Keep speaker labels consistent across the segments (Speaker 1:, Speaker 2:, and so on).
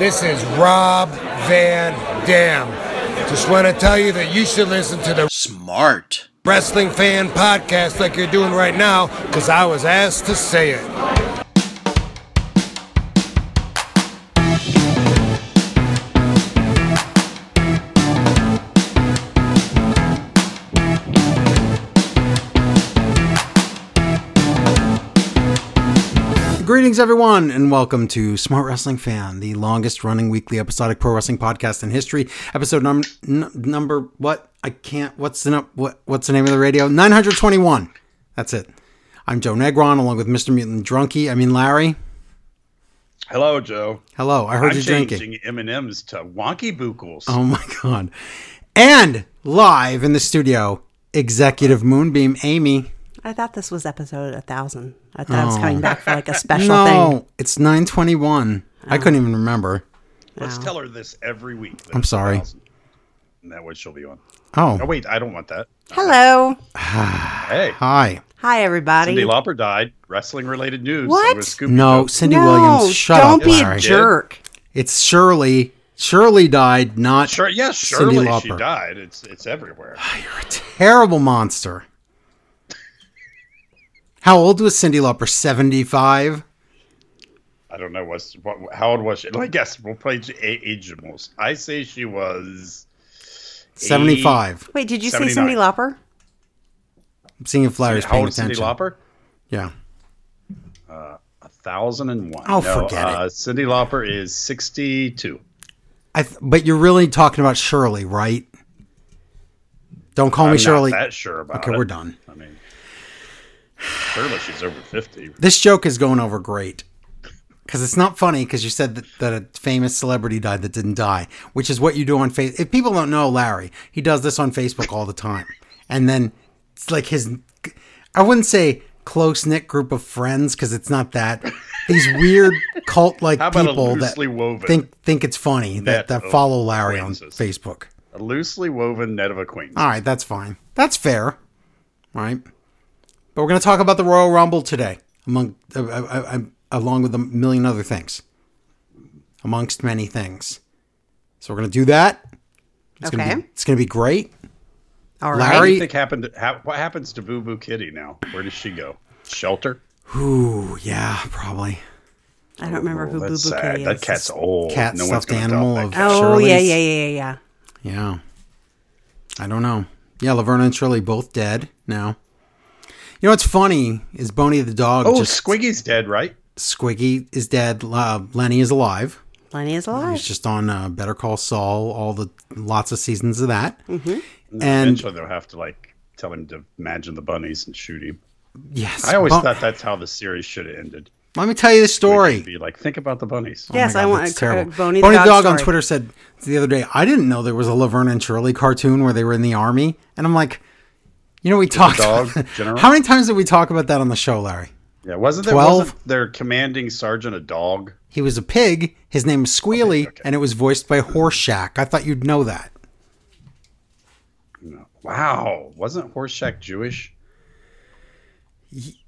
Speaker 1: This is Rob Van Dam. Just want to tell you that you should listen to the
Speaker 2: Smart.
Speaker 1: Wrestling Fan Podcast like you're doing right now because I was asked to say it.
Speaker 3: Greetings, everyone, and welcome to Smart Wrestling Fan, the longest running weekly episodic pro wrestling podcast in history. Episode number n- number what? I can't. What's the nu- what? What's the name of the radio? Nine hundred twenty one. That's it. I'm Joe Negron, along with Mr. Mutant Drunky. I mean Larry.
Speaker 4: Hello, Joe.
Speaker 3: Hello, I heard
Speaker 4: I'm
Speaker 3: you drinking.
Speaker 4: changing M and M's to wonky buckles.
Speaker 3: Oh my god! And live in the studio, Executive Moonbeam Amy.
Speaker 5: I thought this was episode a thousand. I thought I was coming back for like a special
Speaker 3: Oh. No,
Speaker 5: thing.
Speaker 3: it's nine twenty one. I couldn't even remember.
Speaker 4: Let's tell her this every week. that
Speaker 3: I'm
Speaker 4: it's a
Speaker 3: sorry.
Speaker 4: thousand. And that way she'll be on. Oh
Speaker 3: Oh,
Speaker 4: wait, I don't want that.
Speaker 5: Hello,
Speaker 4: Hey,
Speaker 3: hi.
Speaker 5: hi everybody.
Speaker 4: Cindy Lauper died. Wrestling related news.
Speaker 5: What?
Speaker 4: There was Scoop-
Speaker 3: No, Cindy
Speaker 5: no,
Speaker 3: Williams. Shut
Speaker 5: don't
Speaker 3: up,
Speaker 5: be
Speaker 3: Larry.
Speaker 5: a jerk.
Speaker 3: It's Shirley. Shirley died, not
Speaker 4: Sure. Yes,
Speaker 3: Cyndi
Speaker 4: surely she
Speaker 3: Lauper.
Speaker 4: died. It's it's everywhere.
Speaker 3: terrible monster. How old was Cindy Lauper? 75?
Speaker 4: I don't know what's what. How old was she? I guess we'll play age- ageables. I say she was
Speaker 3: 75.
Speaker 5: Wait, did you say Cindy Lauper?
Speaker 3: I'm seeing if Larry's
Speaker 4: how
Speaker 3: paying
Speaker 4: old is Cindy
Speaker 3: attention.
Speaker 4: Lauper?
Speaker 3: Yeah.
Speaker 4: Thousand and one.
Speaker 3: Oh, forget
Speaker 4: uh, it. Cindy Lauper is sixty-two.
Speaker 3: I th- but you're really talking about Shirley, right? Don't call me
Speaker 4: I'm
Speaker 3: Shirley.
Speaker 4: Not that sure about
Speaker 3: okay,
Speaker 4: it.
Speaker 3: we're done.
Speaker 4: I mean, surely she's over 50.
Speaker 3: This joke is going over great. Because it's not funny because you said that, that a famous celebrity died that didn't die, which is what you do on Facebook. If people don't know Larry, he does this on Facebook all the time. And then it's like his, I wouldn't say close knit group of friends because it's not that. These weird cult like
Speaker 4: How about a
Speaker 3: people that
Speaker 4: loosely woven
Speaker 3: think think it's funny that,
Speaker 4: net
Speaker 3: that
Speaker 4: of
Speaker 3: follow Larry on
Speaker 4: acquaintances?
Speaker 3: Facebook.
Speaker 4: A loosely woven net of acquaintance.
Speaker 3: All right, that's fine. That's fair. All right. But we're going to talk about the Royal Rumble today, among uh, uh, uh, along with a million other things, amongst many things. So we're going to do that. It's Gonna
Speaker 5: Okay.
Speaker 3: be, it's going to be great.
Speaker 5: All right.
Speaker 4: What do
Speaker 3: Larry-
Speaker 4: you think happened? To, ha, what happens to Boo Boo Kitty now? Where does she go? Shelter?
Speaker 3: Ooh, yeah, probably.
Speaker 5: I don't remember who Boo Boo
Speaker 4: Oh, That's sad.
Speaker 5: Kitty
Speaker 4: That
Speaker 5: is.
Speaker 4: cat's old.
Speaker 3: Cat
Speaker 4: no one's
Speaker 3: stuffed
Speaker 4: gonna adopt
Speaker 3: animal
Speaker 4: that
Speaker 3: of-
Speaker 4: cat.
Speaker 5: Oh yeah,
Speaker 3: Shirley's-
Speaker 5: yeah, yeah, yeah, yeah.
Speaker 3: Yeah. I don't know. Yeah, Laverna and Shirley both dead now. You know what's funny is Boney the dog.
Speaker 4: Oh,
Speaker 3: just,
Speaker 4: Squiggy's dead, right?
Speaker 3: Squiggy is dead. Uh, Lenny is alive.
Speaker 5: Lenny is alive.
Speaker 3: He's just on uh, Better Call Saul, all the lots of seasons of that.
Speaker 5: Mm-hmm.
Speaker 3: And
Speaker 4: Eventually, they'll have to like tell him to imagine the bunnies and shoot him.
Speaker 3: yes,
Speaker 4: I always
Speaker 3: Bon-
Speaker 4: thought that's how the series should have ended.
Speaker 3: Let me tell you the
Speaker 4: Squiggy
Speaker 3: story.
Speaker 4: Be like, think about the bunnies.
Speaker 3: Oh my
Speaker 5: yes, I
Speaker 3: God,
Speaker 5: want
Speaker 3: that's
Speaker 5: a, a
Speaker 3: terrible.
Speaker 5: Boney,
Speaker 3: Boney
Speaker 5: the dog,
Speaker 3: on
Speaker 5: story.
Speaker 3: Twitter said the other day, "I didn't know there was a Laverne and Shirley cartoon where they were in the army," and I'm like, you know, we talked.
Speaker 4: dog
Speaker 3: about that.
Speaker 4: general?
Speaker 3: How many times did we talk about that on the show, Larry?
Speaker 4: Yeah, wasn't there
Speaker 3: 12?
Speaker 4: wasn't their commanding sergeant a dog?
Speaker 3: He was a pig. His name was Squealy, and it was voiced by Horseshack. I thought you'd know that.
Speaker 4: Wow, wasn't Horseshack Jewish?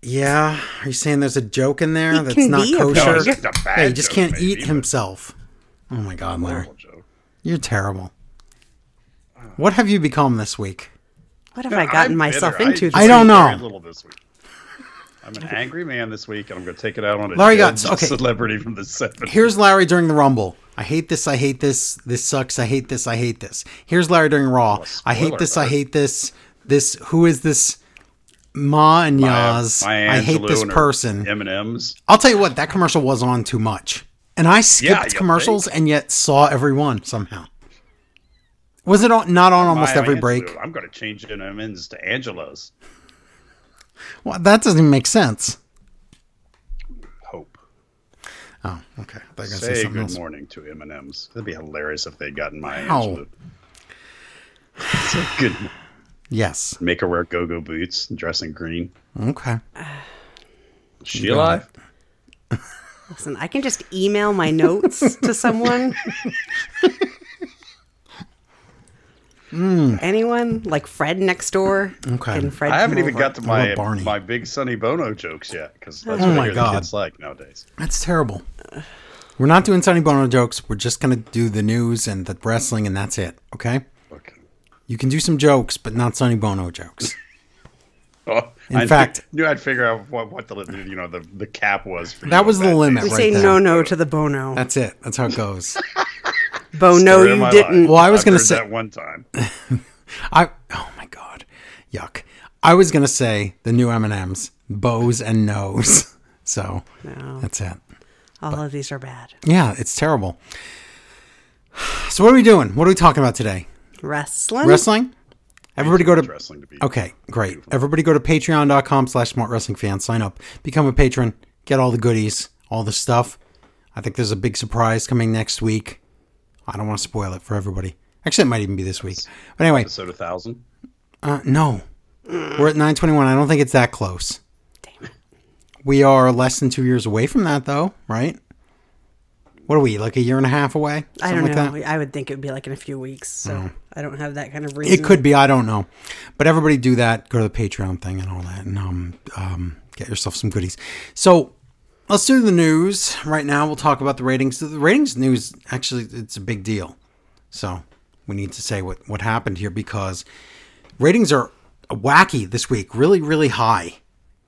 Speaker 3: Yeah, are you saying there's a joke in there
Speaker 5: He
Speaker 3: that's
Speaker 5: can
Speaker 3: not
Speaker 5: be a
Speaker 3: kosher?
Speaker 4: No, it's just a bad
Speaker 3: yeah, he just
Speaker 4: joke,
Speaker 3: can't
Speaker 4: maybe,
Speaker 3: eat
Speaker 4: but-
Speaker 3: himself. Oh my God, Larry.
Speaker 4: Horrible Uh. joke.
Speaker 3: You're terrible. What have you become this week?
Speaker 5: What have I gotten
Speaker 4: I'm
Speaker 5: myself
Speaker 4: bitter.
Speaker 5: into?
Speaker 4: I,
Speaker 5: This
Speaker 3: I don't
Speaker 4: did
Speaker 3: know.
Speaker 4: very Little this week. I'm an angry man this week, and I'm going to take it out on a
Speaker 3: Larry
Speaker 4: dead
Speaker 3: Guts, okay.
Speaker 4: celebrity from the seventies.
Speaker 3: Here's Larry during the Rumble. I hate this. I hate this. This sucks. I hate this. I hate this. Here's Larry during Raw. I hate
Speaker 4: spoiler
Speaker 3: this. I
Speaker 4: alert.
Speaker 3: hate this. This. Who is this? Ma and Yaz. I hate this person.
Speaker 4: M and M's.
Speaker 3: I'll tell you what. That commercial was on too much, and I skipped
Speaker 4: you
Speaker 3: commercials and yet saw every one somehow. Was it on, not on almost every break?
Speaker 4: I'm going to change M and M's to Angelo's.
Speaker 3: Well, that doesn't even make sense.
Speaker 4: Hope.
Speaker 3: Oh, okay. I thought you were gonna say
Speaker 4: Say
Speaker 3: something
Speaker 4: good
Speaker 3: else.
Speaker 4: morning to M and M's. It'd be hilarious if they'd gotten my
Speaker 3: Ow.
Speaker 4: Angelo. Say good. morning.
Speaker 3: Yes.
Speaker 4: Make her wear go-go boots and dress in green.
Speaker 3: Okay.
Speaker 4: Is she alive?
Speaker 5: Listen, I can just email my notes to someone. Anyone like Fred next door?
Speaker 3: Hmm. Okay.
Speaker 5: Can Fred
Speaker 4: I haven't
Speaker 5: come
Speaker 4: even
Speaker 5: over?
Speaker 4: got to
Speaker 3: I
Speaker 4: my
Speaker 3: love Barney.
Speaker 4: my big Sonny Bono jokes yet because that's
Speaker 3: Oh
Speaker 4: what
Speaker 3: my
Speaker 4: I hear
Speaker 3: God.
Speaker 4: the kids like nowadays.
Speaker 3: That's terrible. We're not doing Sonny Bono jokes. We're just going to do the news and the wrestling, and that's it. Okay?
Speaker 4: Okay.
Speaker 3: You can do some jokes, but not Sonny Bono jokes.
Speaker 4: Well,
Speaker 3: In
Speaker 4: Oh, I
Speaker 3: fact-
Speaker 4: knew I'd figure out what, what the you know the, the cap was for
Speaker 3: That
Speaker 4: you
Speaker 3: was
Speaker 4: on
Speaker 3: the
Speaker 4: that
Speaker 3: limit
Speaker 5: We
Speaker 3: right
Speaker 5: say
Speaker 3: there.
Speaker 5: no, no to the Bono.
Speaker 3: That's it. That's how it goes.
Speaker 5: Bono,
Speaker 4: Story of
Speaker 5: you
Speaker 4: my
Speaker 5: didn't.
Speaker 4: life.
Speaker 3: Well, I was
Speaker 4: I've
Speaker 3: gonna
Speaker 4: heard
Speaker 3: say-
Speaker 4: that one time.
Speaker 3: I oh my god, yuck! I was gonna say the new M and M's, bows and nose. So
Speaker 5: No,
Speaker 3: that's it.
Speaker 5: all of these are bad.
Speaker 3: Yeah, it's terrible. So what are we doing? What are we talking about today?
Speaker 5: Wrestling.
Speaker 3: Wrestling. Everybody go
Speaker 4: It's
Speaker 3: to
Speaker 4: wrestling to be
Speaker 3: okay, great. Everybody go to patreon.com slash smart wrestling fan. Sign up, become a patron, get all the goodies, all the stuff. I think there's a big surprise coming next week. I don't want to spoil it for everybody. Actually, it might even be this week. But anyway,
Speaker 4: episode a thousand.
Speaker 3: Uh, no, we're at 921. I don't think it's that close.
Speaker 5: Damn it.
Speaker 3: We are less than two years away from that, though, right? What are we like a year and a half away?
Speaker 5: I don't
Speaker 3: Something
Speaker 5: know.
Speaker 3: Like that?
Speaker 5: I would think it would be like in a few weeks. So
Speaker 3: Mm.
Speaker 5: I don't have that kind of reason.
Speaker 3: It could be. I don't know. But everybody do that. Go to the Patreon thing and all that, and um, um, get yourself some goodies. So let's do the news right now. We'll talk about the ratings. The ratings news actually it's a big deal. So we need to say what what happened here because ratings are wacky this week. Really, really high,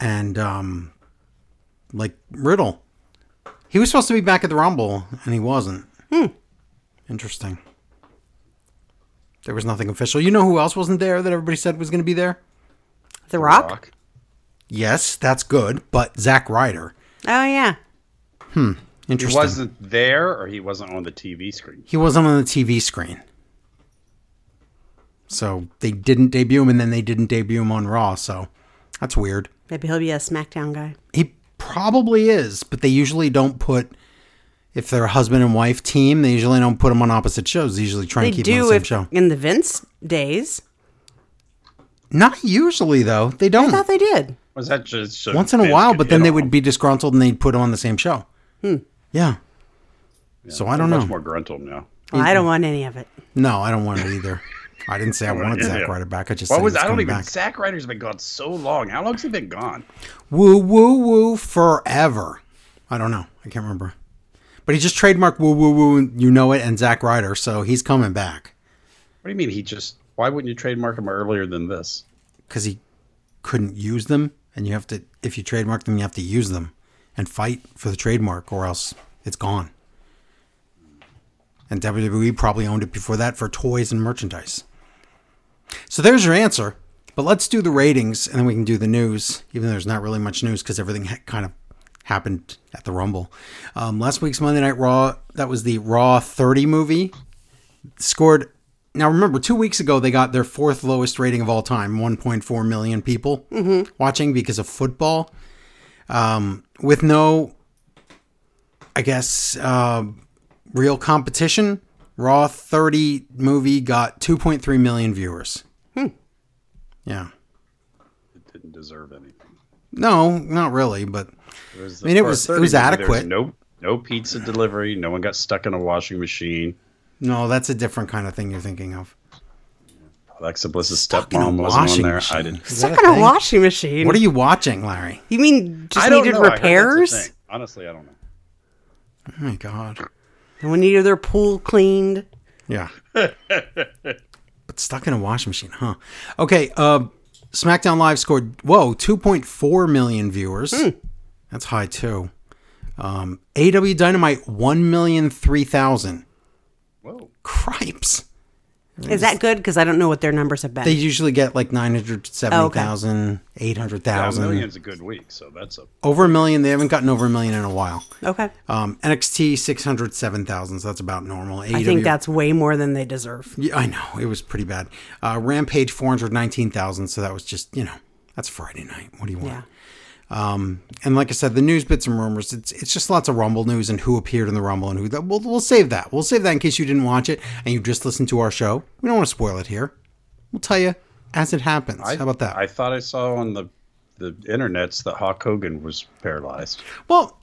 Speaker 3: and um, like Riddle, he was supposed to be back at the Rumble and he wasn't. Interesting. There was nothing official. You know who else wasn't there that everybody said was going to be there?
Speaker 5: The Rock.
Speaker 3: Yes, that's good, but Zack Ryder.
Speaker 5: Oh yeah.
Speaker 4: He
Speaker 3: Interesting.
Speaker 4: wasn't there, or he wasn't on the TV screen.
Speaker 3: He wasn't on the TV screen. So they didn't debut him, and then they didn't debut him on Raw. So that's weird.
Speaker 5: Maybe he'll be a SmackDown guy.
Speaker 3: He probably is, but they usually don't put. If they're a husband and wife team, they usually don't put them on opposite shows. They usually try
Speaker 5: They
Speaker 3: and keep them on
Speaker 5: do
Speaker 3: the same
Speaker 5: if
Speaker 3: show.
Speaker 5: in the Vince days.
Speaker 3: Not usually, though. They
Speaker 5: I
Speaker 3: don't.
Speaker 5: thought they did.
Speaker 4: Was that just so
Speaker 3: Once in a
Speaker 4: Vince
Speaker 3: while,
Speaker 4: could
Speaker 3: but
Speaker 4: hit
Speaker 3: then they
Speaker 4: on
Speaker 3: would
Speaker 4: him?
Speaker 3: be disgruntled and they'd put them on the same show. Yeah. So I don't
Speaker 4: much
Speaker 3: know.
Speaker 4: more gruntled now.
Speaker 5: Well, I don't want any of it.
Speaker 3: No, I don't want it either. I didn't say I wanted
Speaker 4: Yeah,
Speaker 3: Zack
Speaker 4: yeah.
Speaker 3: Ryder back. I just
Speaker 4: What
Speaker 3: said
Speaker 4: was
Speaker 3: he's
Speaker 4: I don't
Speaker 3: coming
Speaker 4: even.
Speaker 3: back.
Speaker 4: Zack Ryder's been gone so long. How long's he been gone?
Speaker 3: Woo woo woo forever. I don't know. I can't remember. But he just trademarked woo woo woo. and You know it, and Zack Ryder, so he's coming back
Speaker 4: What do you mean he just? Why wouldn't you trademark him earlier than this?
Speaker 3: because he couldn't use them, and you have to if you trademark them, you have to use them and fight for the trademark, or else it's gone. And WWE probably owned it before that for toys and merchandise. So there's your answer. But let's do the ratings and then we can do the news, even though there's not really much news because everything ha- kind of happened at the Rumble. Um, last week's Monday Night Raw, that was the Raw 30 movie, scored. Now remember, two weeks ago they got their fourth lowest rating of all time, 1.4 million people watching because of football, um, with no, I guess, um, real competition, Raw 30 movie got 2.3 million viewers. Yeah.
Speaker 4: It didn't deserve anything.
Speaker 3: No, not really, but
Speaker 4: It was
Speaker 3: I mean, it was- it was adequate.
Speaker 4: No, no pizza delivery. No one got stuck in a washing machine.
Speaker 3: no, that's a different kind of thing you're thinking of.
Speaker 4: Alexa Bliss's
Speaker 3: in a
Speaker 4: stepmom wasn't on
Speaker 3: washing
Speaker 4: there.
Speaker 3: machine.
Speaker 4: I didn't.
Speaker 3: Is that
Speaker 5: Stuck
Speaker 3: a
Speaker 5: in a
Speaker 3: thing?
Speaker 5: washing machine.
Speaker 3: What are you watching, Larry?
Speaker 5: You mean just
Speaker 4: I don't
Speaker 5: needed
Speaker 4: know. I heard that's a
Speaker 5: repairs?
Speaker 4: thing. Honestly, I don't know.
Speaker 3: Oh my god.
Speaker 5: No one needed their pool cleaned.
Speaker 3: Yeah. but stuck in a washing machine, huh? Okay, uh SmackDown Live scored whoa, 2.4 million viewers.
Speaker 4: Hmm.
Speaker 3: That's high too. Um AW Dynamite 1,003,000.
Speaker 4: Whoa.
Speaker 3: Cripes.
Speaker 5: Is that good? Because I don't know what their numbers have been.
Speaker 3: They usually get like 970,000,
Speaker 4: Yeah,
Speaker 3: 800,000.
Speaker 4: a million's a good week, so that's a
Speaker 3: Over a million. They haven't gotten over a million in a while.
Speaker 5: okay.
Speaker 3: Um, NXT 607,000, so that's about normal. E
Speaker 5: I think that's way more than they deserve.
Speaker 3: Yeah, I know. It was pretty bad. Uh, Rampage 419,000, so that was just, you know, that's Friday night. What do you want? Um,
Speaker 5: Yeah.
Speaker 3: And like I said, the news bits and rumors, it's it's just lots of Rumble news and who appeared in the Rumble and who that we'll, we'll save that. We'll save that in case you didn't watch it and you just listened to our show. We don't want to spoil it here. We'll tell you as it happens. How about that?
Speaker 4: I thought I saw on the the internets that Hawk Hogan was paralyzed.
Speaker 3: Well,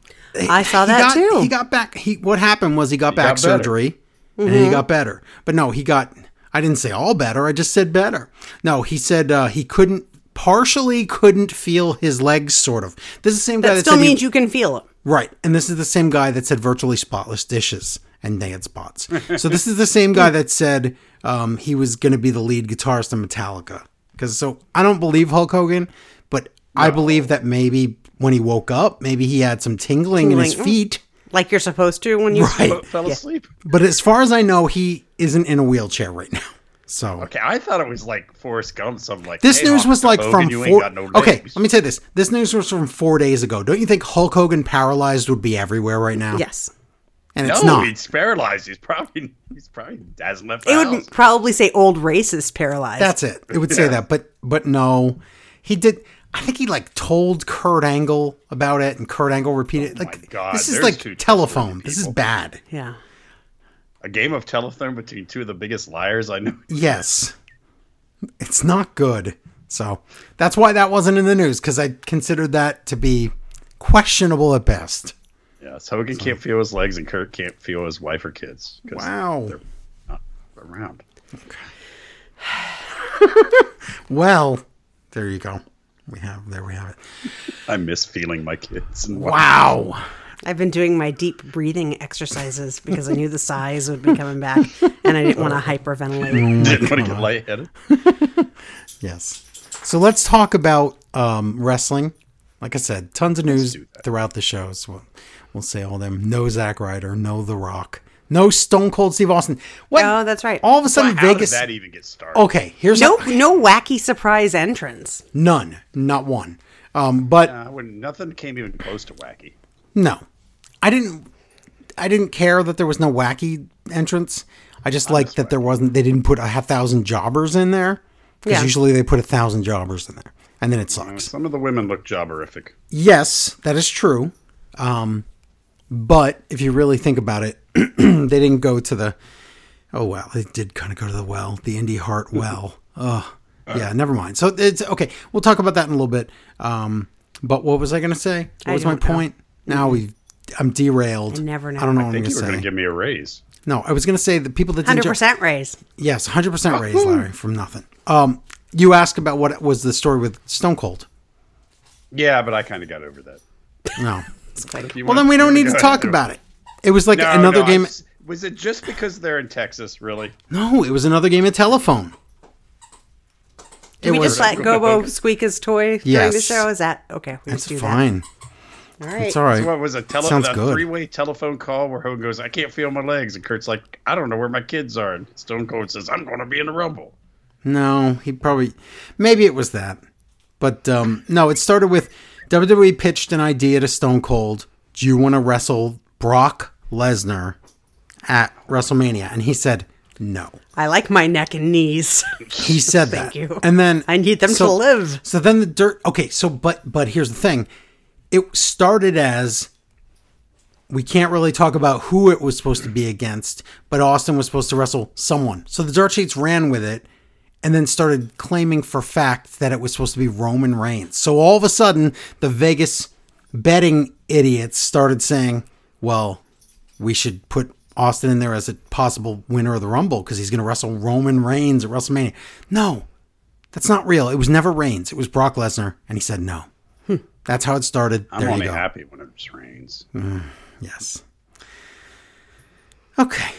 Speaker 5: I saw that
Speaker 3: he got,
Speaker 5: too.
Speaker 3: He got back. He what happened was he got back
Speaker 4: got better.
Speaker 3: surgery, and
Speaker 5: Mm-hmm.
Speaker 3: he got better. But no, he got. I didn't say all better. I just said better. No, he said uh, he couldn't partially couldn't feel his legs. Sort of. This is the same guy
Speaker 5: That
Speaker 3: that,
Speaker 5: still
Speaker 3: said he-
Speaker 5: means you can feel it.
Speaker 3: Right. And this is the same guy that said virtually spotless dishes and dance spots. so this is the same guy that said um, he was going to be the lead guitarist in Metallica. Because so I don't believe Hulk Hogan, but I believe that maybe when he woke up, maybe he had some tingling in his
Speaker 5: Tingling.
Speaker 3: feet.
Speaker 5: like you're supposed to when you
Speaker 3: Right.
Speaker 4: fell asleep.
Speaker 3: But as far as I know, he isn't in a wheelchair right now. So
Speaker 4: Okay, I thought it was like Forrest Gump. Some like
Speaker 3: This
Speaker 4: "Hey,
Speaker 3: news was
Speaker 4: Hulk
Speaker 3: like
Speaker 4: Hogan,
Speaker 3: from
Speaker 4: you ain't
Speaker 3: four.
Speaker 4: got no
Speaker 3: okay,
Speaker 4: legs."
Speaker 3: let me tell you this. This news was from four days ago. Don't you think Hulk Hogan paralyzed would be everywhere right now?
Speaker 5: Yes.
Speaker 3: and
Speaker 4: no,
Speaker 3: it's not.
Speaker 4: he's paralyzed. He's probably he's probably hasn't left the
Speaker 5: It
Speaker 4: house.
Speaker 5: would probably say old racist paralyzed.
Speaker 3: That's it. It would say that, but but no, he did. I think he like told Kurt Angle about it, and Kurt Angle repeated. like
Speaker 4: Oh God,
Speaker 3: this is
Speaker 4: there's
Speaker 3: like
Speaker 4: two
Speaker 3: telephone.
Speaker 4: trustworthy
Speaker 3: This is
Speaker 4: people.
Speaker 3: bad.
Speaker 5: yeah.
Speaker 4: A game of telephone between two of the biggest liars I know.
Speaker 3: Yes, it's not good. So that's why that wasn't in the news because I considered that to be questionable at best.
Speaker 4: Yes, Hogan can't feel his legs, and Kurt can't feel his wife or kids. 'cause
Speaker 3: Wow.
Speaker 4: they're not around.
Speaker 3: Well, there you go. We have there we have it.
Speaker 4: I miss feeling my kids. And wife.
Speaker 3: Wow.
Speaker 5: I've been doing my deep breathing exercises because I knew the sighs would be coming back and I didn't want to
Speaker 3: Mm.
Speaker 5: hyperventilate.
Speaker 4: Didn't want to get lightheaded.
Speaker 3: Yes. So let's talk about um, wrestling. Like I said, tons of news throughout the shows. We'll, we'll say all them. No Zack Ryder. No The Rock. No Stone Cold Steve Austin. What?
Speaker 5: Oh, that's right.
Speaker 3: All of a sudden,
Speaker 4: How did
Speaker 3: Vegas.
Speaker 4: that even get started?
Speaker 3: okay, here's
Speaker 5: No no wacky surprise entrance.
Speaker 3: none, not one. Um, but
Speaker 4: Uh, when nothing came even close to wacky.
Speaker 3: no, I didn't. I didn't care that there was no wacky entrance. I just liked that there wasn't. They didn't put a half thousand jobbers in there because
Speaker 5: Yeah.
Speaker 3: usually they put a thousand jobbers in there, and then it sucks.
Speaker 4: Some of the women look jobberific.
Speaker 3: Yes, that is true. Um, but if you really think about it, they didn't go to the. Oh well, they did kind of go to the well, the Indie Heart well. Ugh. yeah, never mind. So it's okay. We'll talk about that in a little bit. Um, but what was I going to say? What
Speaker 5: I
Speaker 3: was my
Speaker 5: don't know.
Speaker 3: point? Now we, I'm derailed.
Speaker 5: I never know.
Speaker 3: I don't know what
Speaker 4: I
Speaker 3: I'm
Speaker 4: think
Speaker 3: going
Speaker 4: you
Speaker 3: to
Speaker 4: were going
Speaker 3: say.
Speaker 4: to give me a raise.
Speaker 3: no, I was going to say the people that didn't.
Speaker 5: 100%
Speaker 3: jo-
Speaker 5: raise.
Speaker 3: Yes, 100%
Speaker 4: Oh,
Speaker 3: raise, Larry, from nothing. Um, you asked about what was the story with Stone Cold.
Speaker 4: Yeah, but I kind of got over that.
Speaker 3: No.
Speaker 4: If you
Speaker 3: well,
Speaker 4: want-
Speaker 3: then we don't
Speaker 4: you
Speaker 3: need
Speaker 4: can
Speaker 3: to
Speaker 4: go
Speaker 3: talk
Speaker 4: ahead.
Speaker 3: about it. It was like
Speaker 4: No,
Speaker 3: another
Speaker 4: no, I
Speaker 3: game.
Speaker 4: s- Was it just because they're in Texas? Really?
Speaker 3: No, it was another game of telephone.
Speaker 5: Did we just let Gobo squeak his toy during the
Speaker 3: Yes.
Speaker 5: show? Is that okay? We
Speaker 3: It's
Speaker 5: just do
Speaker 3: fine.
Speaker 5: that. All right.
Speaker 3: It's all right.
Speaker 4: What was a, tele-
Speaker 3: Sounds
Speaker 4: a
Speaker 3: good.
Speaker 4: three-way telephone call where Hogan goes, "I can't feel my legs," and Kurt's like, "I don't know where my kids are," and Stone Cold says, "I'm going to be in the Rumble."
Speaker 3: No, he probably maybe it was that. But um no, it started with WWE pitched an idea to Stone Cold. Do you want to wrestle Brock Lesnar at WrestleMania? And he said no.
Speaker 5: I like my neck and knees.
Speaker 3: He said that.
Speaker 5: Thank you.
Speaker 3: And then
Speaker 5: I need them to
Speaker 3: so-
Speaker 5: live.
Speaker 3: So then the dirt. Okay, so but but here's the thing. It started as we can't really talk about who it was supposed to be against, but Austin was supposed to wrestle someone. So the dirt sheets ran with it and then started claiming for fact that it was supposed to be Roman Reigns. So all of a sudden, the Vegas betting idiots started saying, "Well, we should put Austin in there as a possible winner of the Rumble because he's going to wrestle Roman Reigns at WrestleMania." No, that's not real. It was never Reigns. It was Brock Lesnar, and he said no. That's how it started.
Speaker 4: I'm
Speaker 3: there you
Speaker 4: only
Speaker 3: go.
Speaker 4: happy when it just rains.
Speaker 3: Yes. Okay.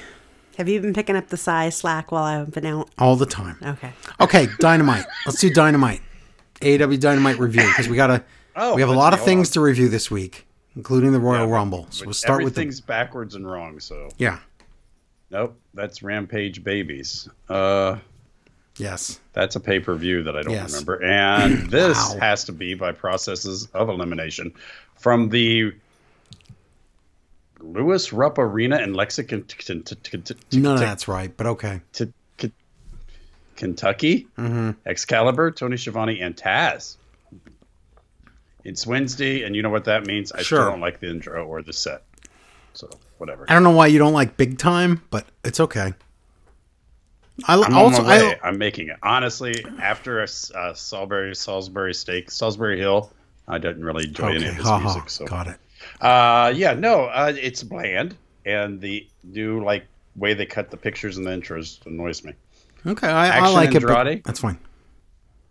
Speaker 5: Have you been picking up the size slack while I've been out?
Speaker 3: All the time.
Speaker 5: Okay.
Speaker 3: Okay, Dynamite. Let's do Dynamite. AW Dynamite review because we gotta.
Speaker 4: Oh,
Speaker 3: we have a
Speaker 4: let's
Speaker 3: lot of
Speaker 4: go
Speaker 3: things to review this week, including the Royal
Speaker 4: Yeah.
Speaker 3: Rumble. So
Speaker 4: But
Speaker 3: we'll start with the,
Speaker 4: everything's backwards and wrong. So
Speaker 3: yeah.
Speaker 4: nope, that's Rampage Babies. Uh,
Speaker 3: Yes.
Speaker 4: That's a pay per view that I don't
Speaker 3: Yes.
Speaker 4: remember. And this
Speaker 3: Wow.
Speaker 4: has to be by processes of elimination from the Lewis Rupp Arena in Lexington, t- t- t- t- t-
Speaker 3: None of
Speaker 4: t-
Speaker 3: that's right, but okay.
Speaker 4: t- t- Kentucky,
Speaker 3: Mm-hmm.
Speaker 4: Excalibur, Tony Schiavone, and Taz. It's Wednesday, and you know what that means. I
Speaker 3: Sure.
Speaker 4: still don't like the intro or the set. So, whatever.
Speaker 3: I don't know why you don't like Big Time, but it's okay. I li-
Speaker 4: I'm
Speaker 3: also
Speaker 4: on my way.
Speaker 3: I,
Speaker 4: I, am making it. Honestly, after a s- uh, Salisbury Salisbury steak, Salisbury Hill, I didn't really enjoy any
Speaker 3: okay.
Speaker 4: of his
Speaker 3: Ha ha.
Speaker 4: music. So,
Speaker 3: Got it.
Speaker 4: uh, yeah, no, uh, it's bland, and the new like way they cut the pictures and the intros annoys me.
Speaker 3: Okay, I, I
Speaker 4: Action
Speaker 3: like it. but
Speaker 4: Andrade?
Speaker 3: That's fine.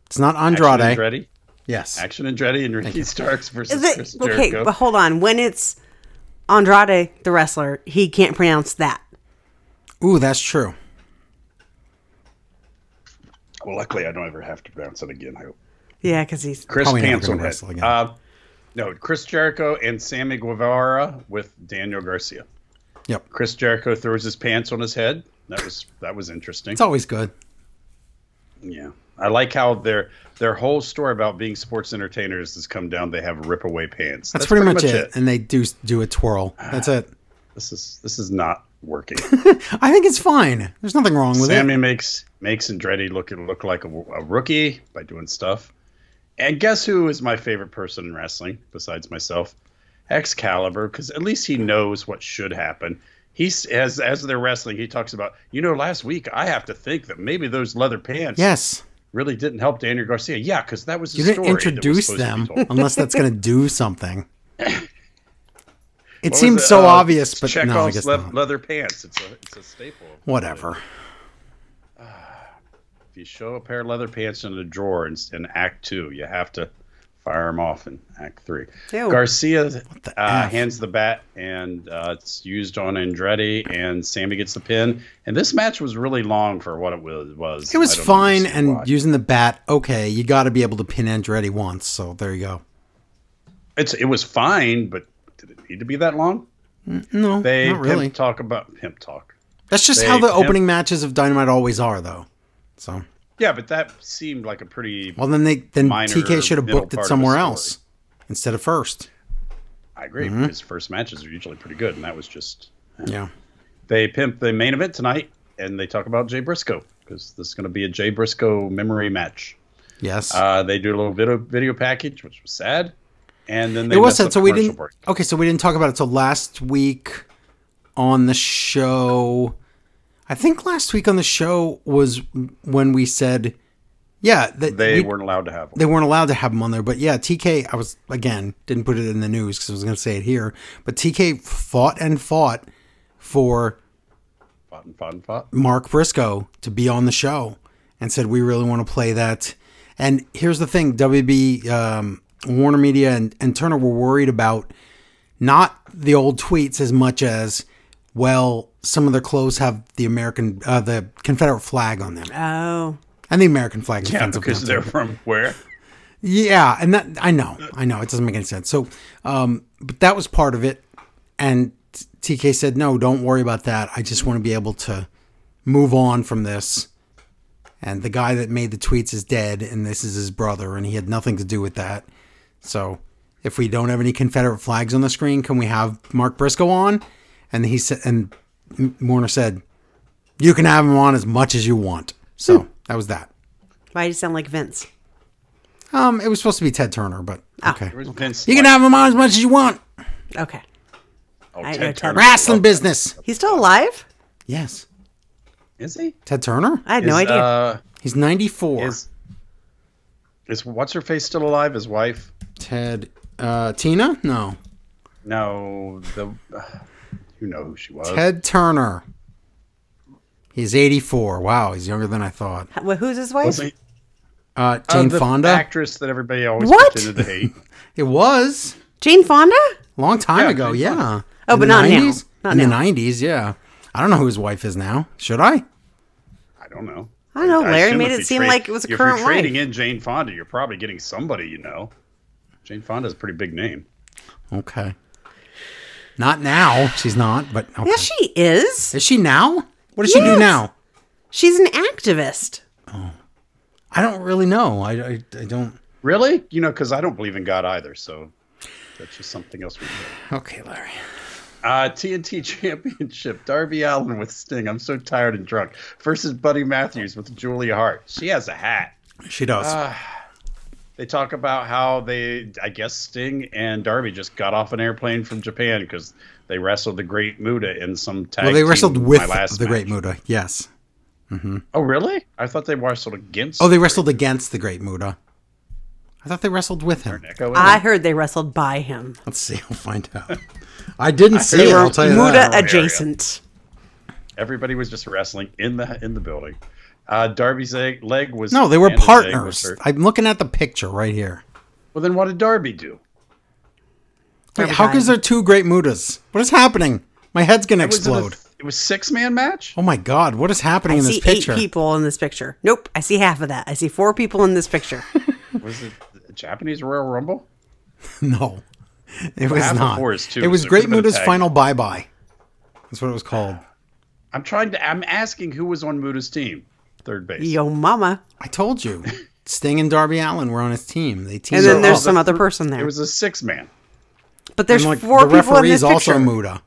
Speaker 3: It's not
Speaker 4: Action
Speaker 3: Andrade.
Speaker 4: Andretti?
Speaker 3: Yes.
Speaker 4: Action Andretti and Ricky Starks versus
Speaker 5: Is it-
Speaker 4: Chris
Speaker 5: okay,
Speaker 4: Jericho.
Speaker 5: but hold on. When it's Andrade the wrestler, he can't pronounce that.
Speaker 3: Ooh, that's true.
Speaker 4: well, luckily, I don't ever have to bounce it again. I hope.
Speaker 5: Yeah, because he's
Speaker 4: Chris
Speaker 3: Probably never
Speaker 4: Pants
Speaker 3: gonna
Speaker 4: on
Speaker 3: wrestle
Speaker 4: head.
Speaker 3: again.
Speaker 4: Uh, no, Chris Jericho and Sammy Guevara with Daniel Garcia.
Speaker 3: Yep.
Speaker 4: Chris Jericho throws his pants on his head. That was that was interesting.
Speaker 3: It's always good.
Speaker 4: Yeah, I like how their their whole story about being sports entertainers has come down. They have rip away pants.
Speaker 3: That's, pretty, much, it. And they do do a twirl. That's it.
Speaker 4: This is this is not working.
Speaker 3: I think it's fine. There's nothing wrong with
Speaker 4: Sammy
Speaker 3: it.
Speaker 4: makes makes Andretti look look like a, a rookie by doing stuff. And guess who is my favorite person in wrestling besides myself? Excalibur, because at least he knows what should happen. He's as as they're wrestling, he talks about you know last week I have to think that maybe those leather pants
Speaker 3: Yes.
Speaker 4: really didn't help Daniel Garcia. Yeah, because that was the
Speaker 3: You didn't
Speaker 4: story that was
Speaker 3: introduce
Speaker 4: supposed to be
Speaker 3: them
Speaker 4: told.
Speaker 3: unless that's going to do something. It
Speaker 4: What was
Speaker 3: seems
Speaker 4: it?
Speaker 3: so
Speaker 4: Uh,
Speaker 3: obvious, but no, I
Speaker 4: Chekhov's
Speaker 3: guess
Speaker 4: le-
Speaker 3: not.
Speaker 4: leather pants. It's a it's a staple.
Speaker 3: Whatever.
Speaker 4: If you show a pair of leather pants in a drawer in, in Act Two, you have to fire them off in Act Three.
Speaker 5: Ew.
Speaker 4: Garcia uh,
Speaker 3: F?
Speaker 4: hands the bat, and uh, it's used on Andretti, and Sammy gets the pin. And this match was really long for what it was. was.
Speaker 3: It was
Speaker 4: I don't
Speaker 3: fine,
Speaker 4: understand
Speaker 3: and
Speaker 4: why.
Speaker 3: using the bat, okay, you got to be able to pin Andretti once, so there you go.
Speaker 4: it's it was fine, but did it need to be that long?
Speaker 3: No,
Speaker 4: They
Speaker 3: not really.
Speaker 4: pimp talk about pimp talk.
Speaker 3: That's just
Speaker 4: they
Speaker 3: how the
Speaker 4: pimp-
Speaker 3: opening matches of Dynamite always are, though. So,
Speaker 4: Yeah, but that seemed like a pretty.
Speaker 3: well, then they then
Speaker 4: Minor
Speaker 3: TK should have
Speaker 4: middle
Speaker 3: booked
Speaker 4: part
Speaker 3: it
Speaker 4: of a
Speaker 3: somewhere
Speaker 4: story.
Speaker 3: else instead of first.
Speaker 4: I agree.
Speaker 3: Mm-hmm.
Speaker 4: His first matches are usually pretty good, and that was just
Speaker 3: Yeah,
Speaker 4: they pimp the main event tonight, and they talk about Jay Briscoe because this is going to be a Jay Briscoe memory match.
Speaker 3: yes,
Speaker 4: Uh, they do a little video video package, which was sad, and then they
Speaker 3: it was
Speaker 4: messed
Speaker 3: said.
Speaker 4: up
Speaker 3: So we
Speaker 4: commercial
Speaker 3: didn't.
Speaker 4: break.
Speaker 3: Okay, so we didn't talk about it till last week on the show. I think last week on the show was when we said, yeah, that
Speaker 4: They
Speaker 3: we-
Speaker 4: weren't allowed to have one.
Speaker 3: they weren't allowed to have him on there. But yeah, TK, I was again didn't put it in the news because I was going to say it here. But TK fought and fought for
Speaker 4: fought and fought and fought.
Speaker 3: Mark Briscoe to be on the show, and said we really want to play that. And here's the thing: WB, um, Warner Media, and, and Turner were worried about not the old tweets as much as well. Some of their clothes have the American, uh, the Confederate flag on them,
Speaker 5: oh,
Speaker 3: and the American flag. is
Speaker 4: Uh, Yeah,
Speaker 3: offensive
Speaker 4: because
Speaker 3: now, too.
Speaker 4: they're from where?
Speaker 3: Yeah, and that I know, I know, it doesn't make any sense. So, um, but that was part of it, and T- TK said, "No, don't worry about that. I just want to be able to move on from this." And the guy that made the tweets is dead, and this is his brother, and he had nothing to do with that. So, if we don't have any Confederate flags on the screen, can we have Mark Briscoe on? And he said, and M- Warner said, "You can have him on as much as you want." So that was that.
Speaker 5: why do you sound like Vince?
Speaker 3: Um, it was supposed to be Ted Turner, but okay.
Speaker 4: Where's Vince?
Speaker 3: You can have him on as much as you want.
Speaker 5: Okay,
Speaker 4: oh,
Speaker 5: I
Speaker 4: Ted
Speaker 5: know Ted.
Speaker 4: Turner.
Speaker 3: Wrestling business.
Speaker 5: he's still alive.
Speaker 3: Yes.
Speaker 4: Is he?
Speaker 3: Ted Turner?
Speaker 5: I had no
Speaker 4: Is,
Speaker 5: idea.
Speaker 4: Uh,
Speaker 3: He's 94.
Speaker 4: is is what's her face still alive? His wife?
Speaker 3: Ted uh, Tina? No.
Speaker 4: No, the uh, you know who she was.
Speaker 3: Ted Turner. He's 84. Wow, he's younger than I thought.
Speaker 5: Wh- Who's his wife?
Speaker 4: Was he-
Speaker 3: Uh,
Speaker 4: uh,
Speaker 3: Jane
Speaker 4: the
Speaker 3: Fonda?
Speaker 4: actress that everybody always
Speaker 5: What?
Speaker 4: pretended to hate.
Speaker 3: It was
Speaker 5: Jane Fonda?
Speaker 3: a long time
Speaker 4: Yeah,
Speaker 3: ago,
Speaker 4: Jane
Speaker 3: yeah.
Speaker 5: Oh,
Speaker 3: In
Speaker 5: but
Speaker 3: the
Speaker 5: not now.
Speaker 3: 90s?
Speaker 5: Not
Speaker 3: In the
Speaker 5: now.
Speaker 3: 90s, yeah. I don't know who his wife is now. Should I?
Speaker 4: I don't know.
Speaker 5: I don't know. Larry
Speaker 4: assume
Speaker 5: made
Speaker 4: if
Speaker 5: it
Speaker 4: you
Speaker 5: seem like it was a
Speaker 4: if you're
Speaker 5: current
Speaker 4: trading
Speaker 5: wife.
Speaker 4: in Jane Fonda, you're probably getting somebody you know. Jane Fonda's a pretty big name.
Speaker 3: Okay. Not now. She's not, but okay.
Speaker 5: Yes, she is.
Speaker 3: Is she now? What does she do
Speaker 5: Yes.
Speaker 3: now?
Speaker 5: She's an activist.
Speaker 3: I don't really know. I, I, I don't.
Speaker 4: Really? You know, because I don't believe in God either. So that's just something else we do.
Speaker 3: Okay, Larry.
Speaker 4: Uh, TNT Championship: Darby Allen with Sting. I'm so tired and drunk versus Buddy Matthews with Julia Hart. She has a hat.
Speaker 3: She does.
Speaker 4: Ah, They talk about how they, I guess, Sting and Darby just got off an airplane from Japan because they wrestled the Great Muda in some tag.
Speaker 3: Well, they
Speaker 4: team
Speaker 3: wrestled
Speaker 4: my
Speaker 3: with
Speaker 4: last
Speaker 3: the Great
Speaker 4: match.
Speaker 3: Muda. Yes.
Speaker 4: Oh, really? I thought they wrestled against.
Speaker 3: Oh, they wrestled against the Great Muda. I thought they wrestled with him.
Speaker 4: Echo
Speaker 5: I heeld they wrestled by him.
Speaker 3: Let's see. I'll find out. I didn't see
Speaker 5: They
Speaker 3: it.
Speaker 5: were
Speaker 3: I'll tell you
Speaker 5: Muda
Speaker 3: that.
Speaker 5: adjacent.
Speaker 4: Everybody was just wrestling in the in the building. Uh, Darby's egg, leg was
Speaker 3: No, they were
Speaker 4: Brandon's egg was
Speaker 3: partners.
Speaker 4: hurt.
Speaker 3: I'm looking at the picture right here.
Speaker 4: Well, then what did Darby do?
Speaker 3: Wait, how is there two great Mudas? What is happening? My head's gonna
Speaker 4: Was it a-
Speaker 3: explode.
Speaker 4: It was six man match.
Speaker 3: Oh my god, what is happening
Speaker 5: I
Speaker 3: in
Speaker 5: see
Speaker 3: this picture?
Speaker 5: eight people in this picture. Nope, I see half of that. I see four people in this picture.
Speaker 3: Oh.
Speaker 4: Was it the Japanese Royal Rumble?
Speaker 3: No, it was
Speaker 4: half of
Speaker 3: not.
Speaker 4: four is two,
Speaker 3: it was
Speaker 4: so it
Speaker 3: Great
Speaker 4: could've been a
Speaker 3: Muda's
Speaker 4: tag.
Speaker 3: final bye bye. That's what it was called.
Speaker 4: I'm trying to. I'm asking who was on Muda's team, third base.
Speaker 5: Yo, mama.
Speaker 3: I told you, Sting and Darby Allen were on his team. They teamed
Speaker 5: And then
Speaker 3: up. Oh,
Speaker 5: there's
Speaker 4: the-
Speaker 5: some other person there.
Speaker 4: It was a six man.
Speaker 5: but there's
Speaker 3: And, like,
Speaker 5: four
Speaker 3: the
Speaker 5: people in this
Speaker 3: referee's also
Speaker 5: picture.
Speaker 3: Muda.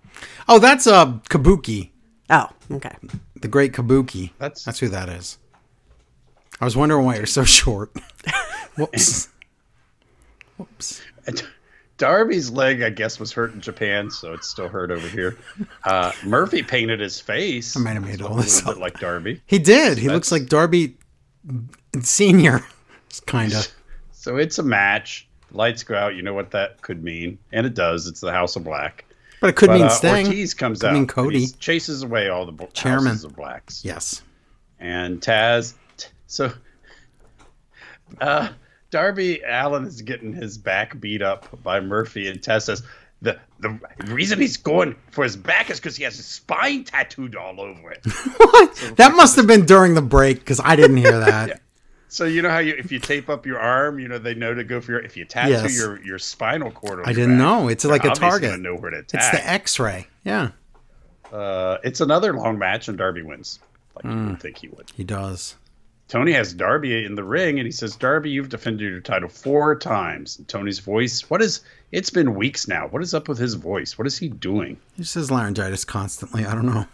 Speaker 3: Oh, that's uh Kabuki,
Speaker 5: Oh, okay.
Speaker 3: the Great Kabuki.
Speaker 4: That's-
Speaker 3: that's who that is. I was wondering why you're so short. Whoops. Whoops.
Speaker 4: Darby's leg, I guess, was hurt in Japan, so it's still hurt over here. Uh, Murphy painted his face. I
Speaker 3: might have made all this
Speaker 4: a little
Speaker 3: up.
Speaker 4: bit like Darby.
Speaker 3: He did. He looks
Speaker 4: That's-
Speaker 3: like Darby Senior. kind of.
Speaker 4: So it's a match. Lights go out. You know what that could mean, and it does. It's the House of Black.
Speaker 3: But it could
Speaker 4: But,
Speaker 3: mean
Speaker 4: uh,
Speaker 3: Sting.
Speaker 4: Ortiz comes
Speaker 3: Could
Speaker 4: out.
Speaker 3: mean
Speaker 4: and
Speaker 3: Cody.
Speaker 4: he chases away all the bl-
Speaker 3: Chairman.
Speaker 4: houses of blacks.
Speaker 3: Yes.
Speaker 4: and Taz. T- so, uh, Darby Allen is getting his back beat up by Murphy, and Taz says the the reason he's going for his back is because he has his spine tattooed all over it.
Speaker 3: That must have been during the break because I didn't hear that.
Speaker 4: so you know how you if you tape up your arm, you know they know to go for your if you tattoo
Speaker 3: Yes.
Speaker 4: your your spinal cord. On
Speaker 3: I
Speaker 4: your
Speaker 3: didn't
Speaker 4: back,
Speaker 3: know. It's
Speaker 4: they're
Speaker 3: like a
Speaker 4: obviously
Speaker 3: target.
Speaker 4: gonna Know where to
Speaker 3: It's
Speaker 4: attack.
Speaker 3: the X-ray. Yeah,
Speaker 4: uh, it's another long match, and Darby wins. Like you
Speaker 3: Mm.
Speaker 4: would think he would.
Speaker 3: he does.
Speaker 4: Tony has Darby in the ring, and he says, "Darby, you've defended your title four times." And Tony's voice, what is? It's been weeks now. What is up with his voice? What is he doing?
Speaker 3: He says laryngitis constantly. I don't know.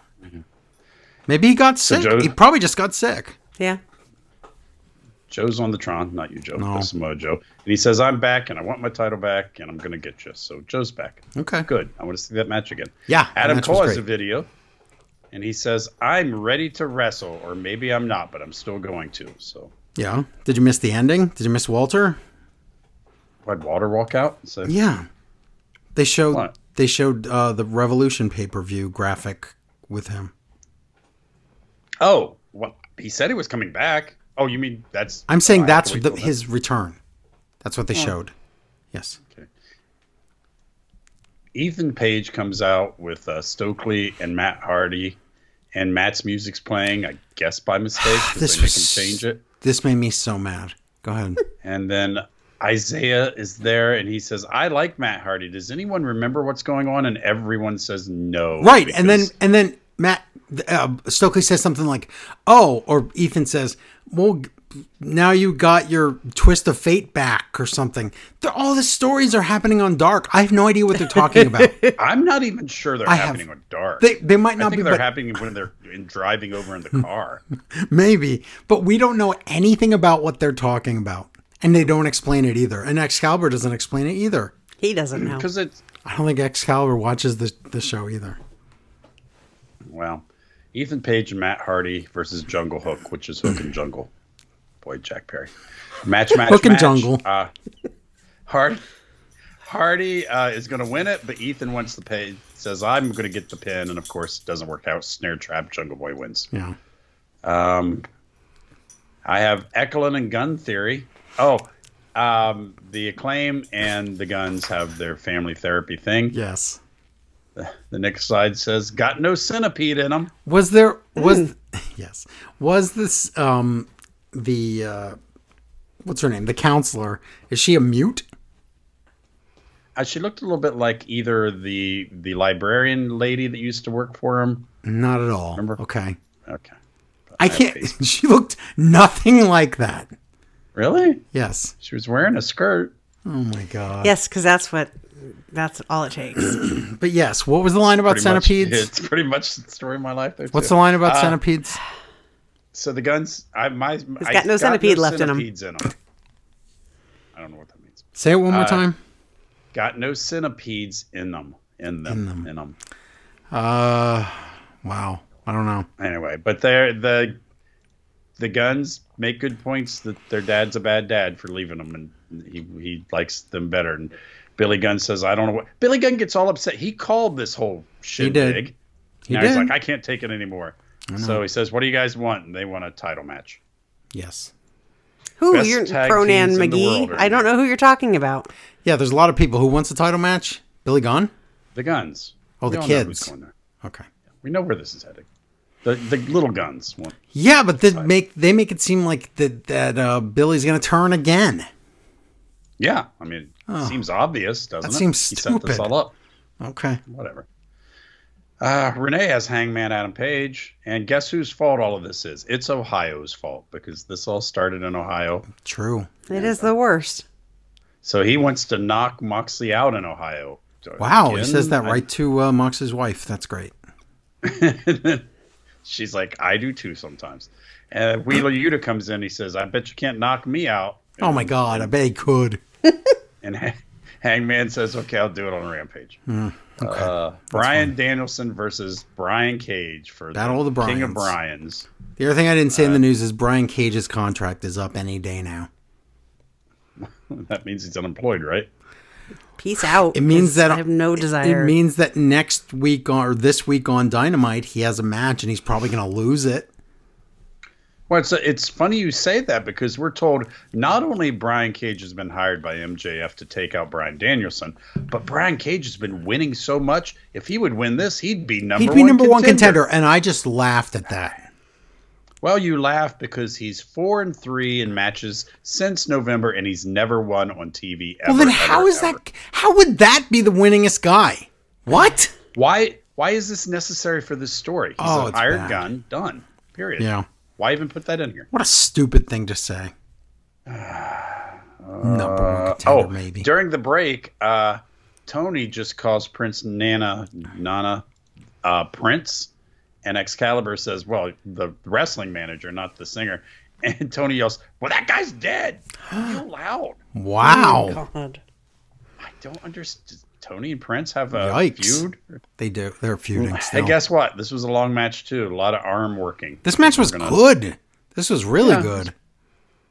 Speaker 3: Maybe he got sick.
Speaker 4: Mm-hmm. Joe-
Speaker 3: he probably just got sick.
Speaker 5: Yeah.
Speaker 4: Joe's on the Tron, not you, Joe,
Speaker 3: No.
Speaker 4: but Samoa Joe, and he says, "I'm back, and I want my title back, and I'm gonna get you." So Joe's back.
Speaker 3: Okay.
Speaker 4: good. I want to see that match again.
Speaker 3: Yeah, that
Speaker 4: Adam
Speaker 3: match was
Speaker 4: Cole has
Speaker 3: great.
Speaker 4: a video, and he says, "I'm ready to wrestle, or maybe I'm not, but I'm still going to." So,
Speaker 3: Yeah. Did you miss the ending? Did you miss Walter?
Speaker 4: why'd Walter walk out? and say,
Speaker 3: Yeah. They showed
Speaker 4: What?
Speaker 3: they showed uh, the Revolution pay-per-view graphic with him.
Speaker 4: "Oh, well, he said he was coming back." Oh, you mean that's?
Speaker 3: I'm saying
Speaker 4: oh, I have
Speaker 3: that's
Speaker 4: to wait
Speaker 3: the,
Speaker 4: till then.
Speaker 3: his return. That's what they showed. Yes.
Speaker 4: Ethan Page comes out with uh, Stokely and Matt Hardy, and Matt's music's playing, I guess by mistake, because they
Speaker 3: Ah, was-
Speaker 4: can change it.
Speaker 3: This made me so mad. Go ahead.
Speaker 4: And then Isaiah is there, and he says, "I like Matt Hardy. Does anyone remember what's going on?" And everyone says, "No."
Speaker 3: right, and then
Speaker 4: because-
Speaker 3: and then Matt uh, Stokely says something like, "Oh," or Ethan says, "Well, g- now you got your twist of fate back or something." They're, all the stories are happening on Dark. I have no idea what they're talking about.
Speaker 4: I'm not even sure they're
Speaker 3: I have-
Speaker 4: happening on dark.
Speaker 3: They they might
Speaker 4: I
Speaker 3: not
Speaker 4: think
Speaker 3: be,
Speaker 4: they're
Speaker 3: but
Speaker 4: happening when they're in driving over in the car.
Speaker 3: maybe. But we don't know anything about what they're talking about, and they don't explain it either. And Excalibur doesn't explain it either.
Speaker 5: He doesn't know.
Speaker 4: Because it's
Speaker 3: I don't think Excalibur watches the the show either.
Speaker 4: Well, Ethan Page and Matt Hardy versus Jungle Hook, which is Hook and Jungle. Boy, Jack Perry. Match, match,
Speaker 3: Hook and
Speaker 4: match.
Speaker 3: Jungle.
Speaker 4: Uh, Hardy, Hardy uh, is going to win it, but Ethan wants the pay. Says I'm going to get the pin, and of course, it doesn't work out. Snare trap. Jungle Boy wins.
Speaker 3: Yeah.
Speaker 4: Um, I have Eklund and Gun Theory. Oh, um, the Acclaim and the Guns have their family therapy thing.
Speaker 3: Yes.
Speaker 4: The next slide says, "Got no centipede in them."
Speaker 3: Was there
Speaker 4: Hmm.
Speaker 3: was yes was this um the uh what's her name the counselor is she a mute?
Speaker 4: Uh, she looked a little bit like either the the librarian lady that used to work for him.
Speaker 3: Not at all.
Speaker 4: Remember?
Speaker 3: Okay,
Speaker 4: Okay,
Speaker 3: I can't. She looked nothing like that.
Speaker 4: really?
Speaker 3: Yes.
Speaker 4: She was wearing a skirt.
Speaker 3: Oh my god.
Speaker 5: yes, because that's what, that's all it takes.
Speaker 3: But yes, what was the line about
Speaker 4: Pretty much-
Speaker 3: centipedes?
Speaker 4: yeah, it's pretty much the story of my life. There
Speaker 3: What's
Speaker 4: too. Uh,
Speaker 3: the line about centipedes?
Speaker 4: So the guns. I my. He's
Speaker 5: got no centipede left in 'em.
Speaker 4: centipedes in him. I don't know what that means.
Speaker 3: Say it one
Speaker 4: uh,
Speaker 3: more time.
Speaker 4: Got no centipedes in them. In them. In them.
Speaker 3: Uh, Wow. I don't know.
Speaker 4: Anyway, but they're the the guns make good points that their dad's a bad dad for leaving them, and he he likes them better. And Billy Gunn says, "I don't know what." Billy Gunn gets all upset. He called this whole
Speaker 3: did.
Speaker 4: shindig.
Speaker 3: He
Speaker 4: now
Speaker 3: did.
Speaker 4: he's like, "I can't take it anymore." So he says, "What do you guys want?" And they want a title match.
Speaker 3: yes.
Speaker 5: Who
Speaker 4: Best
Speaker 5: you're
Speaker 4: tag
Speaker 5: Pronan
Speaker 4: teams in the world
Speaker 5: McGee?
Speaker 4: are-
Speaker 5: I don't know who you're talking about.
Speaker 3: Yeah, there's a lot of people who wants a title match. Billy Gunn.
Speaker 4: The guns.
Speaker 3: Oh,
Speaker 4: We
Speaker 3: the
Speaker 4: all know who's
Speaker 3: kids.
Speaker 4: going there.
Speaker 3: Okay.
Speaker 4: We know where this is heading. The the little guns one.
Speaker 3: Yeah, but they make they make it seem like that that uh, Billy's gonna turn again.
Speaker 4: Yeah, I mean, it seems obvious, doesn't
Speaker 3: Oh. That
Speaker 4: it?
Speaker 3: seems
Speaker 4: he set this
Speaker 3: stupid.
Speaker 4: all up.
Speaker 3: Okay.
Speaker 4: Whatever. Uh, Renee has Hangman Adam Page, and guess whose fault all of this is? It's Ohio's fault because this all started in Ohio.
Speaker 3: True.
Speaker 5: It is the worst.
Speaker 4: So he wants to knock Moxley out in Ohio.
Speaker 3: Wow, he
Speaker 4: Again?
Speaker 3: says that
Speaker 4: I-
Speaker 3: right to uh, Mox's wife. That's great.
Speaker 4: She's like, I do too sometimes. Uh, Wheeler Yuta comes in. He says, I bet you can't knock me out.
Speaker 3: Oh my God, I bet he could.
Speaker 4: And Ha- Hangman says, Okay, I'll do it on Rampage.
Speaker 3: Hmm,
Speaker 4: uh, Brian Danielson versus Brian Cage for
Speaker 3: Battle of the
Speaker 4: King of
Speaker 3: Bryans.
Speaker 4: Brian's.
Speaker 3: The other thing I didn't say
Speaker 4: uh,
Speaker 3: in the news is Brian Cage's contract is up any day now.
Speaker 4: That means he's unemployed, right?
Speaker 5: Peace out.
Speaker 3: It means
Speaker 5: 'cause
Speaker 3: that
Speaker 5: I have no
Speaker 3: it-
Speaker 5: desire.
Speaker 3: It means that next week on, or this week on Dynamite, he has a match and he's probably going to lose it.
Speaker 4: Well, it's, it's funny you say that because we're told not only Brian Cage has been hired by MJF to take out Brian Danielson, but Brian Cage has been winning so much. If he would win this, he'd be number
Speaker 3: He'd be
Speaker 4: one
Speaker 3: number one
Speaker 4: contender.
Speaker 3: contender, and I just laughed at that.
Speaker 4: Well, you laugh because he's four and three in matches since November, and he's never won on TV. Ever,
Speaker 3: Well, then
Speaker 4: ever,
Speaker 3: how is
Speaker 4: ever.
Speaker 3: that? How would that be the winningest guy? What?
Speaker 4: Why? Why is this necessary for this story? He's
Speaker 3: Oh,
Speaker 4: an
Speaker 3: it's
Speaker 4: hired
Speaker 3: bad.
Speaker 4: gun. Done. Period.
Speaker 3: Yeah.
Speaker 4: Why even put that in here?
Speaker 3: What a stupid thing to say. Number one contender,
Speaker 4: Uh, Oh,
Speaker 3: maybe.
Speaker 4: during the break, uh, Tony just calls Prince Nana Nana uh, Prince, and Excalibur says, "Well, the wrestling manager, not the singer." And Tony yells, "Well, that guy's dead!" Real loud.
Speaker 3: wow,
Speaker 5: Oh God.
Speaker 4: I don't understand. Tony and Prince have a
Speaker 3: Yikes.
Speaker 4: feud.
Speaker 3: they do. They're feuding.
Speaker 4: Hey,
Speaker 3: Still.
Speaker 4: guess what? This was a long match too. A lot of arm working.
Speaker 3: this match was good. This was really good.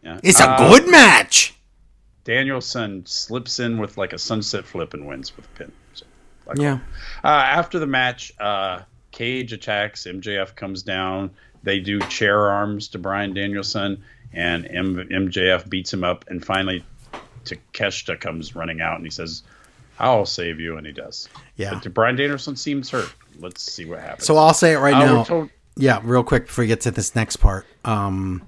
Speaker 4: Yeah.
Speaker 3: It's a good match.
Speaker 4: Danielson slips in with like a sunset flip and wins with a pin. So, like,
Speaker 3: Yeah.
Speaker 4: Uh, after the match, uh, Cage attacks. MJF comes down. They do chair arms to Brian Danielson, and M- MJF beats him up. And finally, Takeshita comes running out and he says, "I'll save you," and he does.
Speaker 3: Yeah.
Speaker 4: But Brian Danielson seems hurt. Let's see what happens.
Speaker 3: So I'll say it right
Speaker 4: Uh,
Speaker 3: now.
Speaker 4: we're told-
Speaker 3: yeah, real quick before we get to this next part. Um,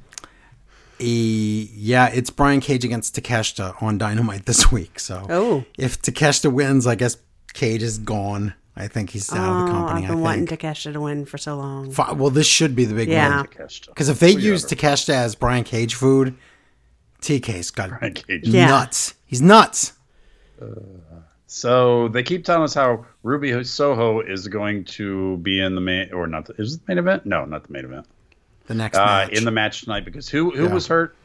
Speaker 3: e, yeah, it's Brian Cage against Takeshita on Dynamite this week. So
Speaker 5: Oh.
Speaker 3: if Takeshita wins, I guess Cage is gone. I think he's out of the
Speaker 5: Oh,
Speaker 3: company.
Speaker 5: I've
Speaker 3: I
Speaker 5: been
Speaker 3: think.
Speaker 5: wanting Takeshita to win for so long.
Speaker 3: Fi- well, this should be the big
Speaker 5: Yeah.
Speaker 3: one. Because if they use Takeshita as Brian Cage food, TK's got
Speaker 4: Cage.
Speaker 5: Yeah.
Speaker 3: nuts. He's nuts.
Speaker 4: So they keep telling us how Ruby Soho is going to be in the main, or not? The, is it the main event? No, not the main event.
Speaker 3: The next
Speaker 4: Uh,
Speaker 3: match.
Speaker 4: in the match tonight because who who was hurt?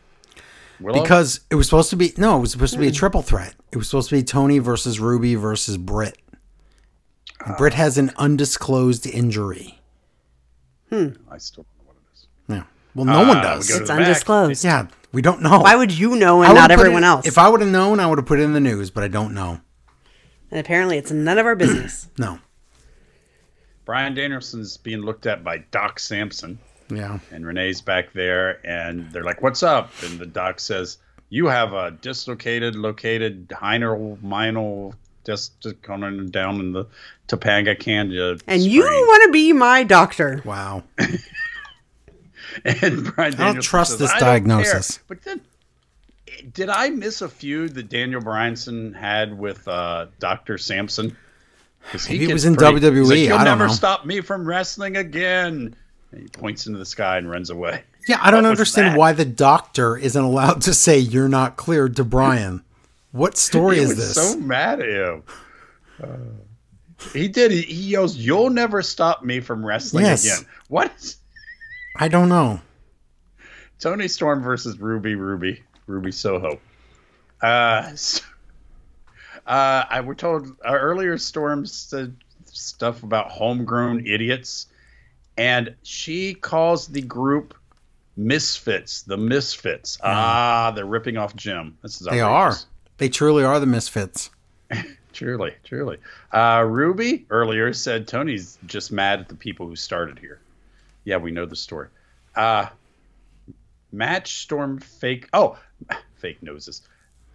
Speaker 4: Willow?
Speaker 3: because it was supposed to be no, it was supposed to
Speaker 4: Hmm.
Speaker 3: be a triple threat. It was supposed to be Tony versus Ruby versus Britt. And Britt has an undisclosed injury.
Speaker 4: I still don't know what it is.
Speaker 3: Yeah. Well, no one
Speaker 4: Uh,
Speaker 3: does.
Speaker 4: we go to
Speaker 5: It's
Speaker 4: the back.
Speaker 5: undisclosed.
Speaker 3: yeah, we don't know.
Speaker 5: Why would you know
Speaker 3: I
Speaker 5: and
Speaker 3: would
Speaker 5: not
Speaker 3: put
Speaker 5: everyone
Speaker 3: it-
Speaker 5: else?
Speaker 3: If I would have known, I would have put it in the news, but I don't know.
Speaker 5: and apparently, it's none of our business.
Speaker 3: No.
Speaker 4: Brian Danielson's being looked at by Doc Sampson,
Speaker 3: Yeah.
Speaker 4: and Renee's back there, and they're like, "What's up?" And the doc says, "You have a dislocated, located hinal minal disc coming down in the Topanga Canyon."
Speaker 5: and you want to be my doctor.
Speaker 3: Wow.
Speaker 4: And Brian Danielson
Speaker 3: trust
Speaker 4: says,
Speaker 3: this
Speaker 4: "I don't care."
Speaker 3: diagnosis.
Speaker 4: But then, did I miss a feud that Daniel Bryanson had with uh, Doctor Sampson? Because
Speaker 3: Maybe it was in WWE,
Speaker 4: You'll
Speaker 3: I don't
Speaker 4: never
Speaker 3: know."
Speaker 4: stop me from wrestling again. And he points into the sky and runs away.
Speaker 3: Yeah, I don't
Speaker 4: What was
Speaker 3: understand
Speaker 4: that?
Speaker 3: why the doctor isn't allowed to say you're not cleared to Brian. What story
Speaker 4: He
Speaker 3: is
Speaker 4: was
Speaker 3: this?
Speaker 4: so mad at him. Uh, he did. He, he yells, "You'll never stop me from wrestling
Speaker 3: Yes.
Speaker 4: again." What is
Speaker 3: I don't know.
Speaker 4: Tony Storm versus Ruby Ruby Ruby Soho. Uh, so- uh, I were told uh, earlier Storm said stuff about homegrown idiots, and she calls the group misfits. The misfits. Ah, they're ripping off Jim. This is
Speaker 3: Mm-hmm. They are.
Speaker 4: outrageous.
Speaker 3: They truly are the misfits.
Speaker 4: truly, truly. Uh, Ruby earlier said Tony's just mad at the people who started here. Yeah, we know the story. Uh, Match Storm fake. Oh, fake noses.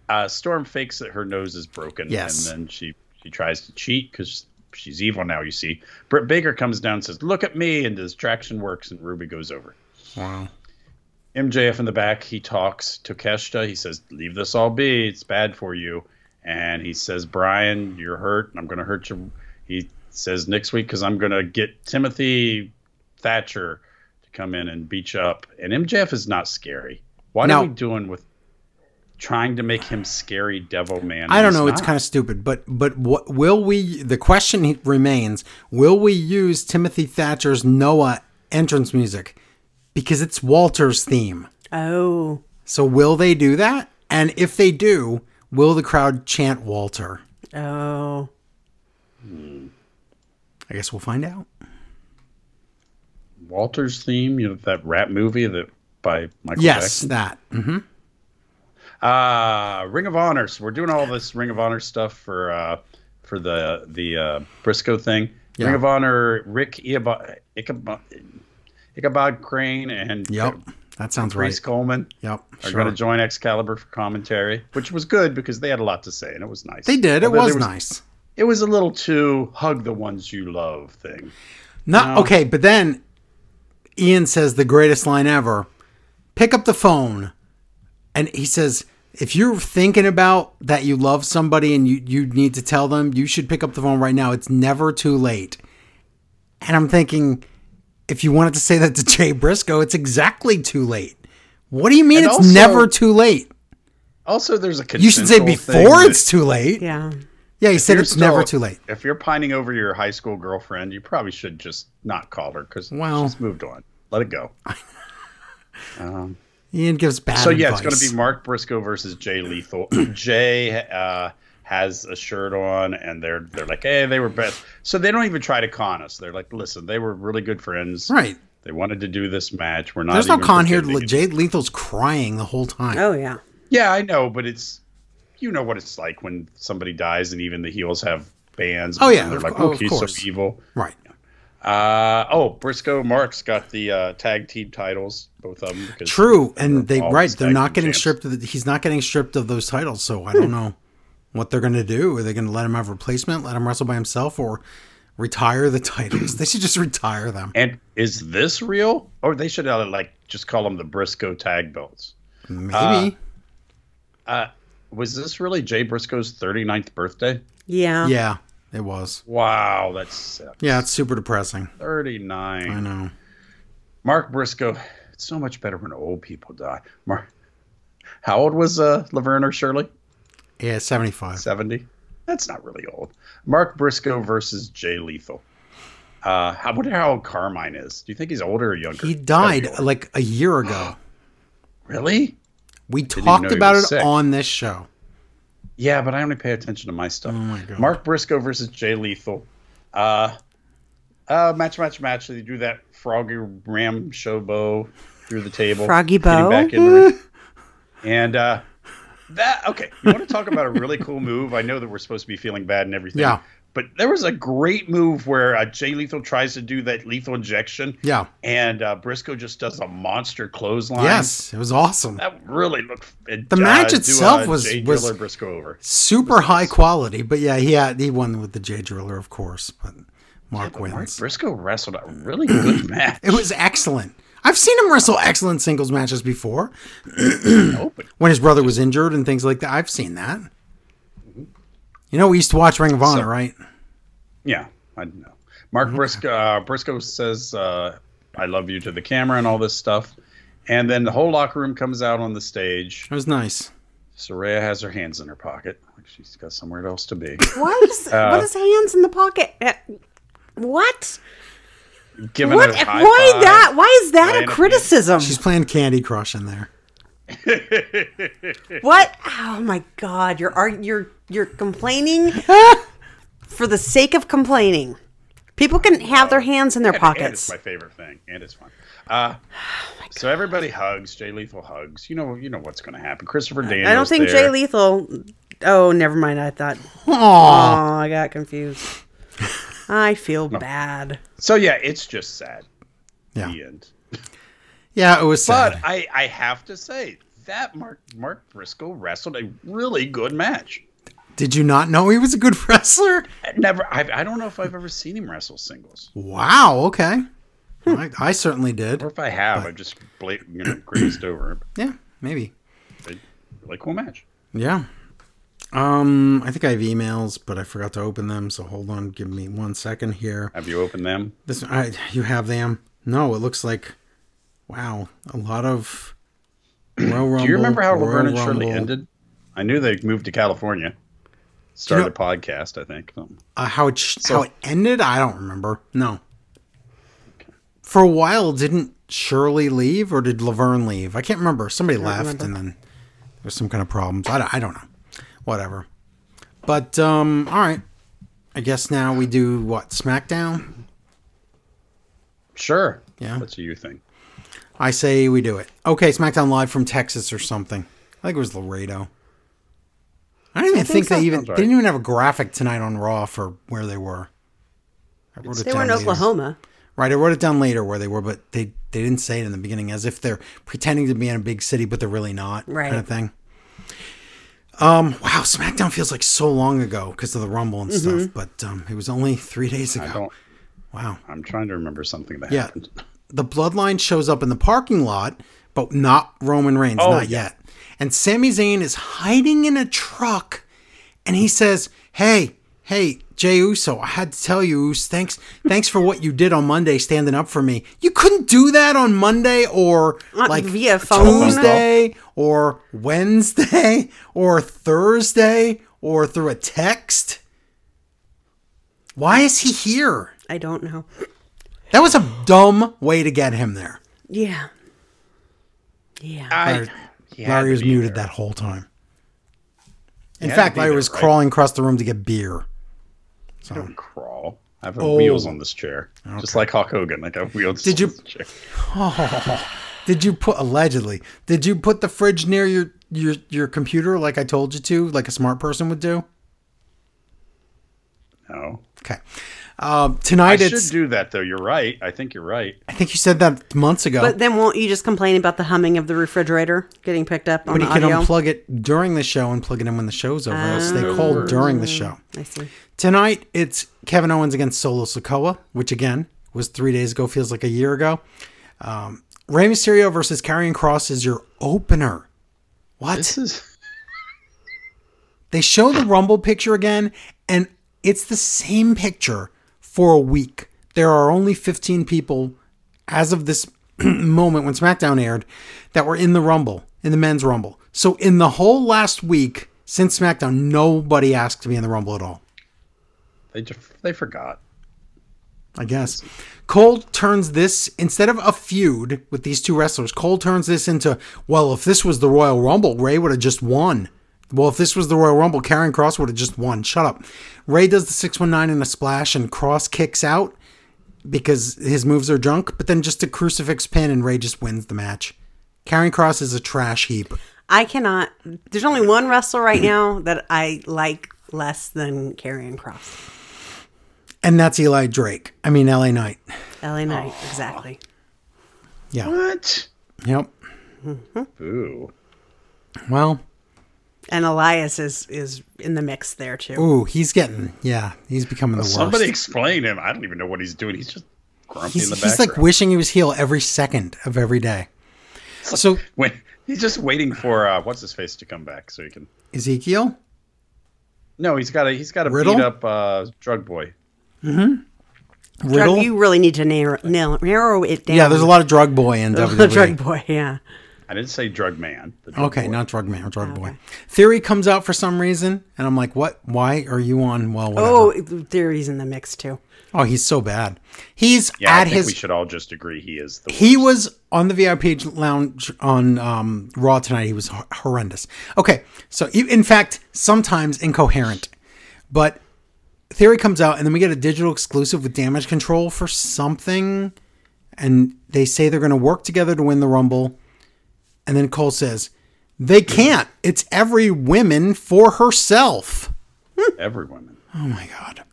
Speaker 4: Uh, Storm fakes that her nose is broken.
Speaker 3: Yes.
Speaker 4: And then she she tries to cheat because she's evil now. You see, Britt Baker comes down and says, "Look at me," and distraction works, and Ruby goes over.
Speaker 3: Wow.
Speaker 4: MJF in the back, he talks to Keshta. He says, Leave this all be. It's bad for you. And he says, Brian, you're hurt, and I'm going to hurt you. He says, Next week, because I'm going to get Timothy Thatcher to come in and beat you up. And MJF is not scary. What
Speaker 3: No.
Speaker 4: are we doing with trying to make him scary devil man?
Speaker 3: I don't
Speaker 4: He's
Speaker 3: know. It's
Speaker 4: not.
Speaker 3: kind of stupid, but but what will we? The question remains: Will we use Timothy Thatcher's Noah entrance music because it's Walter's theme?
Speaker 5: Oh,
Speaker 3: So will they do that? And if they do, will the crowd chant Walter?
Speaker 5: oh.
Speaker 3: I guess we'll find out.
Speaker 4: Walter's theme, you know, that rap movie that by Michael
Speaker 3: Yes,
Speaker 4: Jackson.
Speaker 3: that.
Speaker 4: Uh, Ring of Honor. So we're doing all this Ring of Honor stuff for uh, for the the uh, Briscoe thing. Ring
Speaker 3: Yeah.
Speaker 4: of Honor. Rick Iaba- Ichabod, Ichabod Crane and
Speaker 3: Yep, that sounds
Speaker 4: Grace
Speaker 3: right.
Speaker 4: Coleman
Speaker 3: Yep,
Speaker 4: are
Speaker 3: sure.
Speaker 4: going to join Excalibur for commentary, which was good because they had a lot to say and it was nice.
Speaker 3: They did. It
Speaker 4: Although
Speaker 3: was,
Speaker 4: there
Speaker 3: nice.
Speaker 4: It was a little too hug the ones you love thing.
Speaker 3: Not okay, but then Ian says the greatest line ever. Pick up the phone. And he says, if you're thinking about that you love somebody and you, you need to tell them, you should pick up the phone right now. It's never too late. And I'm thinking, if you wanted to say that to Jay Briscoe, it's exactly too late. What do you mean
Speaker 4: And
Speaker 3: it's
Speaker 4: also-
Speaker 3: never too late?
Speaker 4: Also, there's a
Speaker 3: You should say
Speaker 4: consensual
Speaker 3: before
Speaker 4: thing
Speaker 3: it's too late. Yeah,
Speaker 5: Yeah.
Speaker 3: he said
Speaker 4: you're
Speaker 3: it's never too
Speaker 4: still-
Speaker 3: late.
Speaker 4: If you're pining over your high school girlfriend, you probably should just not call her because
Speaker 3: Well-
Speaker 4: she's moved on. Let it go.
Speaker 3: Ian gives bad
Speaker 4: So yeah,
Speaker 3: advice.
Speaker 4: it's going to be Mark Briscoe versus Jay Lethal. Jay uh, has a shirt on, and they're they're like, hey, they were best. So they don't even try to con us. They're like, listen, they were really good friends.
Speaker 3: right.
Speaker 4: They wanted to do this match. We're not.
Speaker 3: There's no
Speaker 4: even
Speaker 3: con here.
Speaker 4: pretending it-
Speaker 3: Jade Lethal's crying the whole time.
Speaker 5: Oh, yeah.
Speaker 4: Yeah, I know, but it's you know what it's like when somebody dies, and even the heels have bands.
Speaker 3: Oh, yeah,
Speaker 4: and they're
Speaker 3: of
Speaker 4: like,
Speaker 3: cou- oh,
Speaker 4: oh,
Speaker 3: of
Speaker 4: he's so
Speaker 3: course.
Speaker 4: evil.
Speaker 3: Right.
Speaker 4: Uh, oh, Briscoe Marks got the uh, tag team titles, both of them. Because
Speaker 3: True. And
Speaker 4: they're
Speaker 3: they
Speaker 4: all
Speaker 3: right,
Speaker 4: the
Speaker 3: they're
Speaker 4: tag
Speaker 3: not
Speaker 4: team
Speaker 3: getting
Speaker 4: champs.
Speaker 3: stripped of the, he's not getting stripped of those titles, so I don't know what they're going to do. Are they going to let him have a replacement, let him wrestle by himself or retire the titles? they should just retire them.
Speaker 4: And is this real? Or they should uh, like just call them the Briscoe tag belts.
Speaker 3: Maybe.
Speaker 4: Was this really Jay Briscoe's 39th birthday?
Speaker 5: Yeah.
Speaker 3: yeah, it was.
Speaker 4: Wow, that's sick.
Speaker 3: Yeah, it's super depressing. I
Speaker 4: 39.
Speaker 3: know.
Speaker 4: Mark Briscoe. It's so much better when old people die. Mark, how old was uh, Laverne or Shirley?
Speaker 3: Yeah, 75.
Speaker 4: 70. That's not really old. Mark Briscoe versus Jay Lethal. Uh, how, I wonder how old Carmine is. Do you think he's older or younger?
Speaker 3: He
Speaker 4: He's gotta be
Speaker 3: died
Speaker 4: older.
Speaker 3: like a year ago.
Speaker 4: Really?
Speaker 3: We
Speaker 4: even know
Speaker 3: talked
Speaker 4: he
Speaker 3: about it
Speaker 4: was sick.
Speaker 3: on this show.
Speaker 4: Yeah, but I only pay attention to my stuff.
Speaker 3: Oh, my God.
Speaker 4: Mark Briscoe versus Jay Lethal. Uh, uh, match, match, match. They do that froggy ram showbo through the table.
Speaker 5: Froggy
Speaker 4: Getting
Speaker 5: bow?
Speaker 4: Back in the ring. and uh, that, okay, you want to talk about a really cool move? I know that we're supposed to be feeling bad and everything.
Speaker 3: Yeah.
Speaker 4: But there was a great move where uh, Jay Lethal tries to do that lethal injection.
Speaker 3: Yeah.
Speaker 4: And uh, Briscoe just does a monster clothesline.
Speaker 3: Yes, it was awesome.
Speaker 4: That really looked.
Speaker 3: The match itself was-
Speaker 4: uh, Jay
Speaker 3: was-
Speaker 4: Driller Briscoe over.
Speaker 3: super high quality. But yeah, he had he won with the J Driller, of course. But Mark
Speaker 4: Mark
Speaker 3: wins.
Speaker 4: Briscoe wrestled a really good match.
Speaker 3: It was excellent. I've seen him wrestle excellent singles matches before
Speaker 4: No, but
Speaker 3: when his brother was injured and things like that. I've seen that. You know, we used to watch Ring of Honor, right?
Speaker 4: yeah, I don't know.
Speaker 5: Mm-hmm.
Speaker 4: Mark Briscoe uh, Briscoe says, uh, "I love you" to the camera and all this stuff, and then the whole locker room comes out on the stage.
Speaker 3: It was nice.
Speaker 4: Soraya has her hands in her pocket, like she's got somewhere else to be.
Speaker 5: Why is,
Speaker 4: Uh,
Speaker 5: what is hands in the pocket? Uh, What?
Speaker 4: Giving her
Speaker 5: What?
Speaker 4: a high
Speaker 5: Why
Speaker 4: five.
Speaker 5: that? Why is that
Speaker 4: Diana
Speaker 5: a
Speaker 4: Pete.
Speaker 5: criticism?
Speaker 3: She's playing Candy Crush in there.
Speaker 5: What? Oh my God! You're ar- you're you're complaining for the sake of complaining. People can have their hands in their
Speaker 4: And it's
Speaker 5: pockets. Oh
Speaker 4: my favorite thing, and it's fun. Uh, so everybody hugs. Jay Lethal hugs. You know, you know what's going to happen. Christopher Daniels.
Speaker 5: I don't think
Speaker 4: there.
Speaker 5: Jay Lethal. Oh, never mind. I thought.
Speaker 3: Aww.
Speaker 5: Oh, I got confused. I feel bad.
Speaker 4: So yeah, it's just sad.
Speaker 3: Yeah.
Speaker 4: The end.
Speaker 3: Yeah, it was sad.
Speaker 4: But I, I have to say that Mark Mark Briscoe wrestled a really good match.
Speaker 3: Did you not know he was a good wrestler?
Speaker 4: I Never, I, I don't know if I've ever seen him wrestle singles,
Speaker 3: Wow. Okay. I, I certainly did.
Speaker 4: or if I have, I've just bla- you know grazed over. it.
Speaker 3: Yeah. Maybe.
Speaker 4: But Really cool match.
Speaker 3: Yeah. Um, I think I have emails, but I forgot to open them. So hold on, give me one second here.
Speaker 4: Have you opened them?
Speaker 3: This I you have them? No, it looks like wow, a lot of Royal Rumble.
Speaker 4: Do you remember how
Speaker 3: Royal
Speaker 4: Laverne and Shirley
Speaker 3: Rumble.
Speaker 4: ended? I knew they moved to California, started a podcast. I think. Um,
Speaker 3: Uh, how it sh- how it ended? I don't remember. No. For a while, didn't Shirley leave or did Laverne leave? I can't remember. Somebody left, and then there was some kind of problems. I don't, I don't know. Whatever. But um, all right. I guess now we do what SmackDown.
Speaker 4: Sure.
Speaker 3: Yeah.
Speaker 4: That's a you thing.
Speaker 3: I say we do it. Okay, SmackDown live from Texas or something. I think it was Laredo. I don't even think, they even they
Speaker 4: right.
Speaker 3: didn't even have a graphic tonight on Raw for where they were. I wrote it
Speaker 5: They were in
Speaker 3: down later.
Speaker 5: Oklahoma.
Speaker 3: Right, I wrote it down later where they were, but they they didn't say it in the beginning, as if they're pretending to be in a big city, but they're really not, kind of
Speaker 5: Right.
Speaker 3: thing. Um, wow, SmackDown feels like so long ago because of the Rumble and stuff, but um, it was only three days
Speaker 4: I
Speaker 3: ago.
Speaker 4: don't.
Speaker 3: Wow,
Speaker 4: I'm trying to remember something that
Speaker 3: yeah,
Speaker 4: happened.
Speaker 3: the Bloodline shows up in the parking lot, but not Roman Reigns, not yet. And Sami Zayn is hiding in a truck, and he says, "Hey, hey, Jay Uso, I had to tell you, Us, thanks, thanks for what you did on Monday, standing up for me. You couldn't do that on Monday or
Speaker 5: Uh,
Speaker 3: like
Speaker 5: via phone?
Speaker 3: Tuesday or Wednesday or Thursday or through a text. Why is he here?"
Speaker 5: I don't know.
Speaker 3: That was a dumb way to get him there.
Speaker 5: Yeah. Yeah.
Speaker 4: I. he had
Speaker 3: Larry
Speaker 4: to
Speaker 3: was
Speaker 4: be
Speaker 3: muted
Speaker 4: there.
Speaker 3: that whole time. In
Speaker 4: had to
Speaker 3: fact,
Speaker 4: be
Speaker 3: Larry
Speaker 4: there,
Speaker 3: was
Speaker 4: right?
Speaker 3: crawling across the room to get beer.
Speaker 4: I don't crawl. I have wheels on this chair, just like Hulk Hogan. Like I have wheels.
Speaker 3: Oh. Did
Speaker 4: on
Speaker 3: you-
Speaker 4: This chair.
Speaker 3: Did you put allegedly? Did you put the fridge near your your your computer like I told you to, like a smart person would do?
Speaker 4: No.
Speaker 3: Okay. Um, tonight
Speaker 4: I
Speaker 3: it's.
Speaker 4: should do that though. You're right. I think you're right.
Speaker 3: I think you said that months ago.
Speaker 5: but then won't you just complain about the humming of the refrigerator getting picked up
Speaker 3: but
Speaker 5: on the
Speaker 3: you can
Speaker 5: audio?
Speaker 3: unplug it during the show and plug it in when the show's over. It'll stay cold during the show.
Speaker 5: I see.
Speaker 3: Tonight, it's Kevin Owens against Solo Sokoa, which again was three days ago, feels like a year ago. Um, Rey Mysterio versus Karrion Cross is your opener. What?
Speaker 4: This is.
Speaker 3: they show the Rumble picture again, and it's the same picture for a week. There are only 15 people as of this moment when SmackDown aired that were in the Rumble, in the men's Rumble. So, in the whole last week since SmackDown, nobody asked to be in the Rumble at all.
Speaker 4: They just. They forgot.
Speaker 3: I guess. Cole turns this, instead of a feud with these two wrestlers, Cole turns this into, well, if this was the Royal Rumble, Ray would have just won. Well, if this was the Royal Rumble, Karen Cross would have just won. Shut up. Ray does the 619 in a splash, and Cross kicks out because his moves are junk, but then just a crucifix pin, and Ray just wins the match. Karen Cross is a trash heap.
Speaker 5: I cannot. There's only one wrestler right now that I like less than Karrion Cross.
Speaker 3: And that's Eli Drake. I mean, LA Knight.
Speaker 5: LA Knight,
Speaker 3: Oh.
Speaker 5: exactly.
Speaker 3: Yeah.
Speaker 4: What?
Speaker 3: Yep.
Speaker 4: Boo.
Speaker 3: Well,
Speaker 5: And Elias is is in the mix there too.
Speaker 3: ooh, he's getting, yeah, he's becoming the worst.
Speaker 4: Somebody explain him. I don't even know what he's doing. He's just grumpy
Speaker 3: He's,
Speaker 4: in the
Speaker 3: he's
Speaker 4: background.
Speaker 3: like wishing he was heel every second of every day. So
Speaker 4: when he's just waiting for uh, what's his face to come back so he can.
Speaker 3: Ezekiel,
Speaker 4: No, he's got a he's got a
Speaker 3: Riddle?
Speaker 4: beat up uh, drug boy.
Speaker 5: Drug-
Speaker 3: Riddle,
Speaker 5: you really need to narrow, narrow, narrow it down.
Speaker 3: yeah, there's a lot of drug boy in
Speaker 5: The
Speaker 3: WWE.
Speaker 5: drug boy, yeah.
Speaker 4: I didn't say drug man. The drug
Speaker 3: okay,
Speaker 4: boy.
Speaker 3: not drug man,
Speaker 5: Ah,
Speaker 3: drug boy. Theory comes out for some reason, and I'm like, what? Why are you on? Well, whatever.
Speaker 5: Oh,
Speaker 3: oh,
Speaker 5: Theory's in the mix too.
Speaker 3: he's so bad. He's
Speaker 4: Yeah, I
Speaker 3: at
Speaker 4: think
Speaker 3: his
Speaker 4: we should all just agree he is the.
Speaker 3: He was on the VIP lounge on um, Raw tonight. He was hor- horrendous. Okay, so you- in fact, sometimes incoherent, but Theory comes out, and then we get a digital exclusive with Damage Control for something, and they say they're going to work together to win the Rumble, and then Cole says they can't. It's every woman for herself.
Speaker 4: every woman.
Speaker 3: Oh my god.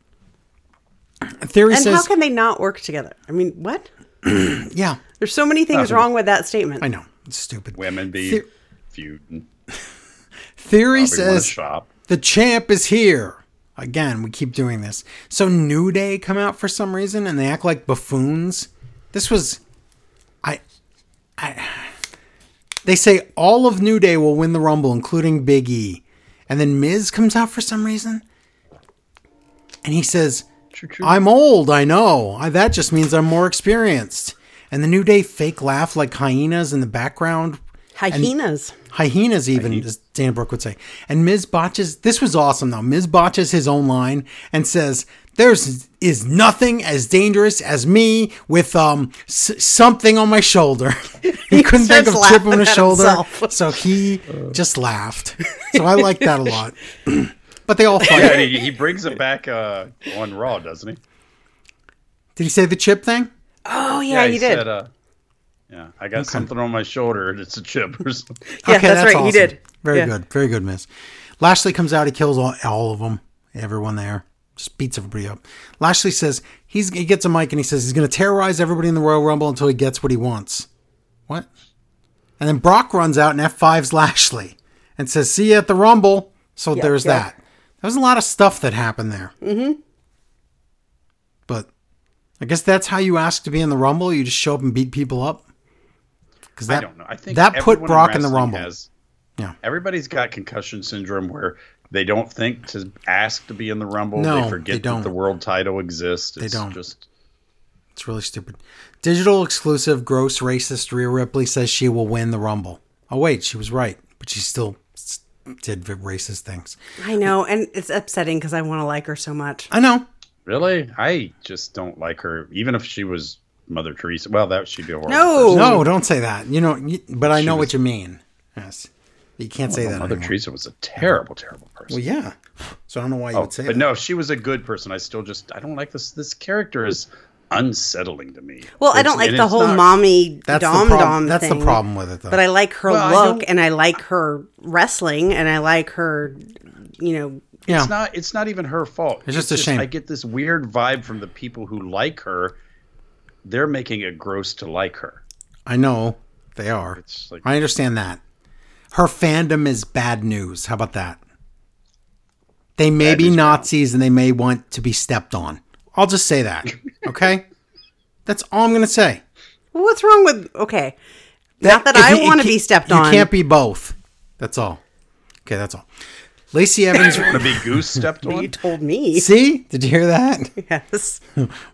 Speaker 3: Theory
Speaker 5: And
Speaker 3: says
Speaker 5: how can they not work together? I mean, what?
Speaker 3: Yeah,
Speaker 5: There's so many things wrong with that statement.
Speaker 3: I know. It's stupid.
Speaker 4: Women be
Speaker 3: Theor-
Speaker 4: feuding.
Speaker 3: Theory
Speaker 4: Probably wanna
Speaker 3: says
Speaker 4: shop.
Speaker 3: the champ is here. Again, we keep doing this. So New Day come out for some reason and they act like buffoons. This was I I they say all of New Day will win the Rumble, including Big E. And then Miz comes out for some reason. And he says, I'm old, I know. I, that just means I'm more experienced. And the New Day fake laugh like hyenas in the background
Speaker 5: Hyenas.
Speaker 3: hyenas even as dan brooke would say and ms botches this was awesome though ms botches his own line and says there's is nothing as dangerous as me with um s- something on my shoulder he couldn't think
Speaker 5: starts
Speaker 3: of chip on
Speaker 5: laughing
Speaker 3: his
Speaker 5: at
Speaker 3: shoulder
Speaker 5: himself. Uh.
Speaker 3: so he just laughed so i like that a lot but they all
Speaker 4: Yeah,
Speaker 3: fight
Speaker 4: and he, he brings it back uh, on Raw, doesn't he?
Speaker 3: did he say the chip thing
Speaker 5: oh yeah,
Speaker 4: he
Speaker 5: you did.
Speaker 4: Said, uh, yeah, I got something on my shoulder. and It's a chip or something.
Speaker 5: yeah, that's, right. He
Speaker 3: awesome.
Speaker 5: did.
Speaker 3: Very
Speaker 5: Yeah.
Speaker 3: good. Very good, miss. Lashley comes out. He kills all, all of them. Everyone there. Just beats everybody up. Lashley says he's he gets a mic and he says he's going to terrorize everybody in the Royal Rumble until he gets what he wants. What? And then Brock runs out and F5s Lashley and says, "See you at the Rumble." So there's
Speaker 5: yeah.
Speaker 3: that. There was a lot of stuff that happened there. Mm-hmm. But I guess that's how you ask to be in the Rumble. You just show up and beat people up. Because
Speaker 4: I
Speaker 3: that
Speaker 4: don't know. I think
Speaker 3: that put
Speaker 4: everyone
Speaker 3: Brock in the
Speaker 4: wrestling
Speaker 3: Rumble.
Speaker 4: Has,
Speaker 3: Yeah.
Speaker 4: everybody's got concussion syndrome where they don't think to ask to be in the Rumble.
Speaker 3: No,
Speaker 4: they
Speaker 3: they
Speaker 4: forget
Speaker 3: don't.
Speaker 4: that the world title exists. It's
Speaker 3: don't.
Speaker 4: Just
Speaker 3: It's really stupid. Digital exclusive, gross racist Rhea Ripley says she will win the Rumble. Oh, wait, she was right, but she still s- did v- racist things.
Speaker 5: I know, and it's upsetting because I want to like her so much.
Speaker 3: I know.
Speaker 4: really, I just don't like her. Even if she was Mother Teresa, well, that she'd be a horrible
Speaker 5: No,
Speaker 3: No, don't say that. You know, y- but I know what you mean. Yes. You can't say
Speaker 4: person.
Speaker 3: that.
Speaker 4: Mother
Speaker 3: anymore.
Speaker 4: Teresa was a terrible, terrible person.
Speaker 3: Well, yeah. So I don't know why you would say
Speaker 4: Oh, but
Speaker 3: that.
Speaker 4: no, if she was a good person. I still just I don't like this. This character is unsettling to me.
Speaker 5: Well, I
Speaker 4: It's-
Speaker 5: don't like
Speaker 4: and
Speaker 5: the
Speaker 4: it's
Speaker 5: whole
Speaker 4: not-
Speaker 5: mommy
Speaker 3: That's the
Speaker 5: dom
Speaker 3: prob-
Speaker 5: dom.
Speaker 3: that's the
Speaker 5: thing.
Speaker 3: problem with it, though.
Speaker 5: But I like her
Speaker 4: Well, I
Speaker 5: look,
Speaker 4: don't-
Speaker 5: and I like her wrestling, and I like her, you know,
Speaker 3: yeah.
Speaker 4: It's not. It's not even her fault. It's
Speaker 3: just a shame.
Speaker 4: I get this weird vibe from the people who like her. They're making it gross to like her.
Speaker 3: I know they are.
Speaker 4: It's like
Speaker 3: I understand that. Her fandom is bad news. How about that? They may be
Speaker 4: news
Speaker 3: Nazis and they may want to be stepped on. I'll just say that. Okay? That's all I'm going to say.
Speaker 5: Well, what's wrong with okay? Not that
Speaker 3: If
Speaker 5: I
Speaker 3: you- it
Speaker 5: want to
Speaker 3: ca-
Speaker 5: be stepped on.
Speaker 3: You can't be both. That's all. Okay, that's all. Lacey Evans.
Speaker 4: want to be goose stepped
Speaker 5: You
Speaker 4: on.
Speaker 5: told me.
Speaker 3: See? Did you hear that?
Speaker 5: Yes.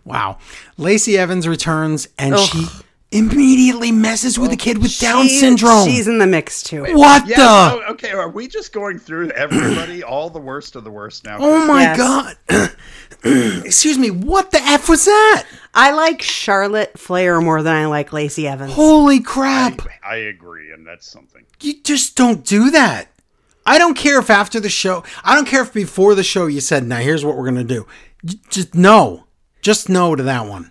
Speaker 3: Wow. Lacey Evans returns and she immediately messes with a kid with Down
Speaker 5: She-
Speaker 3: syndrome.
Speaker 5: She's in the mix too.
Speaker 3: what
Speaker 4: Yeah.
Speaker 3: the?
Speaker 4: oh, okay. Are we just going through everybody, all the worst of the worst now?
Speaker 3: Oh my
Speaker 5: Yes.
Speaker 3: god. Excuse me, what the F was that?
Speaker 5: I like Charlotte Flair more than I like Lacey Evans.
Speaker 3: Holy crap.
Speaker 4: I agree, and that's something.
Speaker 3: You just don't do that. I don't care if after the show, I don't care if before the show you said, now here's what we're going to do. J- Just no. Just no to that one.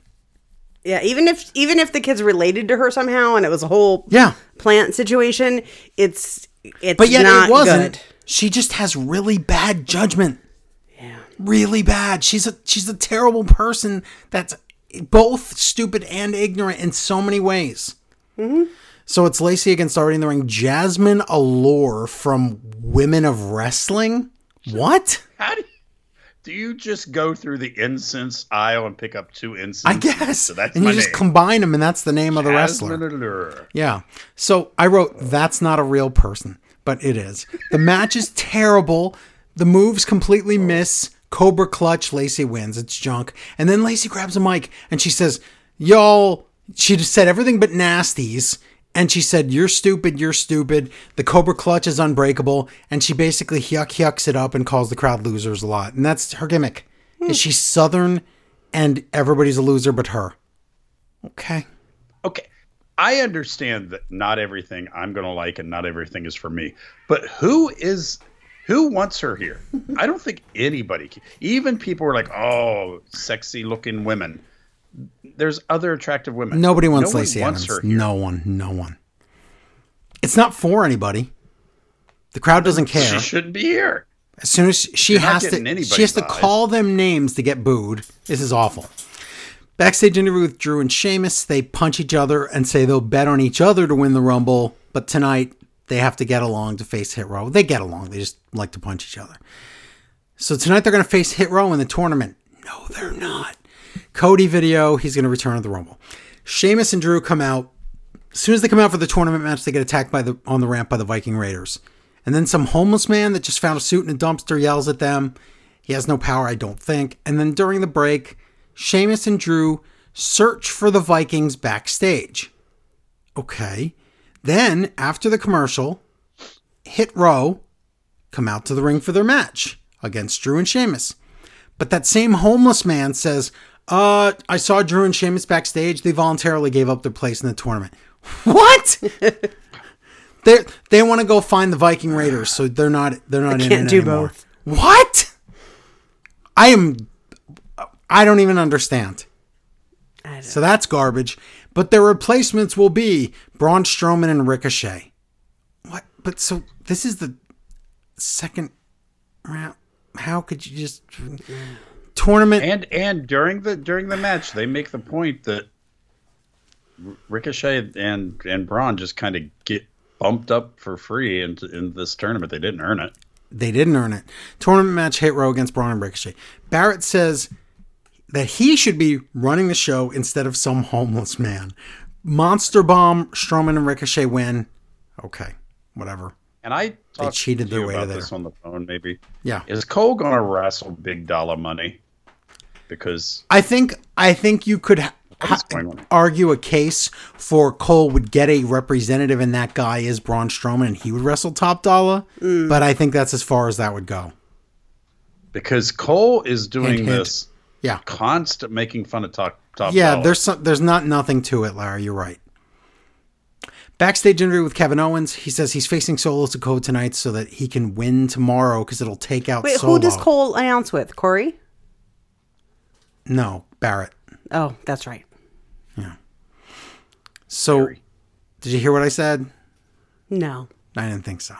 Speaker 5: Yeah, even if even if the kids related to her somehow, and it was a whole
Speaker 3: Yeah.
Speaker 5: plant situation, it's it's
Speaker 3: But yet
Speaker 5: not
Speaker 3: it wasn't.
Speaker 5: good.
Speaker 3: She just has really bad judgment. Really bad. She's a she's a terrible person that's both stupid and ignorant in so many ways.
Speaker 5: Mm-hmm.
Speaker 3: So it's Lacey against Already in the Ring. Jasmine Allure from Women of Wrestling. What?
Speaker 4: How do you, do you just go through the incense aisle and pick up two incense?
Speaker 3: I guess.
Speaker 4: So that's
Speaker 3: and
Speaker 4: my
Speaker 3: you just
Speaker 4: name.
Speaker 3: combine them, and that's the name of the
Speaker 4: Jasmine
Speaker 3: wrestler.
Speaker 4: Allure.
Speaker 3: Yeah. So I wrote, that's not a real person, but it is. The match is terrible. The moves completely miss. Cobra clutch. Lacey wins. It's junk. And then Lacey grabs a mic and she says, Y'all, she just said everything but nasties. And she said, You're stupid. You're stupid. The Cobra clutch is unbreakable. And she basically yuck yucks it up and calls the crowd losers a lot. And that's her gimmick. Is she Southern and everybody's a loser but her? Okay.
Speaker 4: Okay. I understand that not everything I'm going to like and not everything is for me. But who is who wants her here? I don't think anybody can. Even people are like, "Oh, sexy looking women." There's other attractive women.
Speaker 3: Nobody wants
Speaker 4: no one
Speaker 3: Lacey
Speaker 4: wants
Speaker 3: Evans.
Speaker 4: Her here.
Speaker 3: No one. No one. It's not for anybody. The crowd doesn't
Speaker 4: She
Speaker 3: care.
Speaker 4: shouldn't be here.
Speaker 3: As soon as she
Speaker 4: not
Speaker 3: has to,
Speaker 4: getting anybody
Speaker 3: she has to
Speaker 4: buys.
Speaker 3: call them names to get booed. This is awful. Backstage interview with Drew and Sheamus. They punch each other and say they'll bet on each other to win the Rumble, but tonight they have to get along to face Hit Row. They get along, they just like to punch each other. So tonight they're going to face Hit Row in the tournament. No, they're not. Cody video, he's going to return to the Rumble. Sheamus and Drew come out. As soon as they come out for the tournament match, they get attacked by the on the ramp by the Viking Raiders. And then some homeless man that just found a suit in a dumpster yells at them. He has no power, I don't think. And then during the break, Sheamus and Drew search for the Vikings backstage. Okay. Then, after the commercial, Hit Row come out to the ring for their match against Drew and Sheamus. But that same homeless man says, uh, I saw Drew and Sheamus backstage. They voluntarily gave up their place in the tournament. What? they they want to go find the Viking Raiders, so they're not they're not in
Speaker 5: can't
Speaker 3: it
Speaker 5: do
Speaker 3: anymore.
Speaker 5: both.
Speaker 3: What? I am I don't even understand.
Speaker 5: I don't-
Speaker 3: So that's garbage. But their replacements will be Braun Strowman and Ricochet. What? But so this is the second round. How could you just tournament?
Speaker 4: And and during the during the match, they make the point that R- Ricochet and and Braun just kind of get bumped up for free in in this tournament. They didn't earn it.
Speaker 3: They didn't earn it. Tournament match hit row against Braun and Ricochet. Barrett says that he should be running the show instead of some homeless man. Monster bomb. Strowman and Ricochet win. Okay, whatever.
Speaker 4: And I talked
Speaker 3: cheated
Speaker 4: to
Speaker 3: their
Speaker 4: you
Speaker 3: way
Speaker 4: about
Speaker 3: there.
Speaker 4: this on the phone. Maybe
Speaker 3: Yeah.
Speaker 4: is Cole gonna wrestle Big Dollar Money? Because
Speaker 3: I think I think you could ha-
Speaker 4: is going on?
Speaker 3: argue a case for Cole would get a representative, and that guy is Braun Strowman, and he would wrestle Top Dollar.
Speaker 5: Mm.
Speaker 3: But I think that's as far as that would go.
Speaker 4: because Cole is doing
Speaker 3: Hint, hint.
Speaker 4: this
Speaker 3: Yeah,
Speaker 4: constant making fun of top top.
Speaker 3: yeah.
Speaker 4: Dollar.
Speaker 3: There's some, there's not nothing to it, Larry. You're right. Backstage interview with Kevin Owens. He says he's facing Solo Sokoa tonight so that he can win tomorrow because it'll take out
Speaker 5: Wait,
Speaker 3: Solo.
Speaker 5: who does Cole announce with? Corey?
Speaker 3: No, Barrett.
Speaker 5: Oh, that's right.
Speaker 3: So, did you hear what I said?
Speaker 5: No.
Speaker 3: I didn't think so.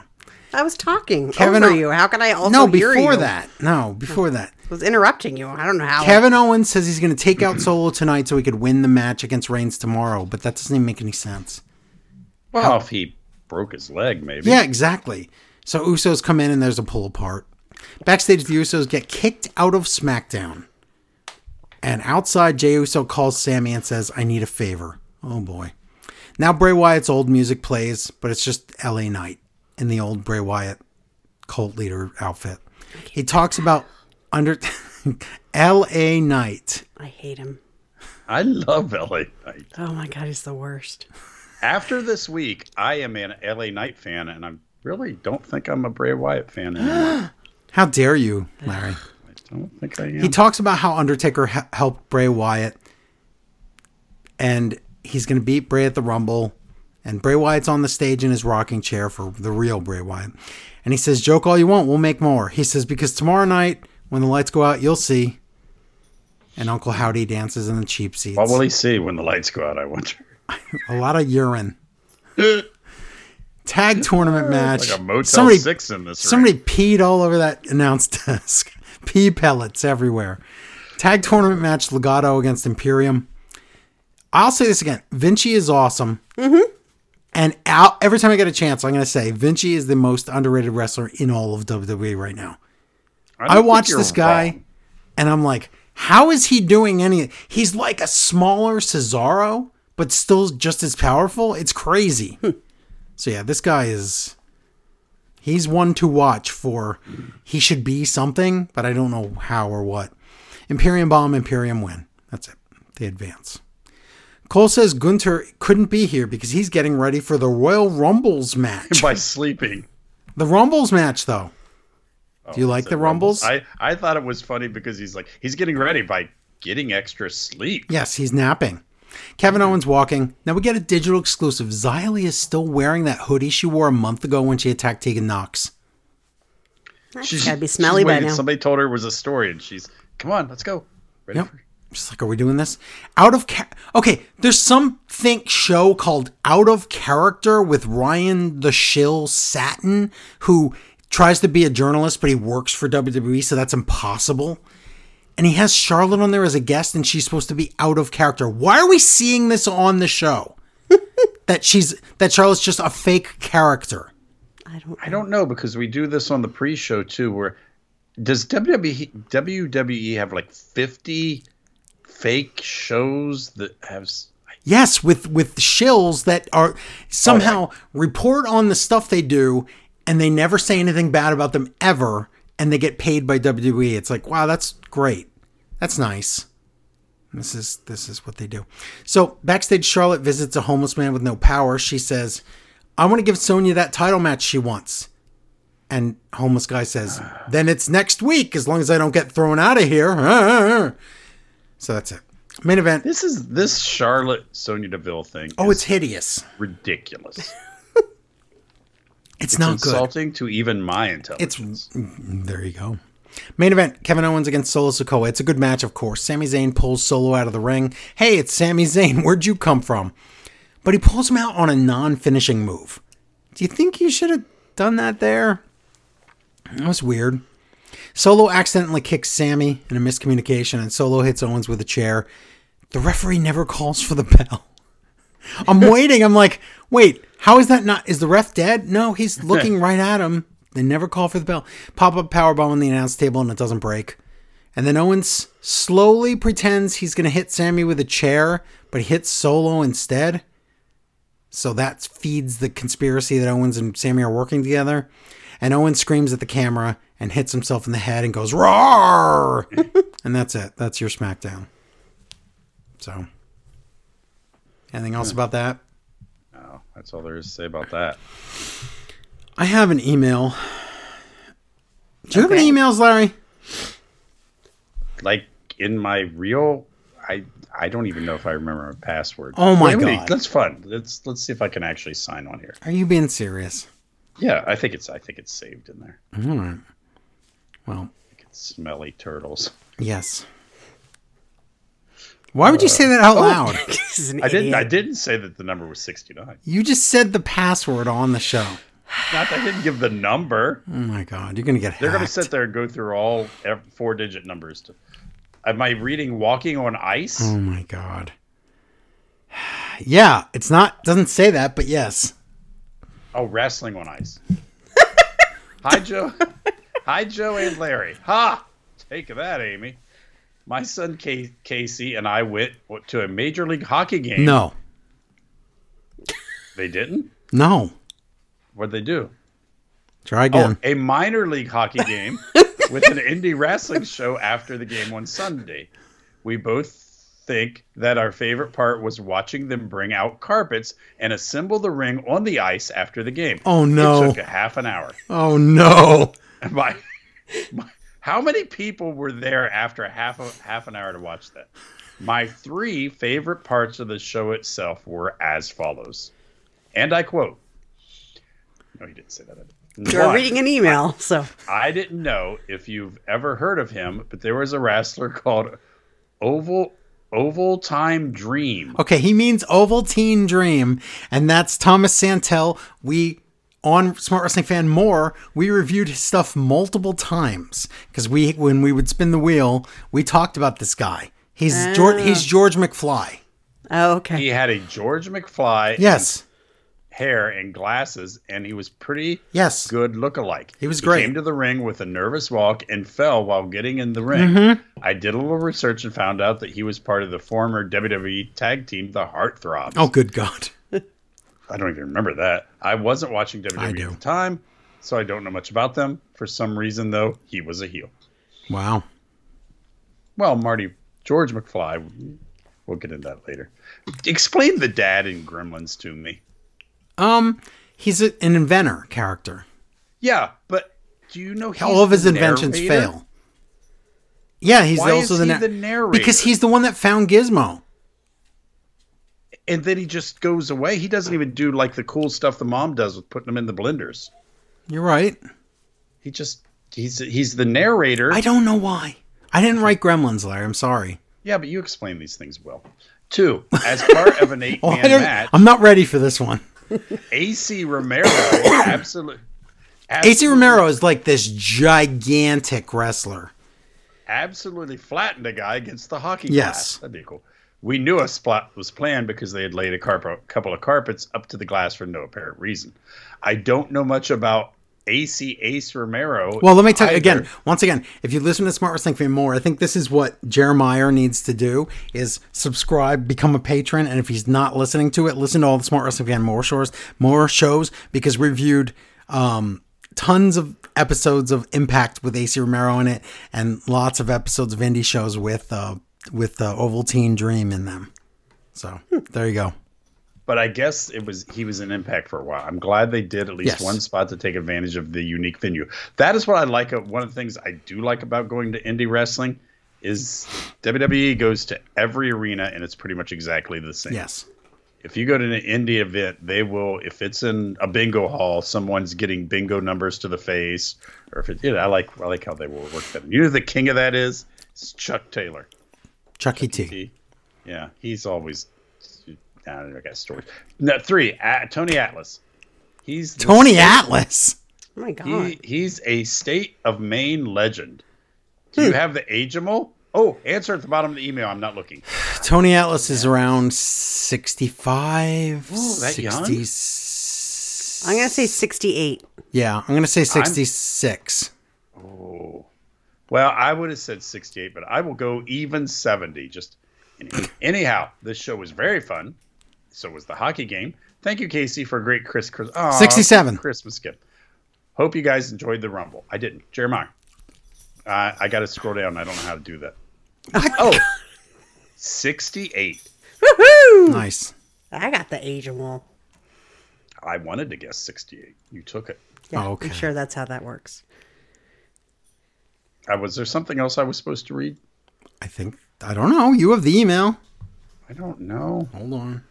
Speaker 5: I was talking
Speaker 3: Kevin,
Speaker 5: over
Speaker 3: I-
Speaker 5: you. How can I also
Speaker 3: no,
Speaker 5: hear
Speaker 3: before
Speaker 5: you?
Speaker 3: that. No, before that.
Speaker 5: I was interrupting you. I don't know how.
Speaker 3: Kevin Owens says he's going to take out Solo tonight so he could win the match against Reigns tomorrow, but that doesn't even make any sense.
Speaker 4: well, if he broke his leg, maybe.
Speaker 3: Yeah, exactly. So Usos come in and there's a pull apart. Backstage, the Usos get kicked out of SmackDown. And outside, Jey Uso calls Sammy and says, I need a favor. Oh boy. Now Bray Wyatt's old music plays, but it's just LA Knight in the old Bray Wyatt cult leader outfit. He talks about under LA Knight.
Speaker 5: I hate him.
Speaker 4: I love LA Knight.
Speaker 5: Oh my god, he's the worst.
Speaker 4: After this week, I am an LA Knight fan, and I really don't think I'm a Bray Wyatt fan anymore.
Speaker 3: How dare you, Larry?
Speaker 4: I don't think I am.
Speaker 3: He talks about how Undertaker h- helped Bray Wyatt, and he's going to beat Bray at the Rumble. And Bray Wyatt's on the stage in his rocking chair for the real Bray Wyatt. And he says, Joke all you want, we'll make more. He says, Because tomorrow night, when the lights go out, you'll see. And Uncle Howdy dances in the cheap seats.
Speaker 4: what will he see when the lights go out? I wonder.
Speaker 3: A lot of urine. Tag tournament match.
Speaker 4: Like a Motel Six in this.
Speaker 3: Somebody
Speaker 4: ring.
Speaker 3: peed all over that announce desk. Pee pellets everywhere. Tag tournament match Legato against Imperium. I'll say this again. Vinci is awesome. Mm-hmm. And out, every time I get a chance, I'm going to say Vinci is the most underrated wrestler in all of WWE right now.
Speaker 4: don't
Speaker 3: I
Speaker 4: think
Speaker 3: watch
Speaker 4: you're
Speaker 3: this guy
Speaker 4: wrong.
Speaker 3: and I'm like, how is he doing any? He's like a smaller Cesaro, but still just as powerful. It's crazy. so yeah, this guy is. He's one to watch for. He should be something, but I don't know how or what. Imperium bomb, Imperium win. That's it. They advance. Cole says Gunter couldn't be here because he's getting ready for the Royal Rumbles match.
Speaker 4: by sleeping.
Speaker 3: the Rumbles match, though. Do you like the Rumbles?
Speaker 4: I I thought it was funny because he's like he's getting ready by getting extra sleep.
Speaker 3: Yes, he's napping. Kevin Owens walking. Now we get a digital exclusive. Xylee is still wearing that hoodie she wore a month ago when she attacked Tegan Knox.
Speaker 5: She's gotta be smelly by
Speaker 4: waited.
Speaker 5: now.
Speaker 4: Somebody told her it was a story, and she's come on, let's go. Ready
Speaker 3: Yep.
Speaker 4: for-
Speaker 3: Just like, are we doing this? Out of ca- okay. There's some think show called Out of Character with Ryan the Shill Satin, who tries to be a journalist, but he works for WWE, so that's E, impossible. and he has Charlotte on there as a guest, and she's supposed to be out of character. Why are we seeing this on the show? that she's that Charlotte's just a fake character.
Speaker 5: I don't.
Speaker 4: I don't know because we do this on the pre-show too. Where does E, WWE WWE E have like fifty fake shows that have? s-
Speaker 3: Yes, with with shills that are somehow report on the stuff they do, and they never say anything bad about them ever, and they get paid by WWE. It's like, wow, that's great. That's nice. This is this is what they do. So backstage, Charlotte visits a homeless man with no power. She says, "I want to give Sonya that title match she wants." And homeless guy says, "Then it's next week, as long as I don't get thrown out of here." So that's it. Main event.
Speaker 4: This is this Charlotte Sonya Deville thing.
Speaker 3: Oh,
Speaker 4: is
Speaker 3: it's hideous.
Speaker 4: ridiculous. It's
Speaker 3: It's, not good.
Speaker 4: insulting to even my intelligence.
Speaker 3: It's mm, there you go. Main event: Kevin Owens against Solo Sokoa. It's a good match, of course. Sami Zayn pulls Solo out of the ring. Hey, it's Sami Zayn. Where'd you come from? But he pulls him out on a non-finishing move. Do you think you should have done that there? That was weird. Solo accidentally kicks Sammy in a miscommunication, and Solo hits Owens with a chair. The referee never calls for the bell. I'm waiting. I'm like, wait, how is that not? Is the ref dead? No, he's looking right at him. They never call for the bell. Pop up powerbomb on the announce table, and it doesn't break. And then Owens slowly pretends he's going to hit Sammy with a chair, but he hits Solo instead. So that feeds the conspiracy that Owens and Sammy are working together. And Owens screams at the camera and hits himself in the head and goes, Roar! and that's it. That's your SmackDown. So, anything else about that?
Speaker 4: No, that's all there is to say about that.
Speaker 3: I have an email. Do you have any emails, Larry?
Speaker 4: Like in my real, I I don't even know if I remember my password.
Speaker 3: Oh my
Speaker 4: Wait a minute,
Speaker 3: God.
Speaker 4: That's fun. Let's let's see if I can actually sign on here.
Speaker 3: Are you being serious?
Speaker 4: Yeah, I think it's I think it's saved in there.
Speaker 3: Well,
Speaker 4: Smelly turtles.
Speaker 3: yes. Why would you say that out loud?
Speaker 5: He's an
Speaker 4: I didn't. I
Speaker 5: idiot.
Speaker 4: didn't say that the number was sixty nine.
Speaker 3: You just said the password on the show.
Speaker 4: Not that I didn't give the number.
Speaker 3: Oh my god, you're gonna get hacked.
Speaker 4: They're going to sit there and go through all four digit numbers. To, am I reading "Walking on Ice"?
Speaker 3: Oh my god. Yeah, it's not doesn't say that, but yes.
Speaker 4: Oh, wrestling on ice. Hi, Joe. Hi, Joe and Larry. Ha! Take that, Amy. My son K- Casey and I went to a major league hockey game.
Speaker 3: No.
Speaker 4: they didn't.
Speaker 3: No.
Speaker 4: What'd they do?
Speaker 3: Try
Speaker 4: Oh,
Speaker 3: again.
Speaker 4: a minor league hockey game with an indie wrestling show after the game on Sunday. We both think that our favorite part was watching them bring out carpets and assemble the ring on the ice after the game.
Speaker 3: Oh, no.
Speaker 4: It took a half an hour.
Speaker 3: Oh, no.
Speaker 4: And my, my- how many people were there after a half a, half an hour to watch that? My three favorite parts of the show itself were as follows, and I quote. No, he didn't say that.
Speaker 5: You're
Speaker 4: One,
Speaker 5: reading an email, so
Speaker 4: I didn't know if you've ever heard of him, but there was a wrestler called Oval Oval Time Dream.
Speaker 3: Okay, he means Ovaltine Dream, and that's Thomas Santel. We on Smart Wrestling Fan More, we reviewed his stuff multiple times because we when we would spin the wheel, we talked about this guy. He's George. He's George McFly.
Speaker 5: oh, okay.
Speaker 4: He had a George McFly
Speaker 3: Yes.
Speaker 4: hair and glasses, and he was pretty
Speaker 3: Yes.
Speaker 4: good look-alike. He
Speaker 3: was great.
Speaker 4: Came to the ring with a nervous walk and fell while getting in the ring.
Speaker 3: Mm-hmm.
Speaker 4: I did a little research and found out that he was part of the former WWE tag team, the Heartthrobs.
Speaker 3: Oh, good God.
Speaker 4: I don't even remember that. I wasn't watching WWE
Speaker 3: do.
Speaker 4: at the time, so I don't know much about them. For some reason, though, he was a heel.
Speaker 3: Wow.
Speaker 4: Well, Marty George McFly. We'll get into that later. Explain the dad in Gremlins to me.
Speaker 3: Um, he's a, an inventor character.
Speaker 4: Yeah, but do you know he's
Speaker 3: all of his
Speaker 4: the
Speaker 3: inventions
Speaker 4: narrator?
Speaker 3: fail. Yeah, he's
Speaker 4: Why
Speaker 3: also
Speaker 4: is
Speaker 3: the,
Speaker 4: he
Speaker 3: na-
Speaker 4: the narrator?
Speaker 3: because he's the one that found Gizmo.
Speaker 4: and then he just goes away. He doesn't even do like the cool stuff the mom does with putting them in the blenders.
Speaker 3: You're right.
Speaker 4: He just he's he's the narrator.
Speaker 3: I don't know why. I didn't write Gremlins, Larry. I'm sorry.
Speaker 4: yeah, but you explain these things well. Two, as part of an eight
Speaker 3: Oh,
Speaker 4: man
Speaker 3: I don't,
Speaker 4: match,
Speaker 3: I'm not ready for this one.
Speaker 4: AC Romero absolutely.
Speaker 3: AC Romero is like this gigantic wrestler
Speaker 4: absolutely flattened a guy against the hockey
Speaker 3: Yes.
Speaker 4: glass. That'd be cool. We knew a spot was planned because they had laid a carp- couple of carpets up to the glass for no apparent reason. I don't know much about AC Ace Romero.
Speaker 3: Well, let me tell you
Speaker 4: either.
Speaker 3: again. Once again, if you listen to Smart Wrestling Fan more, I think this is what Jeremiah needs to do: is subscribe, become a patron, and if he's not listening to it, listen to all the Smart Wrestling Fan more shows, more shows, because we reviewed um, tons of episodes of Impact with AC Romero in it, and lots of episodes of indie shows with uh, with uh, Ovaltine Dream in them. So there you go.
Speaker 4: But I guess it was he was in Impact for a while. I'm glad they did at least
Speaker 3: Yes.
Speaker 4: one spot to take advantage of the unique venue. That is what I like. uh, One of the things I do like about going to indie wrestling is WWE goes to every arena and it's pretty much exactly the same.
Speaker 3: Yes.
Speaker 4: If you go to an indie event, they will. If it's in a bingo hall, someone's getting bingo numbers to the face, or if it, you know, I like I like how they will work that. You know, who the king of that is it's Chuck Taylor.
Speaker 3: Chucky E. T.
Speaker 4: He- yeah, he's always. I don't know, I got stories. No, three. Uh, Tony Atlas. He's the
Speaker 3: Tony
Speaker 4: state-
Speaker 3: Atlas.
Speaker 5: Oh my god.
Speaker 4: He, he's a state of Maine legend. Do you have the agemal? Oh, answer at the bottom of the email. I'm not looking.
Speaker 3: Tony Atlas is around 65,
Speaker 4: Ooh, that young?
Speaker 3: 60
Speaker 5: I'm gonna say 68.
Speaker 3: Yeah, I'm going to say 66.
Speaker 4: Well, I would have said 68, but I will go even 70. Just any- anyhow, this show was very fun. So was the hockey game. Thank you, Casey, for a great Chris, Chris aw,
Speaker 3: 67.
Speaker 4: Christmas gift. Hope you guys enjoyed the rumble. I didn't, Jeremiah. Uh, I got to scroll down. I don't know how to do that. Oh, 68.
Speaker 5: Woohoo!
Speaker 3: Nice.
Speaker 5: I got the Asian wall.
Speaker 4: I wanted to guess 68. You took it.
Speaker 5: Yeah,
Speaker 3: Oh, okay.
Speaker 5: I'm sure that's how that works.
Speaker 4: Uh, was there something else I was supposed to read?
Speaker 3: I think I don't know. You have the email.
Speaker 4: I don't know
Speaker 3: Hold on.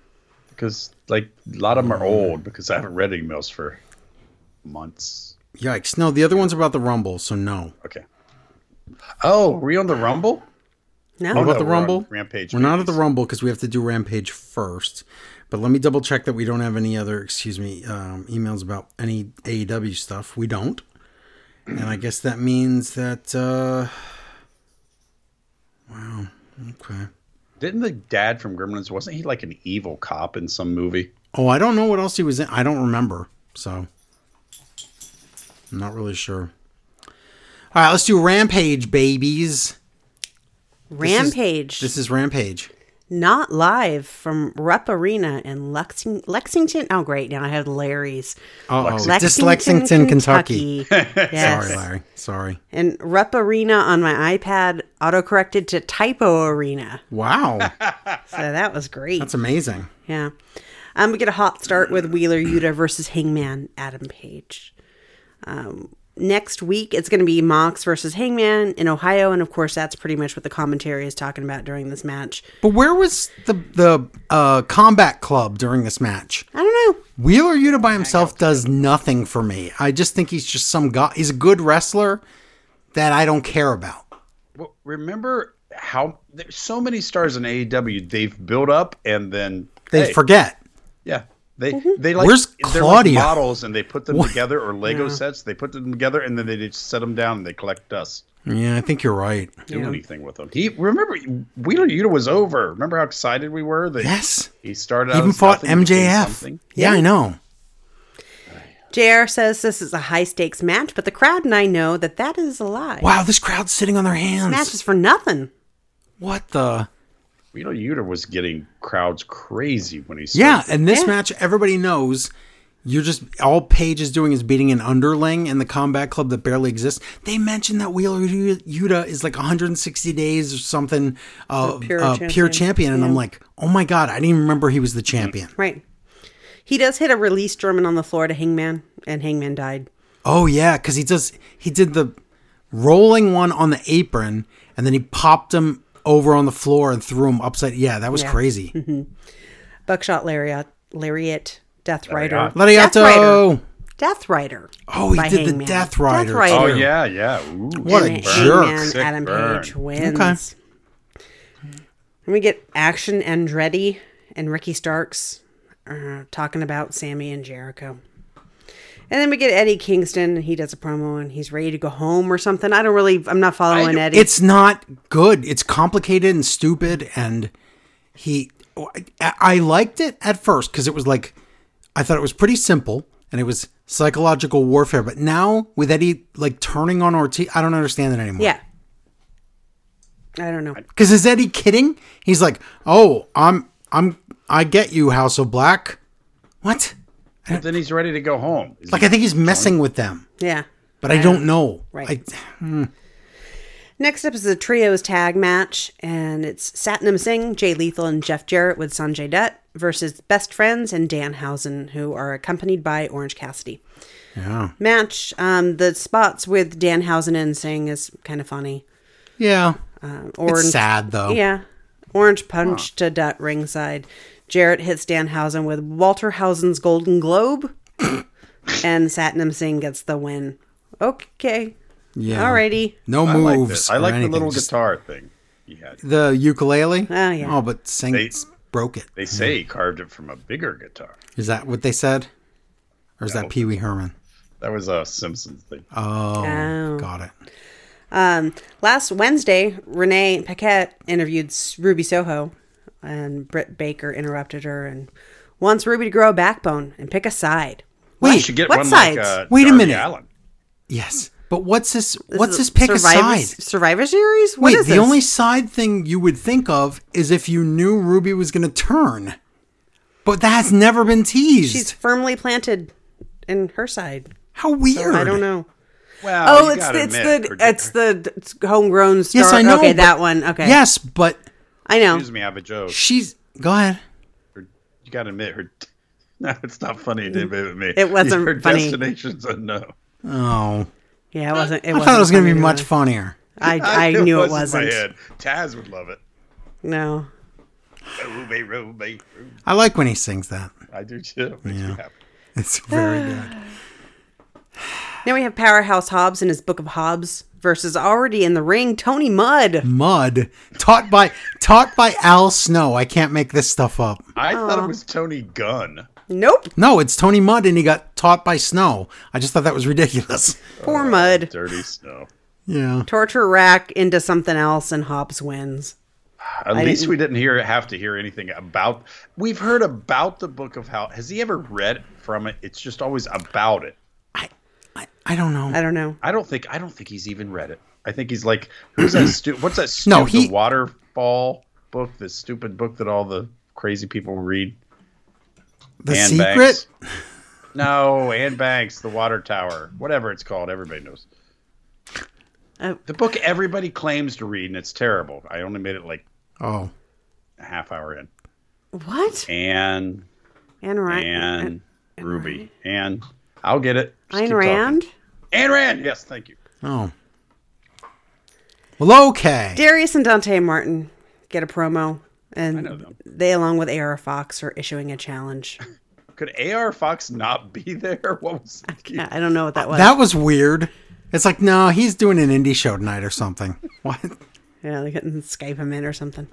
Speaker 4: because like a lot of them are old because I haven't read emails for months.
Speaker 3: Yikes. No, the other one's about the Rumble, so no.
Speaker 4: Okay. Oh, were we on the Rumble?
Speaker 5: No,
Speaker 4: Oh,
Speaker 3: About
Speaker 4: no,
Speaker 3: the
Speaker 4: we're on
Speaker 3: Rumble?
Speaker 4: Rampage
Speaker 3: We're not at the
Speaker 4: babies.
Speaker 3: Rumble because we have to do Rampage first. But let me double check that we don't have any other, excuse me, um, emails about any AEW stuff. We don't. And I guess that means that, uh, wow. Okay.
Speaker 4: Didn't the dad from Gremlins wasn't he like an evil cop in some movie?
Speaker 3: Oh, I don't know what else he was in. I don't remember. So I'm not really sure. All right, let's do Rampage, babies.
Speaker 5: Rampage,
Speaker 3: This is Rampage.
Speaker 5: not live from Rep Arena in Lexing- Lexington. Oh, great! Now I have Larry's.
Speaker 3: Oh, just
Speaker 5: Lexington,
Speaker 3: Lexington, Kentucky.
Speaker 5: yes.
Speaker 3: Sorry, Larry. Sorry.
Speaker 5: And Rep Arena on my iPad autocorrected to Typo Arena.
Speaker 3: Wow,
Speaker 5: So that was great.
Speaker 3: that's amazing.
Speaker 5: yeah. Um, we get a hot start with Wheeler Yuta versus Hangman Adam Page. Um, next week, it's going to be Mox versus Hangman in Ohio. And of course, that's pretty much what the commentary is talking about during this match.
Speaker 3: But where was the the uh, combat club during this match?
Speaker 5: I don't know.
Speaker 3: Wheeler Yuta by himself does nothing for me. I just think he's just some guy. He's a good wrestler that I don't care about.
Speaker 4: Well, remember how there's so many stars in AEW they've built up and then
Speaker 3: They
Speaker 4: hey,
Speaker 3: forget.
Speaker 4: Yeah. They they like
Speaker 3: Where's
Speaker 4: they're
Speaker 3: Claudia?
Speaker 4: like models and they put them together or Lego sets. They put them together and then they just set them down and they collect dust.
Speaker 3: Yeah, I think you're right.
Speaker 4: Do anything with them. He remember Wheeler Yuta was over. Remember how excited we were that
Speaker 3: Yes.
Speaker 4: he started out
Speaker 3: Even
Speaker 4: as
Speaker 3: fought
Speaker 4: nothing, became
Speaker 3: MJF.
Speaker 4: something?
Speaker 3: Yeah, I know.
Speaker 5: JR says this is a high stakes match, but the crowd and I know that that is a lie.
Speaker 3: Wow, this crowd's sitting on their
Speaker 5: Match
Speaker 3: hands.
Speaker 5: is for nothing.
Speaker 3: What the?
Speaker 4: Wheeler Yuta was getting crowds crazy when he
Speaker 3: Yeah,
Speaker 4: started.
Speaker 3: and this
Speaker 5: Yeah.
Speaker 3: match, everybody knows you're just all Paige is doing is beating an underling in the combat club that barely exists. They mentioned that Wheeler Yuta is like 160 days or something, uh,
Speaker 5: pure
Speaker 3: uh, pure
Speaker 5: champion.
Speaker 3: champion. And I'm like, oh my God, I didn't even remember he was the champion.
Speaker 5: Right. He does hit a release German on the floor to Hangman, and Hangman died.
Speaker 3: Oh yeah, because he does. He did the rolling one on the apron, and then he popped him over on the floor and threw him upside. Yeah, that was crazy.
Speaker 5: Mm-hmm. Buckshot Lariat, Lariat, Death Rider.
Speaker 4: Lariat.
Speaker 5: Death Rider.
Speaker 3: Lariato.
Speaker 5: Death Rider.
Speaker 3: Oh, he
Speaker 5: by
Speaker 3: did the
Speaker 5: Hangman.
Speaker 3: Death Rider.
Speaker 5: Death Rider.
Speaker 4: Oh
Speaker 3: too.
Speaker 4: yeah, yeah. Ooh,
Speaker 3: What a
Speaker 5: And
Speaker 3: jerk.
Speaker 5: Hangman,
Speaker 4: Sick
Speaker 5: Adam
Speaker 4: burn.
Speaker 5: Page wins.
Speaker 3: Okay.
Speaker 5: And we get Action Andretti and Ricky Starks uh, talking about Sammy and Jericho. And then we get Eddie Kingston, and he does a promo, and he's ready to go home or something. I don't really, I'm not following Eddie.
Speaker 3: It's not good. It's complicated and stupid. And he, I- I liked it at first because it was like, I thought it was pretty simple and it was psychological warfare. But now with Eddie like turning on Ortiz, I don't understand it anymore.
Speaker 5: yeah. I don't know.
Speaker 3: Because is Eddie kidding? He's like, oh, I'm, I'm, I get you, House of Black. What?
Speaker 4: But then he's ready to go home. Is
Speaker 3: Like,
Speaker 4: he-
Speaker 3: I think he's messing with them,
Speaker 5: Yeah.
Speaker 3: but I don't know.
Speaker 5: Right.
Speaker 3: I,
Speaker 5: Next up is the trios tag match, and it's Satnam Singh, Jay Lethal, and Jeff Jarrett with Sanjay Dutt versus Best Friends and Danhausen, who are accompanied by Orange Cassidy.
Speaker 3: yeah.
Speaker 5: Match um, the spots with Danhausen and Singh is kind of funny.
Speaker 3: Yeah.
Speaker 5: Orange,
Speaker 3: It's sad though.
Speaker 5: yeah, Orange punch to Dutt ringside. Jarrett hits Danhausen with Walter Hausen's Golden Globe, and Satnam Singh gets the win. Okay,
Speaker 3: Yeah.
Speaker 5: alrighty.
Speaker 3: No
Speaker 4: I like
Speaker 3: moves.
Speaker 4: this. I
Speaker 3: or
Speaker 4: like the
Speaker 3: anything,
Speaker 4: little
Speaker 3: just
Speaker 4: guitar thing he had.
Speaker 3: The ukulele.
Speaker 5: Oh, yeah.
Speaker 3: Oh, but Sing
Speaker 4: They-
Speaker 3: broke it.
Speaker 4: They say he carved it from a bigger guitar.
Speaker 3: Is that what they said? Or is that Pee Wee Herman?
Speaker 4: That was a Simpsons thing.
Speaker 3: Oh,
Speaker 5: Oh.
Speaker 3: got it.
Speaker 5: Last Wednesday, Renee Paquette interviewed S- Ruby Soho, and Britt Baker interrupted her and wants Ruby to grow a backbone and pick a side.
Speaker 4: we
Speaker 3: Wait,
Speaker 4: should get
Speaker 5: what
Speaker 4: one
Speaker 5: sides? Oh,
Speaker 4: like uh,
Speaker 3: Wait a
Speaker 4: Darby
Speaker 3: minute.
Speaker 4: Allin.
Speaker 3: Yes, but what's this? what's
Speaker 5: is
Speaker 3: this pick
Speaker 5: Survivor,
Speaker 3: aside?
Speaker 5: Survivor Series? What
Speaker 3: Wait,
Speaker 5: is
Speaker 3: the
Speaker 5: this?
Speaker 3: only side thing you would think of is if you knew Ruby was going to turn, but that has never been teased.
Speaker 5: She's firmly planted in her side.
Speaker 3: How weird!
Speaker 5: I don't know.
Speaker 4: Well,
Speaker 5: Oh,
Speaker 4: you
Speaker 5: it's
Speaker 4: gotta
Speaker 5: the, it's
Speaker 4: admit,
Speaker 5: the
Speaker 4: or-
Speaker 5: it's the it's homegrown star.
Speaker 3: Yes, I know.
Speaker 5: Okay,
Speaker 3: but-
Speaker 5: that one. Okay.
Speaker 3: Yes, but
Speaker 5: I know.
Speaker 4: Excuse me, I have a joke.
Speaker 3: she's. Go ahead.
Speaker 4: Her- You gotta admit her. No, it's not funny to admit with me.
Speaker 5: It wasn't
Speaker 4: her
Speaker 5: funny.
Speaker 4: Destination's unknown.
Speaker 3: Oh,
Speaker 5: Yeah, it wasn't. It
Speaker 3: I
Speaker 5: wasn't
Speaker 3: thought it was going to
Speaker 5: funny
Speaker 3: be
Speaker 5: to
Speaker 3: much
Speaker 5: me.
Speaker 3: funnier.
Speaker 5: I, I knew it
Speaker 4: was in
Speaker 5: wasn't.
Speaker 4: my head. Taz would love it.
Speaker 5: No.
Speaker 4: Ruby, Ruby, Ruby.
Speaker 3: I like when he sings that.
Speaker 4: I do too. Makes me happy.
Speaker 3: It's very good.
Speaker 5: Now we have Powerhouse Hobbs in his Book of Hobbs versus already in the ring Tony Mudd.
Speaker 3: mud taught by taught by Al Snow. I can't make this stuff up.
Speaker 4: I
Speaker 3: Um,
Speaker 4: thought it was Tony Gunn.
Speaker 5: Nope.
Speaker 3: No, it's Tony Mudd and he got taught by Snow. I just thought that was ridiculous.
Speaker 4: Oh,
Speaker 5: Poor Mudd.
Speaker 4: Dirty snow.
Speaker 3: Yeah.
Speaker 5: Torture rack into something else, and Hobbs wins.
Speaker 4: At least we didn't hear have to hear anything about. We've heard about the Book of How. Has he ever read from it? It's just always about it.
Speaker 3: I I, I don't know.
Speaker 5: I don't know.
Speaker 4: I don't think. I don't think he's even read it. I think he's like, who's that? Stu- what's that stupid
Speaker 3: No, he-
Speaker 4: waterfall book? The stupid book that all the crazy people read.
Speaker 3: the
Speaker 4: Anne
Speaker 3: secret?
Speaker 4: Banks. No, Anne Banks, the Water Tower, whatever it's called. Everybody knows.
Speaker 5: Uh,
Speaker 4: the book everybody claims to read, and it's terrible. I only made it like
Speaker 3: Oh.
Speaker 4: a half hour in.
Speaker 5: What?
Speaker 4: Anne,
Speaker 5: Anne Rand.
Speaker 4: Anne, Ruby, Anne. I'll get it. Just keep
Speaker 5: Ayn
Speaker 4: talking.
Speaker 5: Rand.
Speaker 4: Ayn Rand. Yes, thank you.
Speaker 3: Oh. Well, okay.
Speaker 5: Darius and Dante Martin get a promo, and
Speaker 4: know them.
Speaker 5: they, along with AR Fox, are issuing a challenge.
Speaker 4: Could A.R. Fox not be there? What was
Speaker 5: Yeah, I don't know what that was.
Speaker 3: that was weird. It's like, no, he's doing an indie show tonight or something. What?
Speaker 5: yeah, they couldn't Skype him in or something.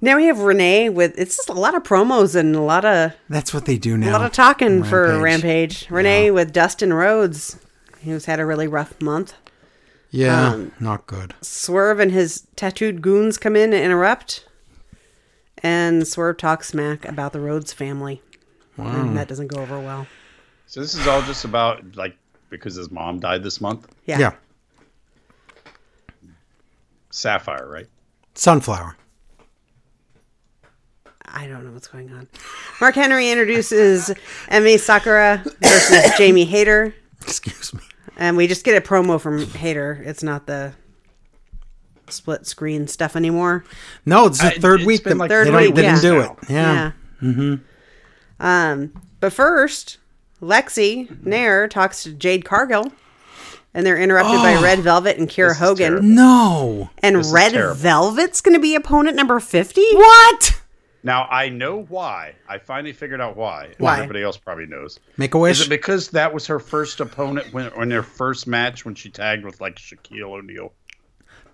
Speaker 5: Now we have Renee with it's just a lot of promos and a lot of
Speaker 3: That's what they do
Speaker 5: a
Speaker 3: now.
Speaker 5: lot of talking for
Speaker 3: Rampage.
Speaker 5: Rampage. Renee with Dustin Rhodes, who's had a really rough month.
Speaker 3: Yeah,
Speaker 5: Um,
Speaker 3: not good.
Speaker 5: Swerve and his tattooed goons come in and interrupt. And Swerve talks smack about the Rhodes family. And that doesn't go over well.
Speaker 4: So this is all just about like because his mom died this month.
Speaker 5: Yeah.
Speaker 3: yeah.
Speaker 4: Sapphire, right?
Speaker 3: Sunflower.
Speaker 5: I don't know what's going on. Mark Henry introduces Emmy Sakura versus Jamie Hayter.
Speaker 3: Excuse me.
Speaker 5: And we just get a promo from Hayter. It's not the split screen stuff anymore.
Speaker 3: No, it's the
Speaker 4: I-
Speaker 3: third
Speaker 4: it's
Speaker 3: week that
Speaker 4: been like
Speaker 3: they
Speaker 5: third
Speaker 3: don't-
Speaker 5: week,
Speaker 3: didn't
Speaker 5: yeah.
Speaker 3: do it.
Speaker 4: now.
Speaker 3: yeah.
Speaker 5: Mm-hmm. Um, but first, Lexi Nair talks to Jade Cargill, and they're interrupted
Speaker 3: Oh,
Speaker 5: by Red Velvet and Kira
Speaker 4: This is
Speaker 5: Hogan.
Speaker 4: terrible.
Speaker 3: No.
Speaker 5: And
Speaker 4: is
Speaker 5: Red
Speaker 4: terrible.
Speaker 5: Velvet's going to be opponent number 50?
Speaker 3: What?
Speaker 4: Now I know why. I finally figured out why.
Speaker 5: Why?
Speaker 4: Everybody else probably knows.
Speaker 3: Make a
Speaker 4: Is
Speaker 3: wish.
Speaker 4: it because that was her first opponent when on their first match when she tagged with like Shaquille O'Neal?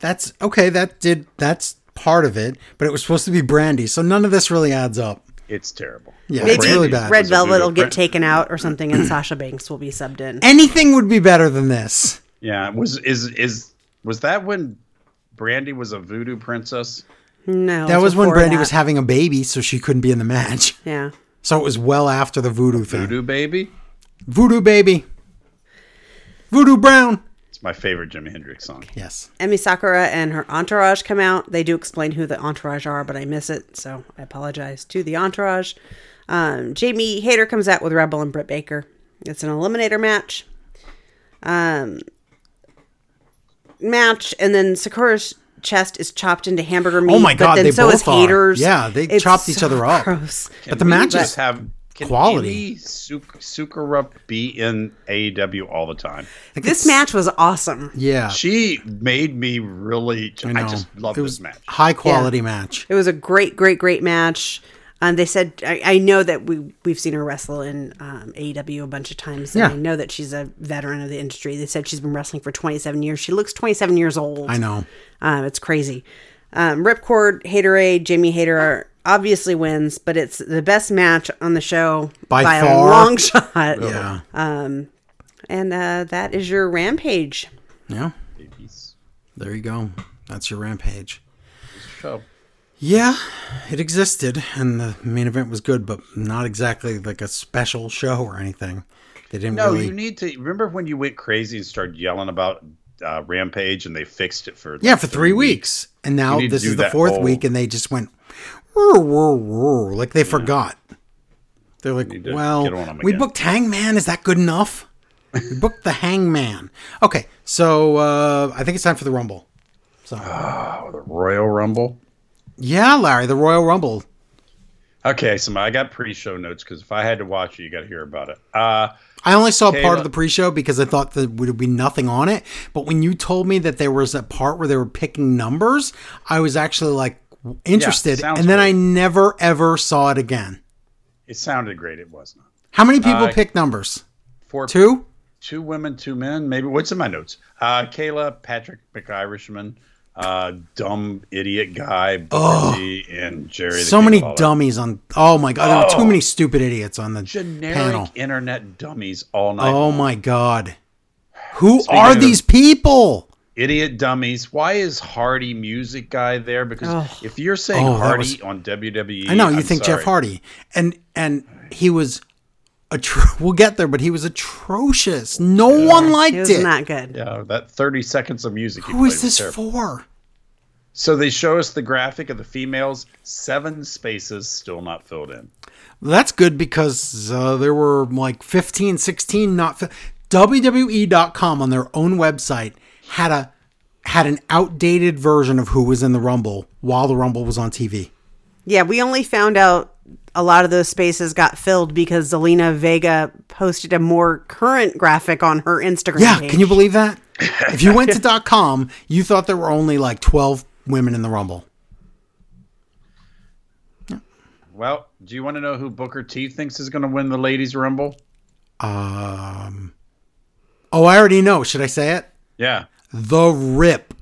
Speaker 3: that's okay. That did. That's part of it, but it was supposed to be brandy, so none of this really adds up.
Speaker 4: It's terrible.
Speaker 3: Yeah,
Speaker 5: Maybe
Speaker 3: it's really bad.
Speaker 5: Red Velvet will
Speaker 4: Brand-
Speaker 5: get taken out or something, and Sasha Banks will be subbed in.
Speaker 3: Anything would be better than this.
Speaker 4: Yeah, was is is was that when Brandy was a voodoo princess?
Speaker 5: No,
Speaker 3: That
Speaker 5: it's
Speaker 3: was when
Speaker 5: before
Speaker 3: Brandy
Speaker 5: that.
Speaker 3: was having a baby, so she couldn't be in the match.
Speaker 5: Yeah.
Speaker 3: So it was well after the voodoo thing.
Speaker 4: Voodoo baby.
Speaker 3: Voodoo baby. Voodoo Brown.
Speaker 4: It's my favorite Jimi Hendrix song.
Speaker 3: Yes.
Speaker 5: Emmy Sakura and her entourage come out. They do explain who the entourage are, but I miss it, so I apologize to the entourage. Um, Jamie Hayter comes out with Rebel and Britt Baker. It's an eliminator match. Um, match, and then Sakura's chest is chopped into hamburger meat.
Speaker 3: Oh my
Speaker 5: but
Speaker 3: God,
Speaker 5: then
Speaker 3: they
Speaker 5: so
Speaker 3: both
Speaker 5: is
Speaker 3: are.
Speaker 5: Hater's.
Speaker 3: Yeah, they
Speaker 5: It's
Speaker 3: chopped each other up.
Speaker 5: Gross.
Speaker 3: But the match
Speaker 4: just
Speaker 3: is
Speaker 4: have can
Speaker 3: quality.
Speaker 4: Any Suk- Sukura be in AEW all the time.
Speaker 5: This match was awesome.
Speaker 3: Yeah.
Speaker 4: She made me really. I,
Speaker 3: I know.
Speaker 4: just love
Speaker 3: it
Speaker 4: this
Speaker 3: was
Speaker 4: match.
Speaker 3: High quality match.
Speaker 5: It was a great, great, great match. Um, they said I, I know that we we've seen her wrestle in um, AEW a bunch of times. And
Speaker 3: Yeah.
Speaker 5: I know that she's a veteran of the industry. They said she's been wrestling for 27 years. She looks 27 years old.
Speaker 3: I know.
Speaker 5: Um, it's crazy. Um, Ripcord, Haterade, Jamie Hater obviously wins, but it's the best match on the show
Speaker 3: By
Speaker 5: a
Speaker 3: far.
Speaker 5: long shot. Yeah.
Speaker 3: Yeah.
Speaker 5: And uh, that is your rampage.
Speaker 3: yeah.
Speaker 4: Babies.
Speaker 3: There you go. That's your rampage.
Speaker 4: So
Speaker 3: Yeah, it existed, and the main event was good, but not exactly like a special show or anything. They didn't
Speaker 4: no,
Speaker 3: really.
Speaker 4: you need to remember when you went crazy and started yelling about uh, Rampage, and they fixed it for like,
Speaker 3: yeah, for three weeks, and now
Speaker 4: You need to
Speaker 3: this
Speaker 4: do
Speaker 3: is the
Speaker 4: that
Speaker 3: fourth
Speaker 4: whole-
Speaker 3: week, and they just went, "Whoa, whoa, whoa," like they forgot. They're like,
Speaker 4: need to
Speaker 3: "Well,
Speaker 4: get on 'em
Speaker 3: we
Speaker 4: again."
Speaker 3: booked Hangman. Is that good enough? we booked the Hangman. Okay, so uh, I think it's time for the Rumble.
Speaker 4: Oh, the Royal Rumble.
Speaker 3: Yeah, Larry, the Royal Rumble.
Speaker 4: Okay, so my, I got pre-show notes because if I had to watch it, you got to hear about it. Uh,
Speaker 3: I only saw part
Speaker 4: look-
Speaker 3: of the pre-show because I thought there would be nothing on it. But when you told me that there was a part where they were picking numbers, I was actually like interested,
Speaker 4: sounds
Speaker 3: and then
Speaker 4: great.
Speaker 3: I never ever saw it again.
Speaker 4: it sounded great. It was not
Speaker 3: How many people pick numbers?
Speaker 4: four
Speaker 3: Two.
Speaker 4: two women, two men. Maybe what's in my notes? Uh, Kayla, Patrick McIrishman, uh, dumb idiot guy, Booker T, and Jerry. the
Speaker 3: So
Speaker 4: King
Speaker 3: many
Speaker 4: Lawler.
Speaker 3: dummies on. Oh my god, there were too many stupid idiots on the
Speaker 4: generic
Speaker 3: panel.
Speaker 4: internet dummies all night.
Speaker 3: Oh
Speaker 4: long.
Speaker 3: my god, who are
Speaker 4: of-
Speaker 3: these people?
Speaker 4: idiot dummies! Why is Hardy music guy there? Because if you're saying
Speaker 3: Oh, that
Speaker 4: Hardy
Speaker 3: was-
Speaker 4: on WWE,
Speaker 3: I know you
Speaker 4: I'm
Speaker 3: think
Speaker 4: sorry.
Speaker 3: Jeff Hardy, and and he was. Atro- we'll get there, but he was atrocious. No one liked
Speaker 5: It was
Speaker 3: it.
Speaker 5: not good.
Speaker 4: Yeah, that 30 seconds of music. he
Speaker 3: Who
Speaker 4: played
Speaker 3: is
Speaker 4: was
Speaker 3: this
Speaker 4: terrible.
Speaker 3: for?
Speaker 4: So they show us the graphic of the females, seven spaces still not filled in.
Speaker 3: That's good because uh, there were like 15, 16 not fi- WWE.com on their own website had a had an outdated version of who was in the Rumble while the Rumble was on TV.
Speaker 5: Yeah, we only found out a lot of those spaces got filled because Zelina Vega posted a more current graphic on her Instagram.
Speaker 3: Yeah,
Speaker 5: page.
Speaker 3: can you believe that? If you went to .com, you thought there were only like 12 women in the Rumble.
Speaker 4: Well, do you want to know who Booker T thinks is going to win the ladies' rumble?
Speaker 3: Oh, I already know. Should I say it?
Speaker 4: Yeah,
Speaker 3: The Rip.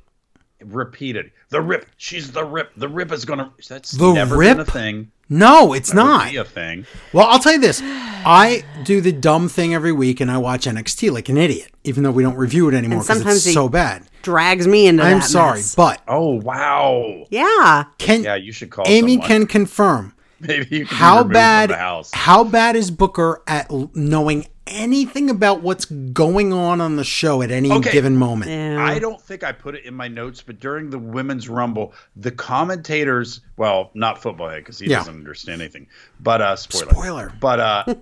Speaker 4: repeat it. The Rip. She's the Rip. The Rip is going to. That's
Speaker 3: The
Speaker 4: never been
Speaker 3: Rip?
Speaker 4: a thing.
Speaker 3: No, it's not.
Speaker 4: Be a thing.
Speaker 3: Well, I'll tell you this. I do the dumb thing every week and I watch NXT like an idiot, even though we don't review it anymore because
Speaker 5: sometimes
Speaker 3: it's
Speaker 5: they-
Speaker 3: so bad.
Speaker 5: drags me into
Speaker 3: I'm
Speaker 5: that
Speaker 3: sorry,
Speaker 5: mess.
Speaker 3: but
Speaker 4: Oh wow.
Speaker 5: yeah.
Speaker 3: can
Speaker 4: Yeah, you should call
Speaker 3: Amy
Speaker 4: someone.
Speaker 3: can confirm
Speaker 4: Maybe you can
Speaker 3: how
Speaker 4: be removed
Speaker 3: bad
Speaker 4: from the house.
Speaker 3: how bad is Booker at l- knowing anything about what's going on on the show at any
Speaker 4: Okay.
Speaker 3: given moment.
Speaker 4: I don't think I put it in my notes, but during the women's rumble, the commentators, well, not football head because he
Speaker 3: Yeah.
Speaker 4: doesn't understand anything, but uh, spoiler,
Speaker 3: Spoiler.
Speaker 4: but uh,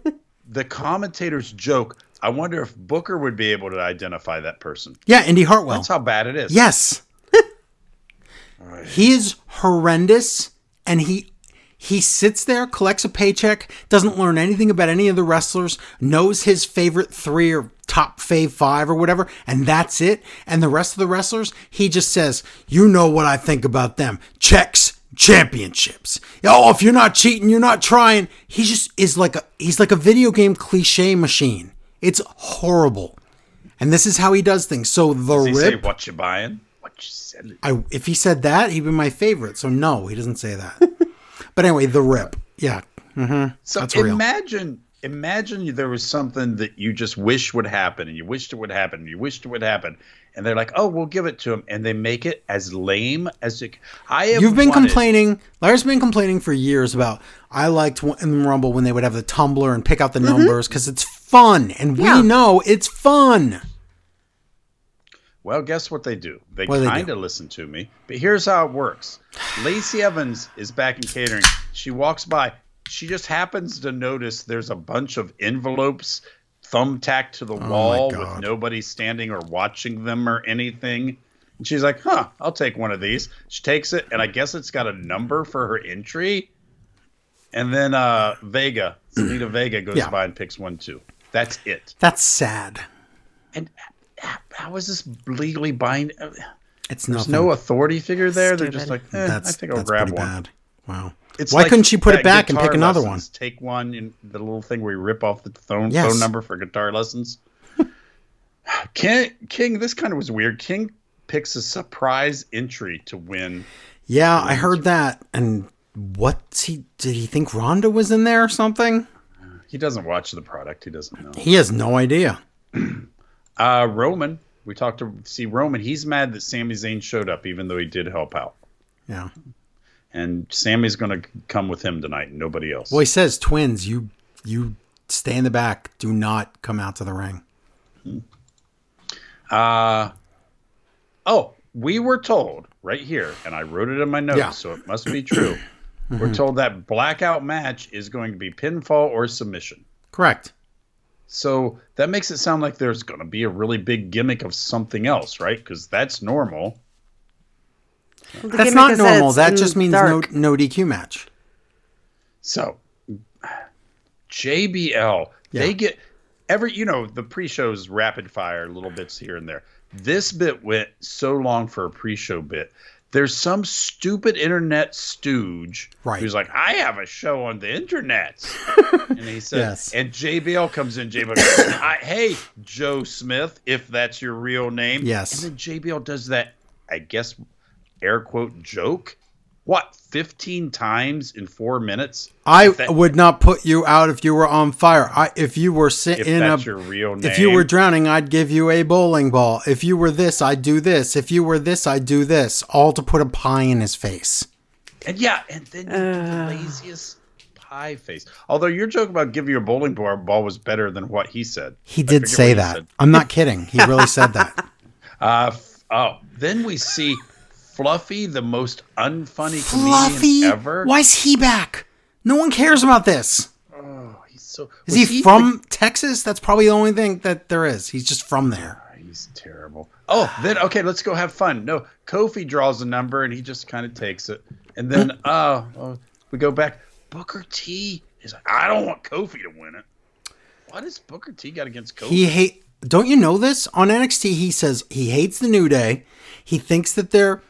Speaker 4: the commentators joke. I wonder if Booker would be able to identify that person.
Speaker 3: Yeah, Indy Hartwell.
Speaker 4: That's how bad it is.
Speaker 3: Yes. he is horrendous and he he sits there, collects a paycheck, doesn't learn anything about any of the wrestlers, knows his favorite three or top fave five or whatever, and that's it. And the rest of the wrestlers, he just says, You know what I think about them. Checks, championships. Oh, if you're not cheating, you're not trying. He just is like a he's like a video game cliche machine. It's horrible. And this is how he does things. So the
Speaker 4: Does he
Speaker 3: rip
Speaker 4: say what you buying? What you selling?
Speaker 3: I if he said that, he'd be my favorite. So no, he doesn't say that. but anyway, the rip. Yeah.
Speaker 4: So
Speaker 3: That's real.
Speaker 4: imagine, imagine there was something that you just wish would happen, and you wished it would happen, and you wished it would happen, and they're like, "Oh, we'll give it to them," and they make it as lame as it. I have
Speaker 3: You've been
Speaker 4: wanted-
Speaker 3: complaining. Larry's been complaining for years about I liked w- in Rumble when they would have the tumbler and pick out the
Speaker 4: Mm-hmm.
Speaker 3: numbers because it's fun, and
Speaker 5: Yeah.
Speaker 3: we know it's fun.
Speaker 4: Well, guess what they do? They
Speaker 3: do they
Speaker 4: kind of listen to me. But here's how it works Lacey Evans is back in catering. She walks by. She just happens to notice there's a bunch of envelopes thumbtacked to the wall with
Speaker 3: Oh God.
Speaker 4: nobody standing or watching them or anything. And she's like, huh, I'll take one of these. She takes it, and I guess it's got a number for her entry. And then uh, Vega, Selena Vega, goes
Speaker 3: Yeah.
Speaker 4: by and picks one too. That's it.
Speaker 3: That's sad.
Speaker 4: And how- how is this legally bind? uh,
Speaker 3: It's nothing.
Speaker 4: no authority figure there. They're just like,
Speaker 5: Stupid.
Speaker 4: eh, I
Speaker 3: that's
Speaker 4: think I'll
Speaker 3: that's
Speaker 4: grab
Speaker 3: pretty
Speaker 4: one.
Speaker 3: bad. Wow.
Speaker 4: It's
Speaker 3: Why
Speaker 4: like
Speaker 3: couldn't she put it
Speaker 4: that
Speaker 3: back and pick
Speaker 4: guitar
Speaker 3: another
Speaker 4: lessons. Take one in the little thing where you rip off the phone
Speaker 3: Yes.
Speaker 4: phone number for guitar lessons. King, King, this kind of was weird. King picks a surprise entry to win.
Speaker 3: one? Yeah, I heard that. And what's he? Did he think Rhonda was in there or something?
Speaker 4: He doesn't watch the product. He doesn't know.
Speaker 3: He has no idea.
Speaker 4: Uh, Roman, we talked to see Roman. He's mad that Sami Zayn showed up, even though he did help out.
Speaker 3: Yeah.
Speaker 4: And Sammy's going to come with him tonight, and nobody else.
Speaker 3: Well, he says twins. You you stay in the back. Do not come out to the ring.
Speaker 4: Oh, we were told right here, and I wrote it in my notes,
Speaker 3: Yeah.
Speaker 4: so it must be true. We're told that blackout match is going to be pinfall or submission.
Speaker 3: Correct.
Speaker 4: So that makes it sound like there's going to be a really big gimmick of something else, right? Because that's normal.
Speaker 5: The
Speaker 3: That's
Speaker 5: gimmick
Speaker 3: not
Speaker 5: is that
Speaker 3: normal.
Speaker 5: it's
Speaker 3: That
Speaker 5: in
Speaker 3: just
Speaker 5: the
Speaker 3: means
Speaker 5: dark.
Speaker 3: no no DQ match.
Speaker 4: So JBL, they get every you know the pre-shows rapid fire little bits here and there. This bit went so long for a pre-show bit. There's some stupid internet stooge
Speaker 3: Right.
Speaker 4: who's like, I have a show on the internet. and he says,
Speaker 3: Yes.
Speaker 4: and JBL comes in. JBL, goes, I, hey, Joe Smith, if that's your real name.
Speaker 3: Yes.
Speaker 4: And then JBL does that, I guess, air quote joke. What, 15 times in four minutes?
Speaker 3: I
Speaker 4: If that-
Speaker 3: would not put you out if you were on fire. I, if you were
Speaker 4: if
Speaker 3: sitting in a,
Speaker 4: that's your real name.
Speaker 3: if you were drowning, I'd give you a bowling ball. If you were this, I'd do this. If you were this, I'd do this. All to put a pie in his face.
Speaker 4: and yeah, and then you get the laziest pie face. Although your joke about give you a bowling bar- ball was better than what he said.
Speaker 3: He
Speaker 4: I
Speaker 3: did
Speaker 4: forget what
Speaker 3: say
Speaker 4: he
Speaker 3: that.
Speaker 4: said.
Speaker 3: I'm not kidding. He really said that.
Speaker 4: Uh, f- oh, then we see Fluffy, the most unfunny
Speaker 3: Fluffy,
Speaker 4: comedian ever.
Speaker 3: why's he back? No one cares about this.
Speaker 4: He's so,
Speaker 3: Is
Speaker 4: was
Speaker 3: he,
Speaker 4: the-
Speaker 3: from Texas? That's probably the only thing that there is. He's just from there.
Speaker 4: He's terrible. Oh, then okay, let's go have fun. No, Kofi draws a number and he just kind of takes it, and then uh, oh, we go back. Booker T is like, I don't want Kofi to win it. What does Booker T got against Kofi?
Speaker 3: He hate. Don't you know this? On NXT, he says he hates the New Day. He thinks that they're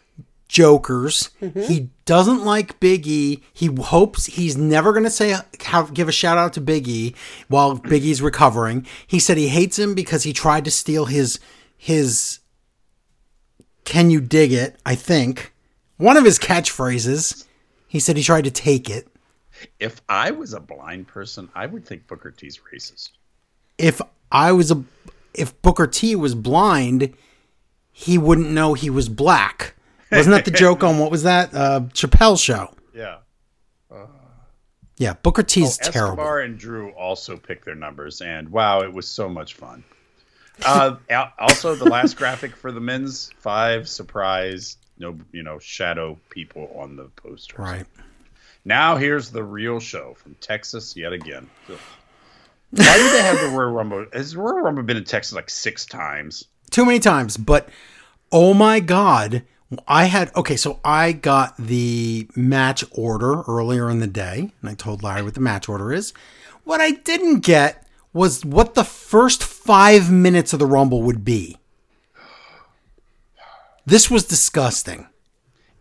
Speaker 3: jokers. He doesn't like Big E. He hopes he's never going to say have, give a shout out to Big E while Big E's recovering. He said he hates him because he tried to steal his his. Can you dig it? I think one of his catchphrases. He said he tried to take it.
Speaker 4: if I was a blind person, I would think Booker T's racist.
Speaker 3: if I was a if Booker T was blind, he wouldn't know he was black. Wasn't that the joke on what was that uh, Chappelle show?
Speaker 4: Yeah.
Speaker 3: Yeah, Booker T's terrible.
Speaker 4: Escobar and Drew also picked their numbers, and wow, it was so much fun. Uh, al- also, the last graphic for the men's five surprise, no, you know, shadow people on the poster.
Speaker 3: Right.
Speaker 4: Now here's the real show from Texas yet again. Ugh. Why do they have the Royal Rumble? Has Royal Rumble been in Texas like six times?
Speaker 3: Too many times, but oh my god, I had okay, so I got the match order earlier in the day, and I told Larry what the match order is. What I didn't get was what the first 5 minutes of the rumble would be. This was disgusting.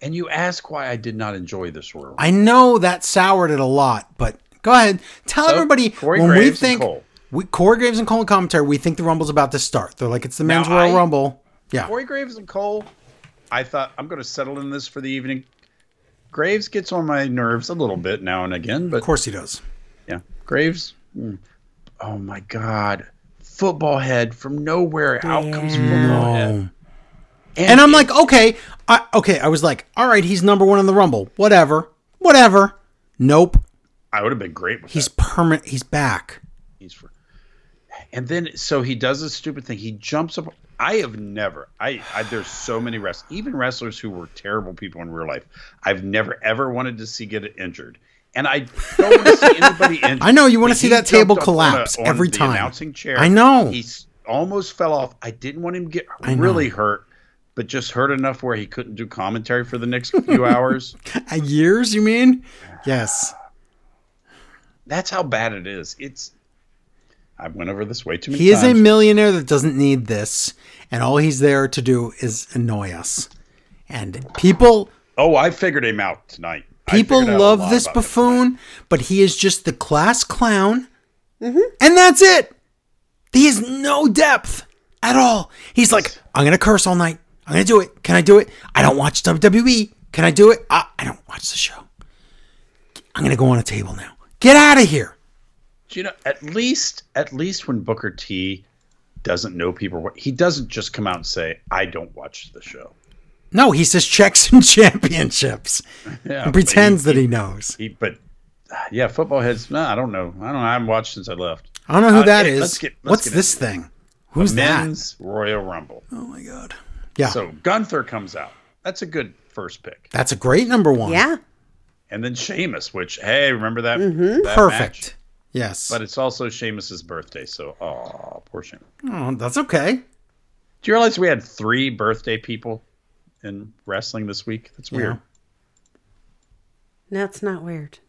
Speaker 4: And you ask why I did not enjoy this Royal Rumble.
Speaker 3: I know that soured it a lot, but go ahead. Tell everybody
Speaker 4: Corey
Speaker 3: when we
Speaker 4: Graves and
Speaker 3: think
Speaker 4: Cole.
Speaker 3: we Corey Graves and Cole in commentary, we think the Rumble's about to start. They're like, it's the men's
Speaker 4: Now,
Speaker 3: Royal
Speaker 4: I-
Speaker 3: Rumble. Yeah.
Speaker 4: Corey Graves and Cole, I thought I'm going to settle in this for the evening. Graves gets on my nerves a little bit now and again, but
Speaker 3: of course he does.
Speaker 4: Yeah. Graves. Mm. Oh my God. Football head from nowhere. Out comes football head.
Speaker 3: And I'm like, okay, I, okay. I was like, all right, he's number one in the Rumble. Whatever, whatever. Nope,
Speaker 4: I would have been great with
Speaker 3: he's
Speaker 4: that.
Speaker 3: permanent. He's back.
Speaker 4: He's for, and then so he does this stupid thing. He jumps up. I have never. I, I there's so many wrestlers, even wrestlers who were terrible people in real life. I've never ever wanted to see get injured, and I don't want to see anybody injured.
Speaker 3: I know, you wanna
Speaker 4: But
Speaker 3: see
Speaker 4: he
Speaker 3: that table
Speaker 4: jumped up on a-
Speaker 3: collapse
Speaker 4: on
Speaker 3: every
Speaker 4: the
Speaker 3: time.
Speaker 4: Announcing chair.
Speaker 3: I know.
Speaker 4: He s- almost fell off. I didn't want him to get
Speaker 3: know.
Speaker 4: really hurt, but just hurt enough where he couldn't do commentary for the next few hours.
Speaker 3: Uh, years, you mean? Yes.
Speaker 4: That's how bad it is. It's. I went over this way too many
Speaker 3: He is a
Speaker 4: times.
Speaker 3: millionaire that doesn't need this, and all he's there to do is annoy us. And people
Speaker 4: Oh, I figured him out tonight. I
Speaker 3: people
Speaker 4: figured out a
Speaker 3: love
Speaker 4: lot
Speaker 3: this
Speaker 4: about him.
Speaker 3: buffoon, but he is just the class clown, and that's it. He has no depth at all. He's like, I'm gonna curse all night. I'm gonna do it. Can I do it? I don't watch WWE. Can I do it? I, I don't watch the show. I'm gonna go on a table now. Get out of here.
Speaker 4: Do you know, at least, at least when Booker T doesn't know people, he doesn't just come out and say, "I don't watch the show."
Speaker 3: No, he says checks and championships.
Speaker 4: Yeah,
Speaker 3: and pretends that he knows.
Speaker 4: He, but uh, yeah, football heads. No, I don't know. I don't. know. I haven't watched since I left.
Speaker 3: I don't know who
Speaker 4: Uh,
Speaker 3: that
Speaker 4: hey,
Speaker 3: is.
Speaker 4: let's get- let's
Speaker 3: What's
Speaker 4: get
Speaker 3: this thing? Who's that?
Speaker 4: Men's Royal Rumble.
Speaker 3: Oh my god. Yeah.
Speaker 4: So Gunther comes out. That's a good first pick.
Speaker 3: that's a great number one.
Speaker 5: Yeah.
Speaker 4: And then Sheamus, which hey, remember that? that
Speaker 3: Mm-hmm. Perfect.
Speaker 4: match?
Speaker 3: Yes.
Speaker 4: But it's also Sheamus's birthday, so oh, poor Sheamus.
Speaker 3: oh, that's okay.
Speaker 4: Do you realize we had three birthday people in wrestling this week? That's weird.
Speaker 5: That's not weird.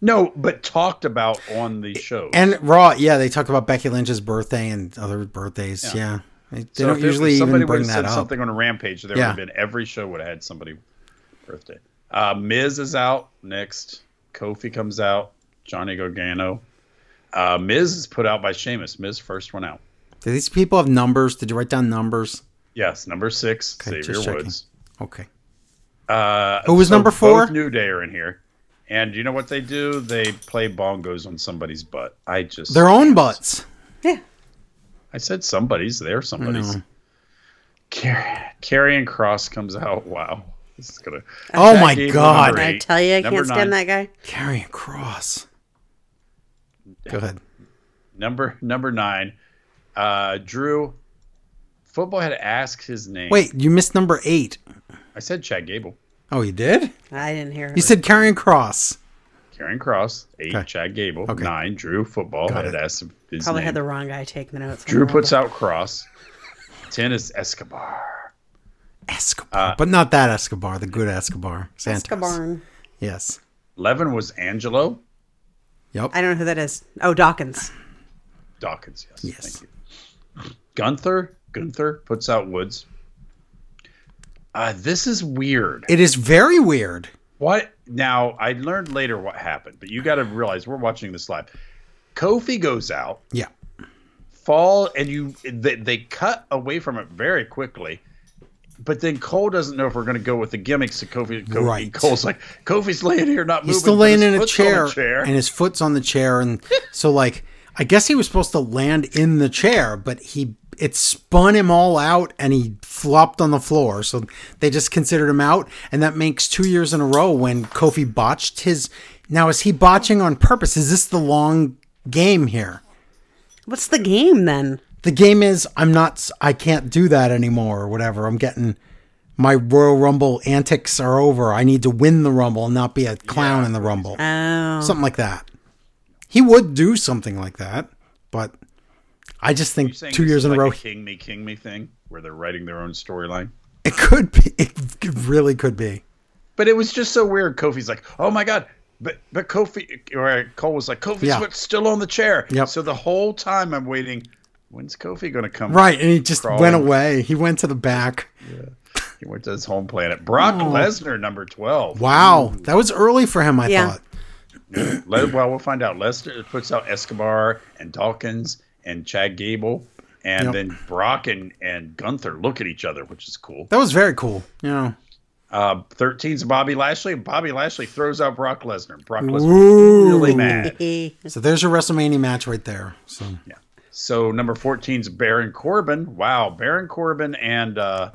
Speaker 4: No, but talked about on the show.
Speaker 3: And Raw, yeah, they talk about Becky Lynch's birthday and other birthdays. Yeah. They, they
Speaker 4: So
Speaker 3: don't
Speaker 4: if there- if
Speaker 3: usually
Speaker 4: somebody
Speaker 3: even
Speaker 4: would've
Speaker 3: bring
Speaker 4: said
Speaker 3: that up.
Speaker 4: Something on a rampage. There
Speaker 3: Yeah.
Speaker 4: would have been every show would have had somebody birthday. Uh, Miz is out next. Kofi comes out. Johnny Gargano. Uh, Miz is put out by Sheamus. Miz first one out.
Speaker 3: Do these people have numbers? Did you write down numbers?
Speaker 4: Yes, number six, Xavier
Speaker 3: just checking.
Speaker 4: Woods.
Speaker 3: Okay.
Speaker 4: Uh,
Speaker 3: Who was number four?
Speaker 4: Both New Day are in here. And you know what they do? They play bongos on somebody's butt. I just
Speaker 3: Their own butts.
Speaker 5: Yeah.
Speaker 4: I said somebody's. They're somebody's. Car- Carrion Cross comes out. Wow, this is gonna.
Speaker 3: Oh my
Speaker 4: Becky,
Speaker 3: god.
Speaker 4: number
Speaker 5: I
Speaker 4: Eight.
Speaker 5: tell you, I
Speaker 4: Number
Speaker 5: can't stand
Speaker 4: nine.
Speaker 5: that guy.
Speaker 3: Carrying cross. Go ahead.
Speaker 4: Number number nine. Uh, Drew. Football had to ask his name.
Speaker 3: Wait, you missed number eight.
Speaker 4: I said Chad Gable.
Speaker 3: Oh, you did?
Speaker 5: I didn't hear.
Speaker 3: You said carrying cross.
Speaker 4: Carrion Cross. Eight.
Speaker 3: Okay.
Speaker 4: Chad Gable.
Speaker 3: Okay.
Speaker 4: Nine. Drew. Football had
Speaker 3: it.
Speaker 4: to ask him his
Speaker 5: Probably
Speaker 4: name.
Speaker 5: had the wrong guy taking the notes.
Speaker 4: Drew puts out Cross. Ten is Escobar. Uh,
Speaker 3: Escobar, but not that Escobar, the good Escobar. Santos.
Speaker 5: Escobar.
Speaker 3: Yes.
Speaker 4: Eleven was Angelo
Speaker 3: Yep.
Speaker 5: I don't know who that is. Oh, Dawkins.
Speaker 4: Dawkins. Yes.
Speaker 3: Yes.
Speaker 4: Thank you. Gunther. Gunther puts out Woods. Uh, this is weird.
Speaker 3: It is very weird.
Speaker 4: What now? I learned later what happened, but you got to realize we're watching this live. Kofi goes out,
Speaker 3: Yeah.
Speaker 4: fall, and you they, they cut away from it very quickly. But then Cole doesn't know if we're going to go with the gimmicks. So Kofi, Kofi
Speaker 3: Right.
Speaker 4: Cole's like, Kofi's laying here, not moving.
Speaker 3: He's still
Speaker 4: but
Speaker 3: laying
Speaker 4: his
Speaker 3: in a
Speaker 4: foot's on
Speaker 3: chair, and his foot's on the chair, and so like I guess he was supposed to land in the chair, but he it spun him all out, and he flopped on the floor. So they just considered him out, and that makes two years in a row when Kofi botched his. Now is he botching on purpose? Is this the long game here?
Speaker 5: What's the game then?
Speaker 3: the game is I'm not I can't do that anymore or whatever. I'm getting my Royal Rumble antics are over. I need to win the Rumble and not be a clown in the Rumble.
Speaker 5: Oh,
Speaker 3: Something like that. He would do something like that, but I just think
Speaker 4: Saying
Speaker 3: two
Speaker 4: this
Speaker 3: years
Speaker 4: is
Speaker 3: in
Speaker 4: like
Speaker 3: a row
Speaker 4: king me, king me thing, where they're writing their own storyline.
Speaker 3: it could be it really could be.
Speaker 4: But it was just so weird. Kofi's like, "Oh my god!" But but Kofi or Cole was like, "Kofi's
Speaker 3: Yeah.
Speaker 4: foot's still on the chair."
Speaker 3: Yep.
Speaker 4: So the whole time I'm waiting. When's Kofi going to come?
Speaker 3: Right, and he just
Speaker 4: Crawling.
Speaker 3: went away. He went to the back.
Speaker 4: He went to his home planet. Brock
Speaker 3: Oh.
Speaker 4: Lesnar, number twelve.
Speaker 3: Wow, that was early for him, I
Speaker 5: Yeah.
Speaker 3: thought.
Speaker 4: Le- well, we'll find out. Lesnar puts out Escobar and Dawkins and Chad Gable, and
Speaker 3: Yep.
Speaker 4: then Brock and and Gunther look at each other, which is cool.
Speaker 3: That was very cool. Yeah.
Speaker 4: Uh, 13's Bobby Lashley. Bobby Lashley throws out Brock Lesnar. Brock Lesnar really mad.
Speaker 3: So there's your WrestleMania match right there. So
Speaker 4: Yeah. So number 14's Baron Corbin. Wow, Baron Corbin and uh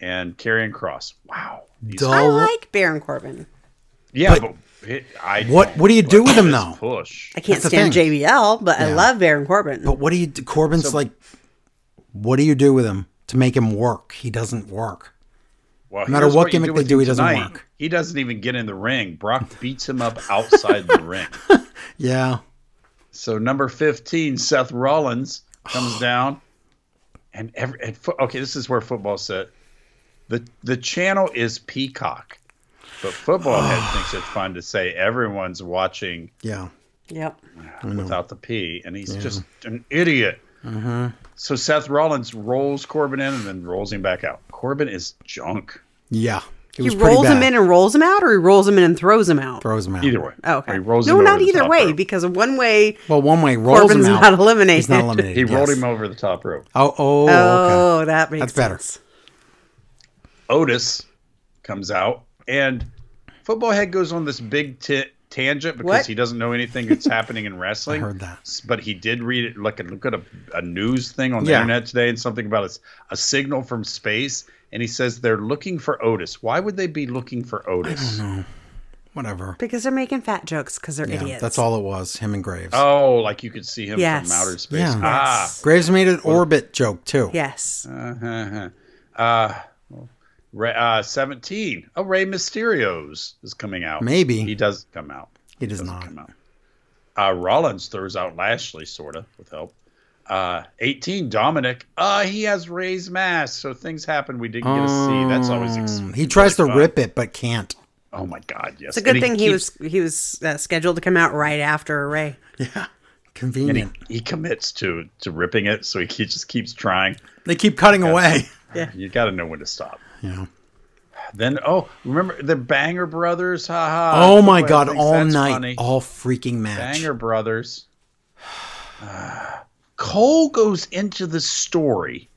Speaker 4: and Karrion Cross. Wow. These-
Speaker 5: I
Speaker 3: dull.
Speaker 5: like Baron Corbin.
Speaker 4: yeah,
Speaker 3: but-
Speaker 4: but, it- I
Speaker 3: what what do you do with him though?
Speaker 4: push?
Speaker 5: I can't
Speaker 3: That's the
Speaker 5: stand
Speaker 3: thing.
Speaker 5: JBL, but I love Baron Corbin.
Speaker 3: But what do you do? Corbin's like what do you do with him to make him work? He doesn't work.
Speaker 4: Well,
Speaker 3: matter
Speaker 4: here's
Speaker 3: what
Speaker 4: you
Speaker 3: gimmick they
Speaker 4: with
Speaker 3: do,
Speaker 4: him
Speaker 3: he doesn't
Speaker 4: tonight.
Speaker 3: work.
Speaker 4: He doesn't even get in the ring. Brock beats him up outside the ring.
Speaker 3: Yeah.
Speaker 4: So number 15, Seth Rollins comes down and every and fo- okay, this is where football's at. The the channel is Peacock. But football head thinks it's fun to say everyone's watching
Speaker 3: Yeah.
Speaker 5: yep.
Speaker 4: without the P, and he's just an idiot.
Speaker 5: Uh-huh.
Speaker 4: So Seth Rollins rolls Corbin in and then rolls him back out. Corbin is junk.
Speaker 3: Yeah. It
Speaker 5: He rolls him in and rolls him out, or he rolls him in and throws him out.
Speaker 3: throws him out.
Speaker 4: Either way,
Speaker 5: Oh, okay.
Speaker 4: Or he rolls
Speaker 5: no,
Speaker 4: him
Speaker 5: not
Speaker 4: over the
Speaker 5: either
Speaker 4: top
Speaker 5: way,
Speaker 4: rope.
Speaker 5: because one way.
Speaker 3: Well, one way rolls
Speaker 5: Corbin's
Speaker 3: him out.
Speaker 5: not eliminated.
Speaker 3: He's not
Speaker 4: He
Speaker 3: eliminated.
Speaker 4: rolled
Speaker 3: yes.
Speaker 4: him over the top rope.
Speaker 3: Oh, oh, okay.
Speaker 5: Oh, that makes
Speaker 3: That's better.
Speaker 5: sense.
Speaker 4: Otis comes out, and Football Head goes on this big t- tangent because
Speaker 5: What?
Speaker 4: he doesn't know anything that's happening in wrestling.
Speaker 3: heard that.
Speaker 4: S- But he did read it, like, a, look at a, a news thing on the
Speaker 3: Yeah.
Speaker 4: internet today and something about it's a signal from space. And he says they're looking for Otis. Why would they be looking for Otis?
Speaker 3: Whatever.
Speaker 5: Because they're making fat jokes because they're
Speaker 3: Yeah,
Speaker 5: idiots.
Speaker 3: that's all it was. Him and Graves.
Speaker 4: Oh, like you could see him
Speaker 5: Yes.
Speaker 4: from outer space.
Speaker 3: Yeah.
Speaker 4: Ah, Uh,
Speaker 3: Graves made an orbit joke too.
Speaker 5: Yes.
Speaker 4: Ra- uh, 17. Oh, Ray Mysterio's is coming out.
Speaker 3: Maybe.
Speaker 4: He does come out.
Speaker 3: He does
Speaker 4: doesn't
Speaker 3: not.
Speaker 4: come out. Uh, Rollins throws out Lashley, sort of, with help. Uh, 18, Dominic. Uh, he has Ray's mask, so things happen we didn't get to see. That's always ex-
Speaker 3: He tries to
Speaker 4: really fun.
Speaker 3: rip it but can't.
Speaker 4: Oh, my God, yes.
Speaker 5: Um, It's a good thing he, was he was uh, scheduled to come out right after Ray.
Speaker 3: Convenient.
Speaker 4: He commits to, to ripping it, so he ke- just keeps trying.
Speaker 3: they keep cutting away.
Speaker 4: You got to know when to stop.
Speaker 3: Yeah.
Speaker 4: Then oh, remember the Banger Brothers? Ha ha!
Speaker 3: Oh my
Speaker 4: Boy,
Speaker 3: god,
Speaker 4: thinks
Speaker 3: all
Speaker 4: that's
Speaker 3: night, Oh,
Speaker 4: funny.
Speaker 3: all freaking match.
Speaker 4: Banger Brothers. Ah. Cole goes into the story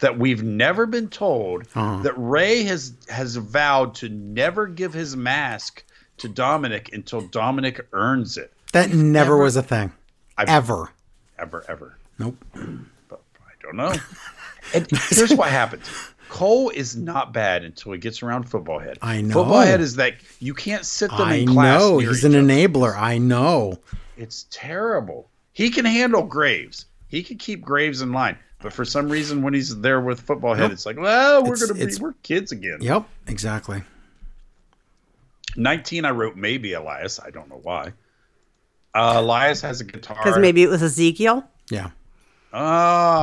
Speaker 4: that we've never been told
Speaker 3: Uh-huh.
Speaker 4: that Ray has has vowed to never give his mask to Dominic until Dominic earns it.
Speaker 3: That never, was a thing. Ever.
Speaker 4: Ever, ever.
Speaker 3: Nope.
Speaker 4: I don't know. and here's what happens. Cole is not bad until he gets around football head.
Speaker 3: I know.
Speaker 4: Football head is that you can't sit them
Speaker 3: I
Speaker 4: in class.
Speaker 3: know.
Speaker 4: near
Speaker 3: He's
Speaker 4: each
Speaker 3: an
Speaker 4: other.
Speaker 3: enabler. I know.
Speaker 4: It's terrible. He can handle Graves. He can keep Graves in line. But for some reason, when he's there with football head, it's like, well, we're
Speaker 3: It's-
Speaker 4: gonna be
Speaker 3: it's-
Speaker 4: we're kids again.
Speaker 3: Yep. Exactly.
Speaker 4: Nineteen, I wrote maybe Elias. I don't know why. Uh, Elias has a guitar.
Speaker 5: Because maybe it was Ezekiel.
Speaker 3: Yeah.
Speaker 4: Oh,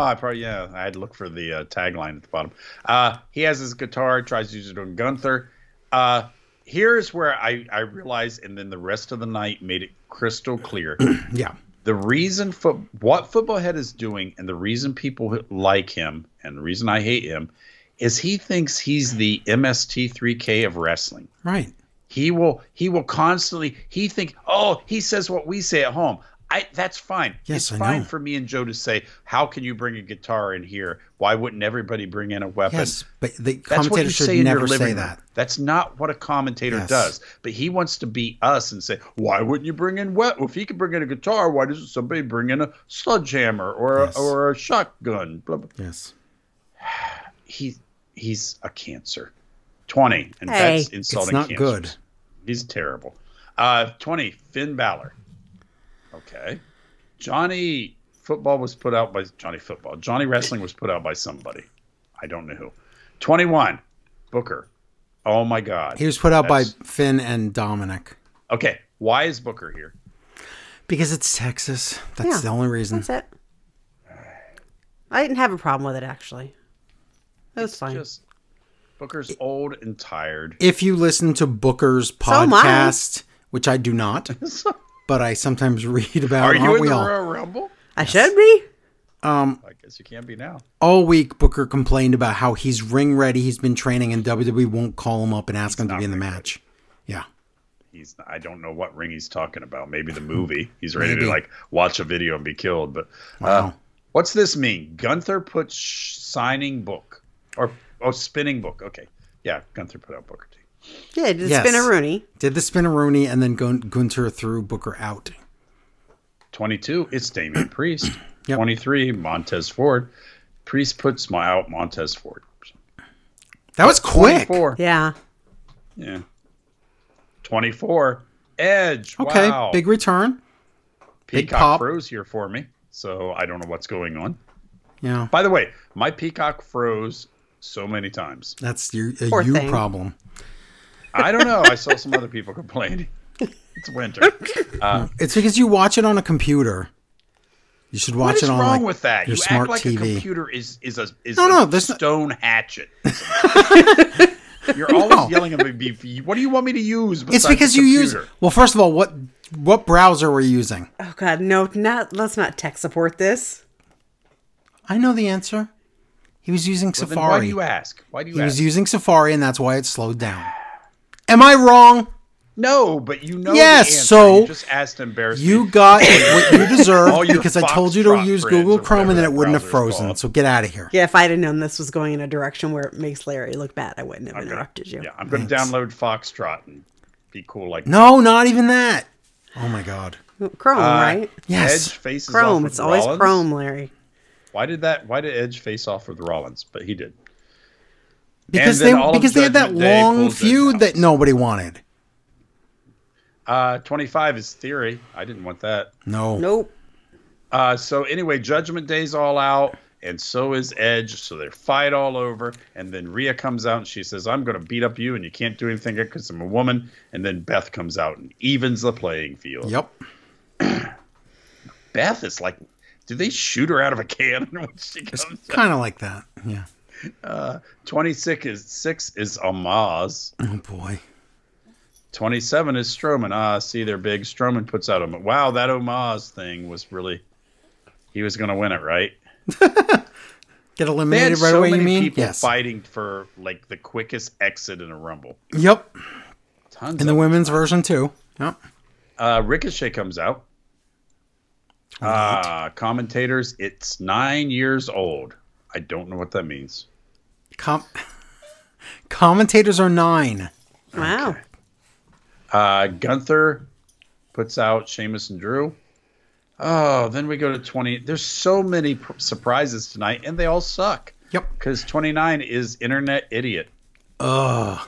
Speaker 4: I probably yeah. I had to look for the uh, tagline at the bottom. Uh, he has his guitar. Tries to use it on Gunther. Uh, here's where I I realized, and then the rest of the night made it crystal clear.
Speaker 3: Yeah.
Speaker 4: the reason for what football head is doing and the reason people h- like him and the reason i hate him is he thinks he's the mst3k of wrestling
Speaker 3: Right.
Speaker 4: he will he will constantly he think oh he says what we say at home I, that's fine.
Speaker 3: Yes,
Speaker 4: it's
Speaker 3: I
Speaker 4: fine
Speaker 3: know.
Speaker 4: for me and Joe to say, "How can you bring a guitar in here? Why wouldn't everybody bring in a weapon?"
Speaker 3: Yes. But the
Speaker 4: That's what you
Speaker 3: commentators
Speaker 4: say
Speaker 3: should
Speaker 4: in your
Speaker 3: never
Speaker 4: living
Speaker 3: say
Speaker 4: room.
Speaker 3: that.
Speaker 4: That's not what a commentator
Speaker 3: Yes.
Speaker 4: does. But he wants to be us and say, "Why wouldn't you bring in wet? Well, if he could bring in a guitar, why doesn't somebody bring in a sledgehammer or
Speaker 3: Yes.
Speaker 4: a, or a shotgun?" Blah, blah.
Speaker 3: Yes.
Speaker 4: He he's a cancer. Twenty, and
Speaker 5: Hey.
Speaker 4: that's
Speaker 3: It's
Speaker 4: insulting.
Speaker 3: not
Speaker 4: cancers.
Speaker 3: good.
Speaker 4: He's terrible. Uh, Twenty, Finn Balor. Okay, Johnny Football was put out by Johnny Football. Johnny Wrestling was put out by somebody. I don't know who. Twenty-one, Booker. Oh my God.
Speaker 3: He was put out
Speaker 4: That's-
Speaker 3: by Finn and Dominic
Speaker 4: Okay, why is Booker here?
Speaker 3: because it's Texas. That's
Speaker 5: Yeah.
Speaker 3: the only reason.
Speaker 5: That's it. I didn't have a problem with it, actually. It was fine.
Speaker 4: Just Booker's old and tired.
Speaker 3: If you listen to Booker's
Speaker 5: am I.
Speaker 3: podcast, which I do not, but I sometimes read about,
Speaker 4: Are
Speaker 3: it,
Speaker 4: you
Speaker 3: aren't
Speaker 4: in
Speaker 3: we
Speaker 4: the
Speaker 3: all?
Speaker 4: Royal Rumble?
Speaker 5: I should be.
Speaker 4: I guess you can't be now.
Speaker 3: All week, Booker complained about how he's ring ready. He's been training, and WWE won't call him up and ask him to be in the match. Yeah,
Speaker 4: He's I don't know what ring he's talking about. Maybe the movie. He's ready
Speaker 3: Maybe.
Speaker 4: to like watch a video and be killed. But uh,
Speaker 3: Wow.
Speaker 4: what's this mean? Gunther put sh- signing book or oh spinning book. Okay, yeah, Gunther put out Booker T.
Speaker 5: Yeah, it's
Speaker 3: Yes.
Speaker 5: been a Rooney.
Speaker 3: Did the spin a Rooney and then Gun- Gunter threw Booker out.
Speaker 4: 22, it's Damian Priest. 23, Montez Ford. Priest puts my out Montez Ford.
Speaker 3: That was quick.
Speaker 4: 24.
Speaker 5: Yeah.
Speaker 4: Yeah. 24, Edge.
Speaker 3: Okay,
Speaker 4: wow.
Speaker 3: big return. big
Speaker 4: Peacock
Speaker 3: pop.
Speaker 4: froze here for me, so I don't know what's going on.
Speaker 3: Yeah,
Speaker 4: By the way, my Peacock froze so many times.
Speaker 3: that's your a
Speaker 5: Poor
Speaker 3: you
Speaker 5: thing.
Speaker 3: problem.
Speaker 4: I don't know. I saw some other people complaining. It's winter.
Speaker 3: It's because you watch it on a computer. You should watch
Speaker 4: What is
Speaker 3: it on
Speaker 4: wrong
Speaker 3: like,
Speaker 4: with that?
Speaker 3: your
Speaker 4: you
Speaker 3: smart
Speaker 4: act like
Speaker 3: TV.
Speaker 4: a computer is is a is
Speaker 3: No,
Speaker 4: a
Speaker 3: no, there's no-
Speaker 4: stone hatchet. You're always
Speaker 3: No.
Speaker 4: yelling at me. "Be- What do you want me to use?
Speaker 3: It's
Speaker 4: besides
Speaker 3: because
Speaker 4: a
Speaker 3: you use
Speaker 4: computer?"
Speaker 3: well. First of all, what what browser were you using?
Speaker 5: Oh God, no, not let's not tech support this.
Speaker 3: I know the answer. He was using
Speaker 4: Then why do
Speaker 3: Safari.
Speaker 4: you ask? Why do you
Speaker 3: he
Speaker 4: ask?
Speaker 3: was using Safari, and that's why it slowed down. Am I wrong?
Speaker 4: no, but you know.
Speaker 3: Yes,
Speaker 4: the answer.
Speaker 3: so
Speaker 4: you just asked embarrassing.
Speaker 3: You got what you
Speaker 4: All
Speaker 3: deserved
Speaker 4: your
Speaker 3: because I told you to
Speaker 4: Foxtrot
Speaker 3: use
Speaker 4: friends
Speaker 3: Google
Speaker 4: or
Speaker 3: Chrome, and then
Speaker 4: whatever
Speaker 3: it wouldn't have
Speaker 4: that browser's
Speaker 3: frozen.
Speaker 4: called.
Speaker 3: So get out of here.
Speaker 5: Yeah, if I'd have known this was going in a direction where it makes Larry look bad, I wouldn't have interrupted you.
Speaker 4: yeah, I'm going to download Foxtrot and be cool like
Speaker 3: No, not even that. Oh my god.
Speaker 5: Chrome,
Speaker 3: Uh,
Speaker 5: right?
Speaker 3: Yes.
Speaker 4: Edge faces off
Speaker 5: Chrome.
Speaker 4: with
Speaker 5: It's always
Speaker 4: Rollins.
Speaker 5: Chrome, Larry.
Speaker 4: Why did that? Why did Edge face off with Rollins? But he did.
Speaker 3: because
Speaker 4: then
Speaker 3: they
Speaker 4: all of
Speaker 3: because they had that
Speaker 4: Judgment Day
Speaker 3: long
Speaker 4: pulls it
Speaker 3: feud
Speaker 4: out.
Speaker 3: that nobody wanted.
Speaker 4: Uh, 25 is theory. I didn't want that.
Speaker 3: No.
Speaker 5: Nope.
Speaker 4: Uh, so anyway, Judgment Day's all out, and so is Edge. So they fight all over, and then Rhea comes out and she says, "I'm going to beat up you, and you can't do anything because I'm a woman." And then Beth comes out and evens the playing field.
Speaker 3: Yep.
Speaker 4: Beth is like, do they shoot her out of a cannon when she comes?
Speaker 3: Kind of like that. Yeah.
Speaker 4: 26 is six is Amaz.
Speaker 3: Oh boy.
Speaker 4: 27 is Strowman. Ah, see, they're big. Strowman puts out a wow. That Omaz thing was really. He was going to win it, right?
Speaker 3: Get
Speaker 4: They had
Speaker 3: eliminated right
Speaker 4: so
Speaker 3: away.
Speaker 4: many
Speaker 3: You mean?
Speaker 4: people
Speaker 3: Yes.
Speaker 4: fighting for like the quickest exit in a rumble.
Speaker 3: Yep.
Speaker 4: Tons.
Speaker 3: In the
Speaker 4: of
Speaker 3: women's version too. Yep.
Speaker 4: uh, Ricochet comes out. Uh, commentators, it's nine years old. I don't know what that means.
Speaker 3: Com- commentators are nine.
Speaker 5: Wow.
Speaker 4: Uh, Gunther puts out Sheamus and Drew. Oh, then we go to 20. There's so many pr- surprises tonight, and they all suck.
Speaker 3: Yep.
Speaker 4: Because 29 is Internet Idiot.
Speaker 3: YouTube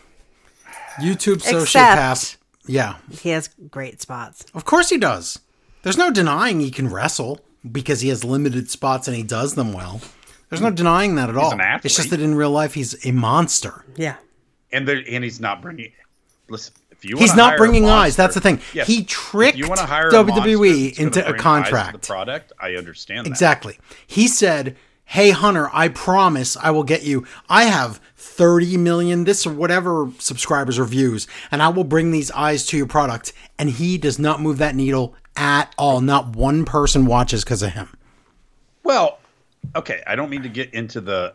Speaker 5: Except-
Speaker 3: sociopath. Yeah.
Speaker 5: He has great spots.
Speaker 3: Of course he does. There's no denying he can wrestle because he has limited spots and he does them well. There's no denying that at all.
Speaker 4: an athlete.
Speaker 3: It's just that in real life he's a monster.
Speaker 5: Yeah.
Speaker 4: And there, and he's not bringing. Listen, if you
Speaker 3: He's
Speaker 4: wanna
Speaker 3: not
Speaker 4: hire a
Speaker 3: bringing eyes.
Speaker 4: monster-
Speaker 3: That's the thing.
Speaker 4: Yes.
Speaker 3: He tricked
Speaker 4: If you want to hire a monster
Speaker 3: WWE
Speaker 4: that's gonna
Speaker 3: into a
Speaker 4: bring eyes to the
Speaker 3: contract.
Speaker 4: product, I understand that.
Speaker 3: Exactly. He said, "Hey Hunter, I promise I will get you. I have 30 million this or whatever subscribers or views, and I will bring these eyes to your product." And he does not move that needle at all. Not one person watches because of him.
Speaker 4: Well, okay, I don't mean to get into the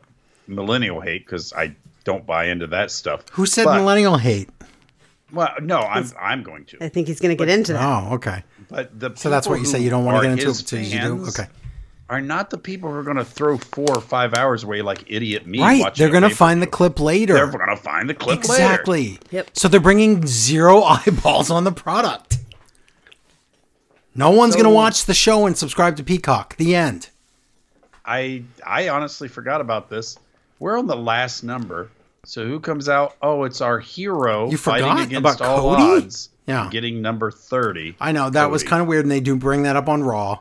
Speaker 4: millennial hate because I don't buy into that stuff.
Speaker 3: Who said
Speaker 4: But-
Speaker 3: millennial hate?
Speaker 4: Well, no, I'm I'm going to.
Speaker 5: I think he's going to get into that.
Speaker 3: Oh, okay.
Speaker 4: But the
Speaker 3: So that's what you say you don't want to get into it until
Speaker 4: things.
Speaker 3: you do. Okay.
Speaker 4: Are not the people who are going to throw four or five hours away like idiot me?
Speaker 3: Right.
Speaker 4: watching
Speaker 3: They're
Speaker 4: a
Speaker 3: going to
Speaker 4: pay-per-view.
Speaker 3: find the clip later.
Speaker 4: They're going to find the clip later.
Speaker 3: exactly.
Speaker 5: Yep.
Speaker 3: So they're bringing zero eyeballs on the product. No one's going to
Speaker 4: So-
Speaker 3: watch the show and subscribe to Peacock. The end.
Speaker 4: I I honestly forgot about this. We're on the last number. So who comes out? Oh, it's our hero
Speaker 3: You
Speaker 4: fighting
Speaker 3: forgot
Speaker 4: against
Speaker 3: about
Speaker 4: all
Speaker 3: Cody?
Speaker 4: odds.
Speaker 3: Yeah.
Speaker 4: Getting number 30.
Speaker 3: I know that was
Speaker 4: Cody.
Speaker 3: kind of weird, and they do bring that up on Raw,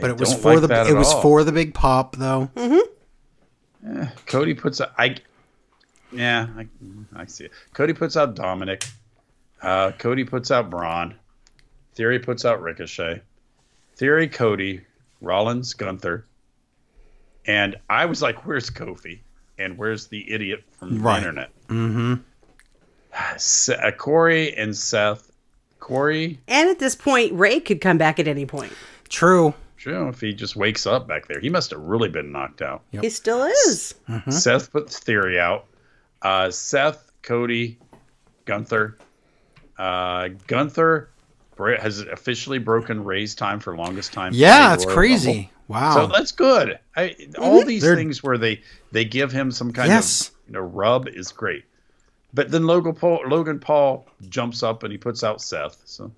Speaker 3: but it was
Speaker 4: don't
Speaker 3: for
Speaker 4: like
Speaker 3: the
Speaker 4: that
Speaker 3: it
Speaker 4: at
Speaker 3: was
Speaker 4: all.
Speaker 3: for the big pop though.
Speaker 4: Cody puts out. I, yeah, I, I see it. Cody puts out Dominic. Uh, Cody puts out Braun. Theory puts out Ricochet. Theory, Cody, Rollins, Gunther. And I was like, where's Kofi? And where's the idiot from
Speaker 3: Right.
Speaker 4: the internet? Mm-hmm. Se- uh, Corey and Seth. Corey,
Speaker 5: And at this point, Ray could come back at any point.
Speaker 3: True.
Speaker 4: sure, if he just wakes up back there, he must have really been knocked out.
Speaker 5: He still is.
Speaker 3: Hmm?
Speaker 4: Seth puts Theory out. Uh, Seth, Cody, Gunther. Uh, Gunther br- has officially broken Ray's time for longest time.
Speaker 3: Yeah,
Speaker 4: in
Speaker 3: that's
Speaker 4: Royal
Speaker 3: crazy. Wow. Mm-hmm.
Speaker 4: Rumble. So that's good. I, All these
Speaker 3: They're-
Speaker 4: things where they they give him some kind
Speaker 3: Yes.
Speaker 4: of you know, rub is great. But then Logan Paul, Logan Paul jumps up and he puts out Seth. So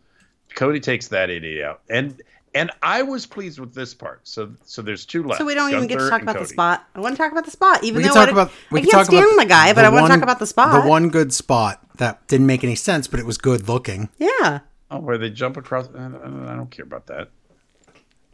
Speaker 4: Cody takes that idiot out, and and I was pleased with this part. So so there's two left.
Speaker 5: So we don't even get to
Speaker 4: Gunther
Speaker 5: talk
Speaker 4: and
Speaker 5: about the
Speaker 4: Cody.
Speaker 5: spot. I want to talk about the spot,
Speaker 3: We
Speaker 5: even though
Speaker 3: can talk
Speaker 5: I,
Speaker 3: about. We
Speaker 5: I
Speaker 3: can
Speaker 5: can't
Speaker 3: talk
Speaker 5: stand
Speaker 3: about
Speaker 5: the guy, but I want
Speaker 3: one-
Speaker 5: to talk about the spot.
Speaker 3: The one good spot that didn't make any sense, but it was good looking.
Speaker 5: yeah,
Speaker 4: Oh, where they jump across? I don't, I don't care about that.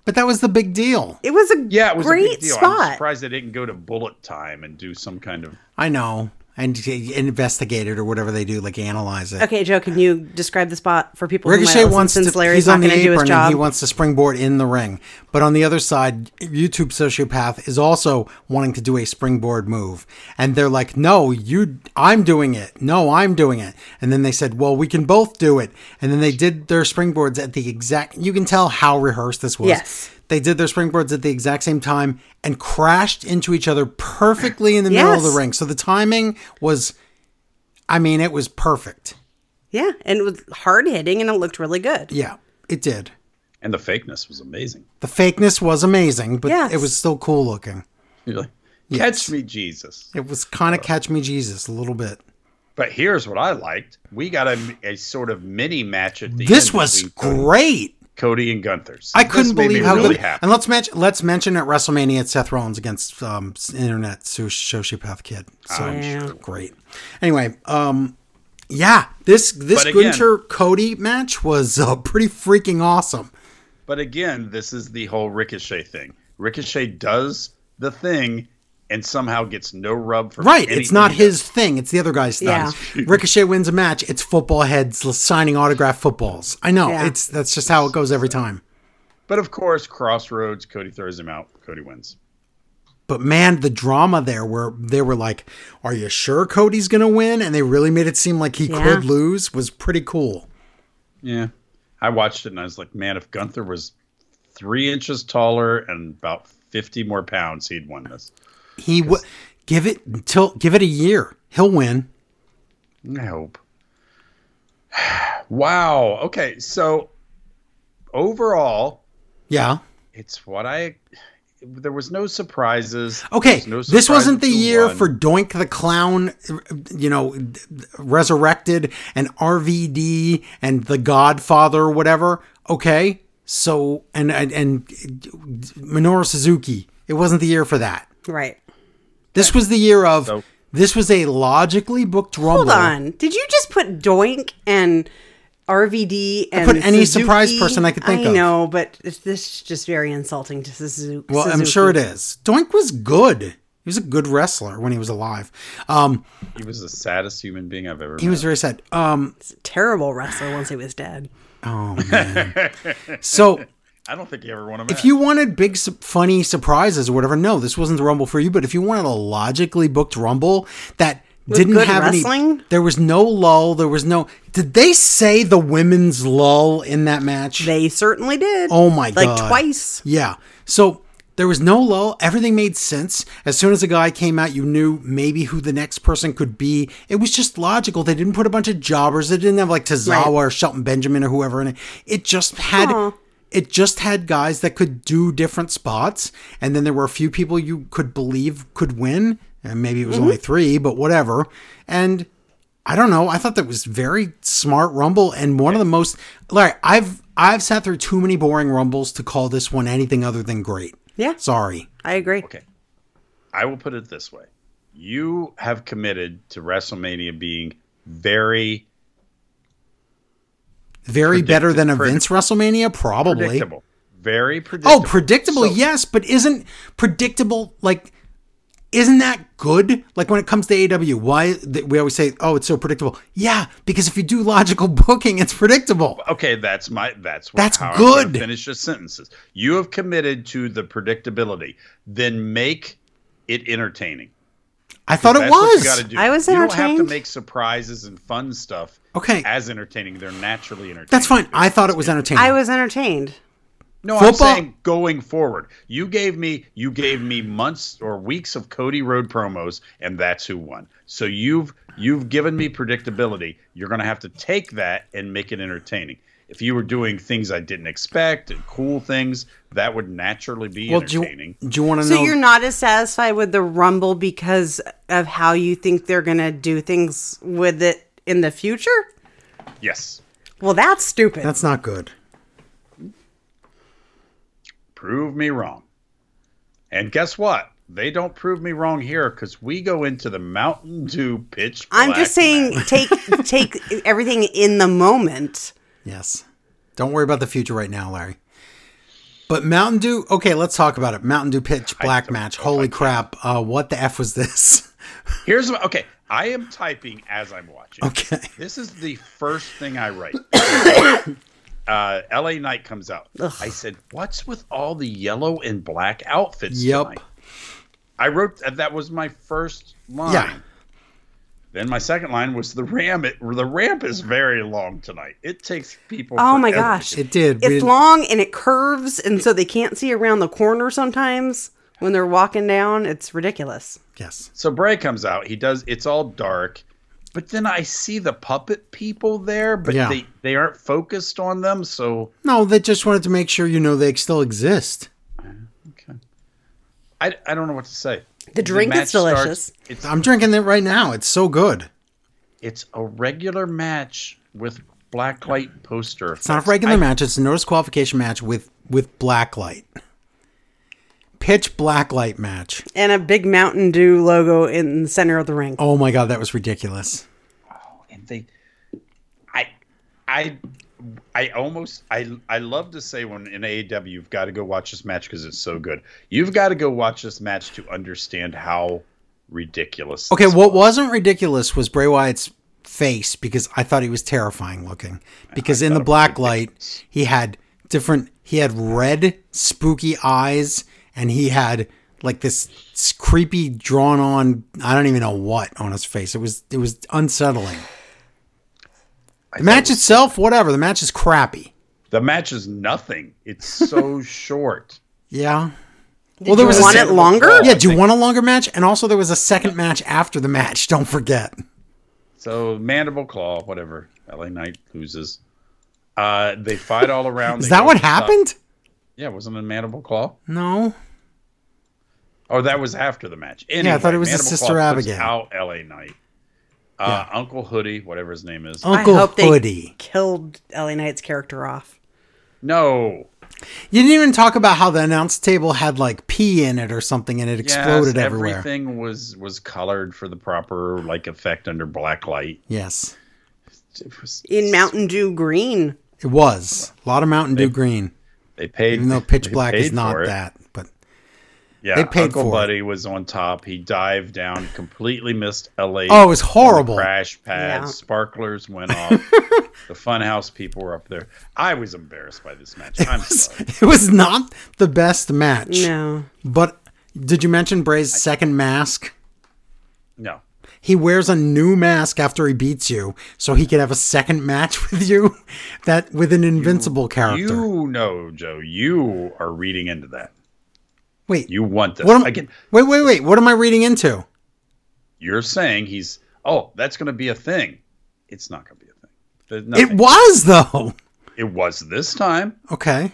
Speaker 3: But that was the big deal.
Speaker 5: it was a
Speaker 4: Yeah, it was
Speaker 5: great
Speaker 4: a big deal. I'm
Speaker 5: spot.
Speaker 4: surprised they didn't go to bullet time and do some kind of.
Speaker 3: I know, and y- investigate it or whatever they do, like analyze it.
Speaker 5: Okay, Joe, can you describe the spot for people?
Speaker 3: Ricochet
Speaker 5: who might
Speaker 3: wants
Speaker 5: listen,
Speaker 3: to.
Speaker 5: since Larry's
Speaker 3: he's
Speaker 5: not
Speaker 3: on the
Speaker 5: going to do his
Speaker 3: apron
Speaker 5: job.
Speaker 3: and he wants to springboard in the ring. But on the other side, YouTube sociopath is also wanting to do a springboard move, and they're like, "No, you, I'm doing it. No, I'm doing it." And then they said, "Well, we can both do it." And then they did their springboards at the exact. You can tell how rehearsed this was.
Speaker 5: Yes.
Speaker 3: They did their springboards at the exact same time and crashed into each other perfectly in the middle of
Speaker 5: Yes.
Speaker 3: the ring. So the timing was, I mean, it was perfect.
Speaker 5: yeah, and it was hard hitting, and it looked really good.
Speaker 3: Yeah, it did.
Speaker 4: And the fakeness was amazing.
Speaker 3: The fakeness was amazing, but
Speaker 5: Yes.
Speaker 3: it was still cool looking.
Speaker 4: You're like, Catch me, Jesus.
Speaker 3: It was kind
Speaker 4: Uh,
Speaker 3: of catch me Jesus a little bit.
Speaker 4: But here's what I liked. We got a, a sort of mini match at the
Speaker 3: This
Speaker 4: end
Speaker 3: was
Speaker 4: between Cody,
Speaker 3: great.
Speaker 4: Cody and Gunther. So
Speaker 3: I
Speaker 4: this
Speaker 3: couldn't
Speaker 4: made me
Speaker 3: believe how
Speaker 4: really
Speaker 3: good.
Speaker 4: happy.
Speaker 3: And let's mention let's mention at WrestleMania it's Seth Rollins against um, internet so- sociopath kid. So
Speaker 4: Ah,
Speaker 3: great. Anyway, um, yeah, this this
Speaker 4: But again-
Speaker 3: Gunter Cody match was uh, pretty freaking awesome.
Speaker 4: But again, this is the whole Ricochet thing. Ricochet does the thing and somehow gets no rub for
Speaker 3: Right, it's not
Speaker 4: anything.
Speaker 3: his thing; it's the other guy's thing.
Speaker 5: Yeah.
Speaker 3: Ricochet wins a match; it's football heads signing autograph footballs. I know
Speaker 5: Yeah.
Speaker 3: it's that's just how it goes every time.
Speaker 4: But of course, Crossroads, Cody throws him out. Cody wins.
Speaker 3: But man, the drama there where they were like, "Are you sure Cody's going to win?" and they really made it seem like he
Speaker 5: Yeah.
Speaker 3: could lose was pretty cool.
Speaker 4: Yeah. I watched it and I was like, man, if Gunther was three inches taller and about 50 more pounds, he'd won this.
Speaker 3: He w- give it until give it a year, he'll win.
Speaker 4: I hope. wow. Okay. So overall,
Speaker 3: Yeah.
Speaker 4: it's what I. There was no surprises.
Speaker 3: Okay,
Speaker 4: There's no
Speaker 3: this wasn't the
Speaker 4: surprises who
Speaker 3: year
Speaker 4: won.
Speaker 3: for Doink the Clown, you know, resurrected and RVD and The Godfather or whatever. Okay, so and and, and Minoru Suzuki. It wasn't the year for that.
Speaker 5: Right.
Speaker 3: This was the year of.
Speaker 4: So-
Speaker 3: This was a logically booked rumble.
Speaker 5: Hold on. Did you just put Doink and RVD and
Speaker 3: put any
Speaker 5: Suzuki?
Speaker 3: surprise person I could think
Speaker 5: I
Speaker 3: of.
Speaker 5: know, but this is just very insulting to Suzu- Suzuki.
Speaker 3: Well, I'm sure it is. Doink was good. He was a good wrestler when he was alive. Um,
Speaker 4: He was the saddest human being I've ever.
Speaker 3: he was very sad. Um,
Speaker 5: Terrible wrestler once he was dead.
Speaker 3: so
Speaker 4: I don't think he ever won a
Speaker 3: if you wanted big, su- funny surprises or whatever, no, this wasn't the Rumble for you. But if you wanted a logically booked Rumble that didn't
Speaker 5: good
Speaker 3: have any,
Speaker 5: wrestling?
Speaker 3: there was no lull. There was no. Did they say the women's lull in that match?
Speaker 5: They certainly did.
Speaker 3: Oh my god.
Speaker 5: Like twice.
Speaker 3: Yeah. So there was no lull. Everything made sense. As soon as a guy came out, you knew maybe who the next person could be. It was just logical. They didn't put a bunch of jobbers. They didn't have like Tozawa
Speaker 5: Right.
Speaker 3: or Shelton Benjamin or whoever in it. It just had it just had guys that could do different spots. And then there were a few people you could believe could win. And maybe it
Speaker 5: Mm-hmm.
Speaker 3: was only three, but whatever. And I don't know. I thought that was very smart rumble and one of the most Larry, I've I've sat through too many boring rumbles to call this one anything other than great.
Speaker 5: Yeah.
Speaker 3: Sorry.
Speaker 5: I agree.
Speaker 4: Okay. I will put it this way. You have committed to WrestleMania being very
Speaker 3: Very better than a
Speaker 4: Predict-
Speaker 3: Vince WrestleMania, probably.
Speaker 4: predictable. Very predictable.
Speaker 3: Oh, predictable,
Speaker 4: So-
Speaker 3: yes, but isn't predictable like isn't that good? Like when it comes to AW, why th- we always say, "Oh, it's so predictable." Yeah, because if you do logical booking, it's predictable.
Speaker 4: Okay, that's my that's what,
Speaker 3: That's
Speaker 4: how I'm gonna
Speaker 3: good.
Speaker 4: finish the sentences. You have committed to the predictability. Then make it entertaining.
Speaker 3: I thought it
Speaker 4: That's what you got to
Speaker 3: was.
Speaker 4: do.
Speaker 5: I was
Speaker 4: You don't have to
Speaker 5: entertained.
Speaker 4: make surprises and fun stuff.
Speaker 3: Okay.
Speaker 4: As entertaining, they're naturally entertaining.
Speaker 3: That's fine. I thought it was entertaining.
Speaker 5: I was entertained.
Speaker 4: No,
Speaker 3: Football-
Speaker 4: I'm saying going forward. You gave me you gave me months or weeks of Cody Road promos, and that's who won. So you've you've given me predictability. You're gonna have to take that and make it entertaining. if you were doing things I didn't expect and cool things, that would naturally be
Speaker 3: Well, do
Speaker 4: entertaining.
Speaker 3: you, do you want to
Speaker 2: So
Speaker 3: know?
Speaker 2: you're not as satisfied with the Rumble because of how you think they're going to do things with it in the future?
Speaker 4: yes.
Speaker 5: Well, that's stupid.
Speaker 3: That's not good.
Speaker 4: prove me wrong. And guess what? They don't prove me wrong here because we go into the Mountain Dew pitch.
Speaker 2: I'm
Speaker 4: black
Speaker 2: just saying
Speaker 4: night.
Speaker 2: take take everything in the moment.
Speaker 3: Yes. Don't worry about the future right now, Larry. But Mountain Dew, okay, let's talk about it. Mountain Dew pitch black match. Holy crap. Uh, what the F was this?
Speaker 4: Here's my, okay. I am typing as I'm watching.
Speaker 3: Okay.
Speaker 4: This is the first thing I write. uh, LA Knight comes out. I said, "What's with all the yellow and black outfits?"
Speaker 3: Yep.
Speaker 4: tonight?" I wrote uh, that was my first line.
Speaker 3: Yeah.
Speaker 4: Then my second line was the ramp. It, the ramp is very long tonight. It takes people.
Speaker 2: Oh my
Speaker 4: forever to
Speaker 2: gosh.
Speaker 4: get
Speaker 3: It did. We
Speaker 2: It's
Speaker 3: didn't-
Speaker 2: long and it curves and so they can't see around the corner sometimes when they're walking down. It's ridiculous.
Speaker 3: Yes.
Speaker 4: So Bray comes out. He does. It's all dark, but then I see the puppet people there, but
Speaker 3: Yeah.
Speaker 4: they they aren't focused on them. So
Speaker 3: No, they just wanted to make sure you know they still exist.
Speaker 4: okay, I, I don't know what to say. The
Speaker 5: drink is
Speaker 4: match starts.
Speaker 5: delicious.
Speaker 4: it's
Speaker 3: I'm drinking it right now. It's so good.
Speaker 4: it's a regular match with blacklight poster.
Speaker 3: It's not a regular match. It's a notice qualification match with with black light. Pitch black light match.
Speaker 2: And a big Mountain Dew logo in the center of the ring.
Speaker 3: Oh my god, that was ridiculous.
Speaker 4: and they i i i almost i i love to say when in aew you've got to go watch this match because it's so good you've got to go watch this match to understand how ridiculous
Speaker 3: Okay,
Speaker 4: this
Speaker 3: what wasn't ridiculous was Bray Wyatt's face because I thought he was terrifying looking. Because in the black light, he had different. He had red, spooky eyes, and he had like this s- creepy, drawn on. I don't even know what on his face. It was it was unsettling. The match itself, whatever. The match is crappy.
Speaker 4: the match is nothing it's so short
Speaker 3: Yeah. well, there
Speaker 2: you
Speaker 3: a Oh,
Speaker 2: want
Speaker 3: sec-
Speaker 2: it longer?
Speaker 5: Oh,
Speaker 3: Yeah, do you want a longer match? And also, there was a second match after the match. Don't forget.
Speaker 4: so mandible claw whatever la knight loses uh they fight all around
Speaker 3: Is
Speaker 4: They
Speaker 3: that
Speaker 4: go
Speaker 3: what
Speaker 4: to the top.
Speaker 3: happened?
Speaker 4: yeah wasn't it mandible claw
Speaker 3: No.
Speaker 4: Oh, that was after the match. Anyway,
Speaker 3: Yeah, I thought it was the
Speaker 4: Mandible
Speaker 3: Sister
Speaker 4: Claw puts
Speaker 3: Abigail.
Speaker 4: Out LA Knight. Uh, Uncle Hoodie, whatever his name is.
Speaker 3: Uncle
Speaker 2: I hope they
Speaker 3: Hoodie.
Speaker 2: killed LA Knight's character off.
Speaker 4: no.
Speaker 3: You didn't even talk about how the announce table had like pee in it or something and it exploded
Speaker 4: Yes,
Speaker 3: everywhere.
Speaker 4: Everything was was colored for the proper like effect under black light.
Speaker 3: Yes.
Speaker 4: It was,
Speaker 2: In Mountain Dew green.
Speaker 3: It was. A lot of Mountain Dew Green.
Speaker 4: they paid
Speaker 3: Even though pitch
Speaker 4: they
Speaker 3: black
Speaker 4: paid
Speaker 3: is not
Speaker 4: for it.
Speaker 3: that. But
Speaker 4: Yeah,
Speaker 3: They paid
Speaker 4: Uncle
Speaker 3: for it.
Speaker 4: Buddy was on top. He dived down, completely missed LA.
Speaker 3: Oh, it was horrible.
Speaker 4: Crash pad,
Speaker 2: Yeah.
Speaker 4: sparklers went off. the funhouse people were up there. I was embarrassed by this match. I'm sorry.
Speaker 3: it was not the best match.
Speaker 2: No.
Speaker 3: But did you mention Bray's second mask?
Speaker 4: No.
Speaker 3: He wears a new mask after he beats you, so he could have a second match with you that with an invincible character.
Speaker 4: You know, Joe, you are reading into that.
Speaker 3: wait.
Speaker 4: You want this.
Speaker 3: what am,
Speaker 4: Again,
Speaker 3: wait, wait, wait. What am I reading into?
Speaker 4: you're saying he's, oh, that's going to be a thing. It's not going to be a thing. There's
Speaker 3: It
Speaker 4: nothing.
Speaker 3: was though.
Speaker 4: it was this time.
Speaker 3: Okay.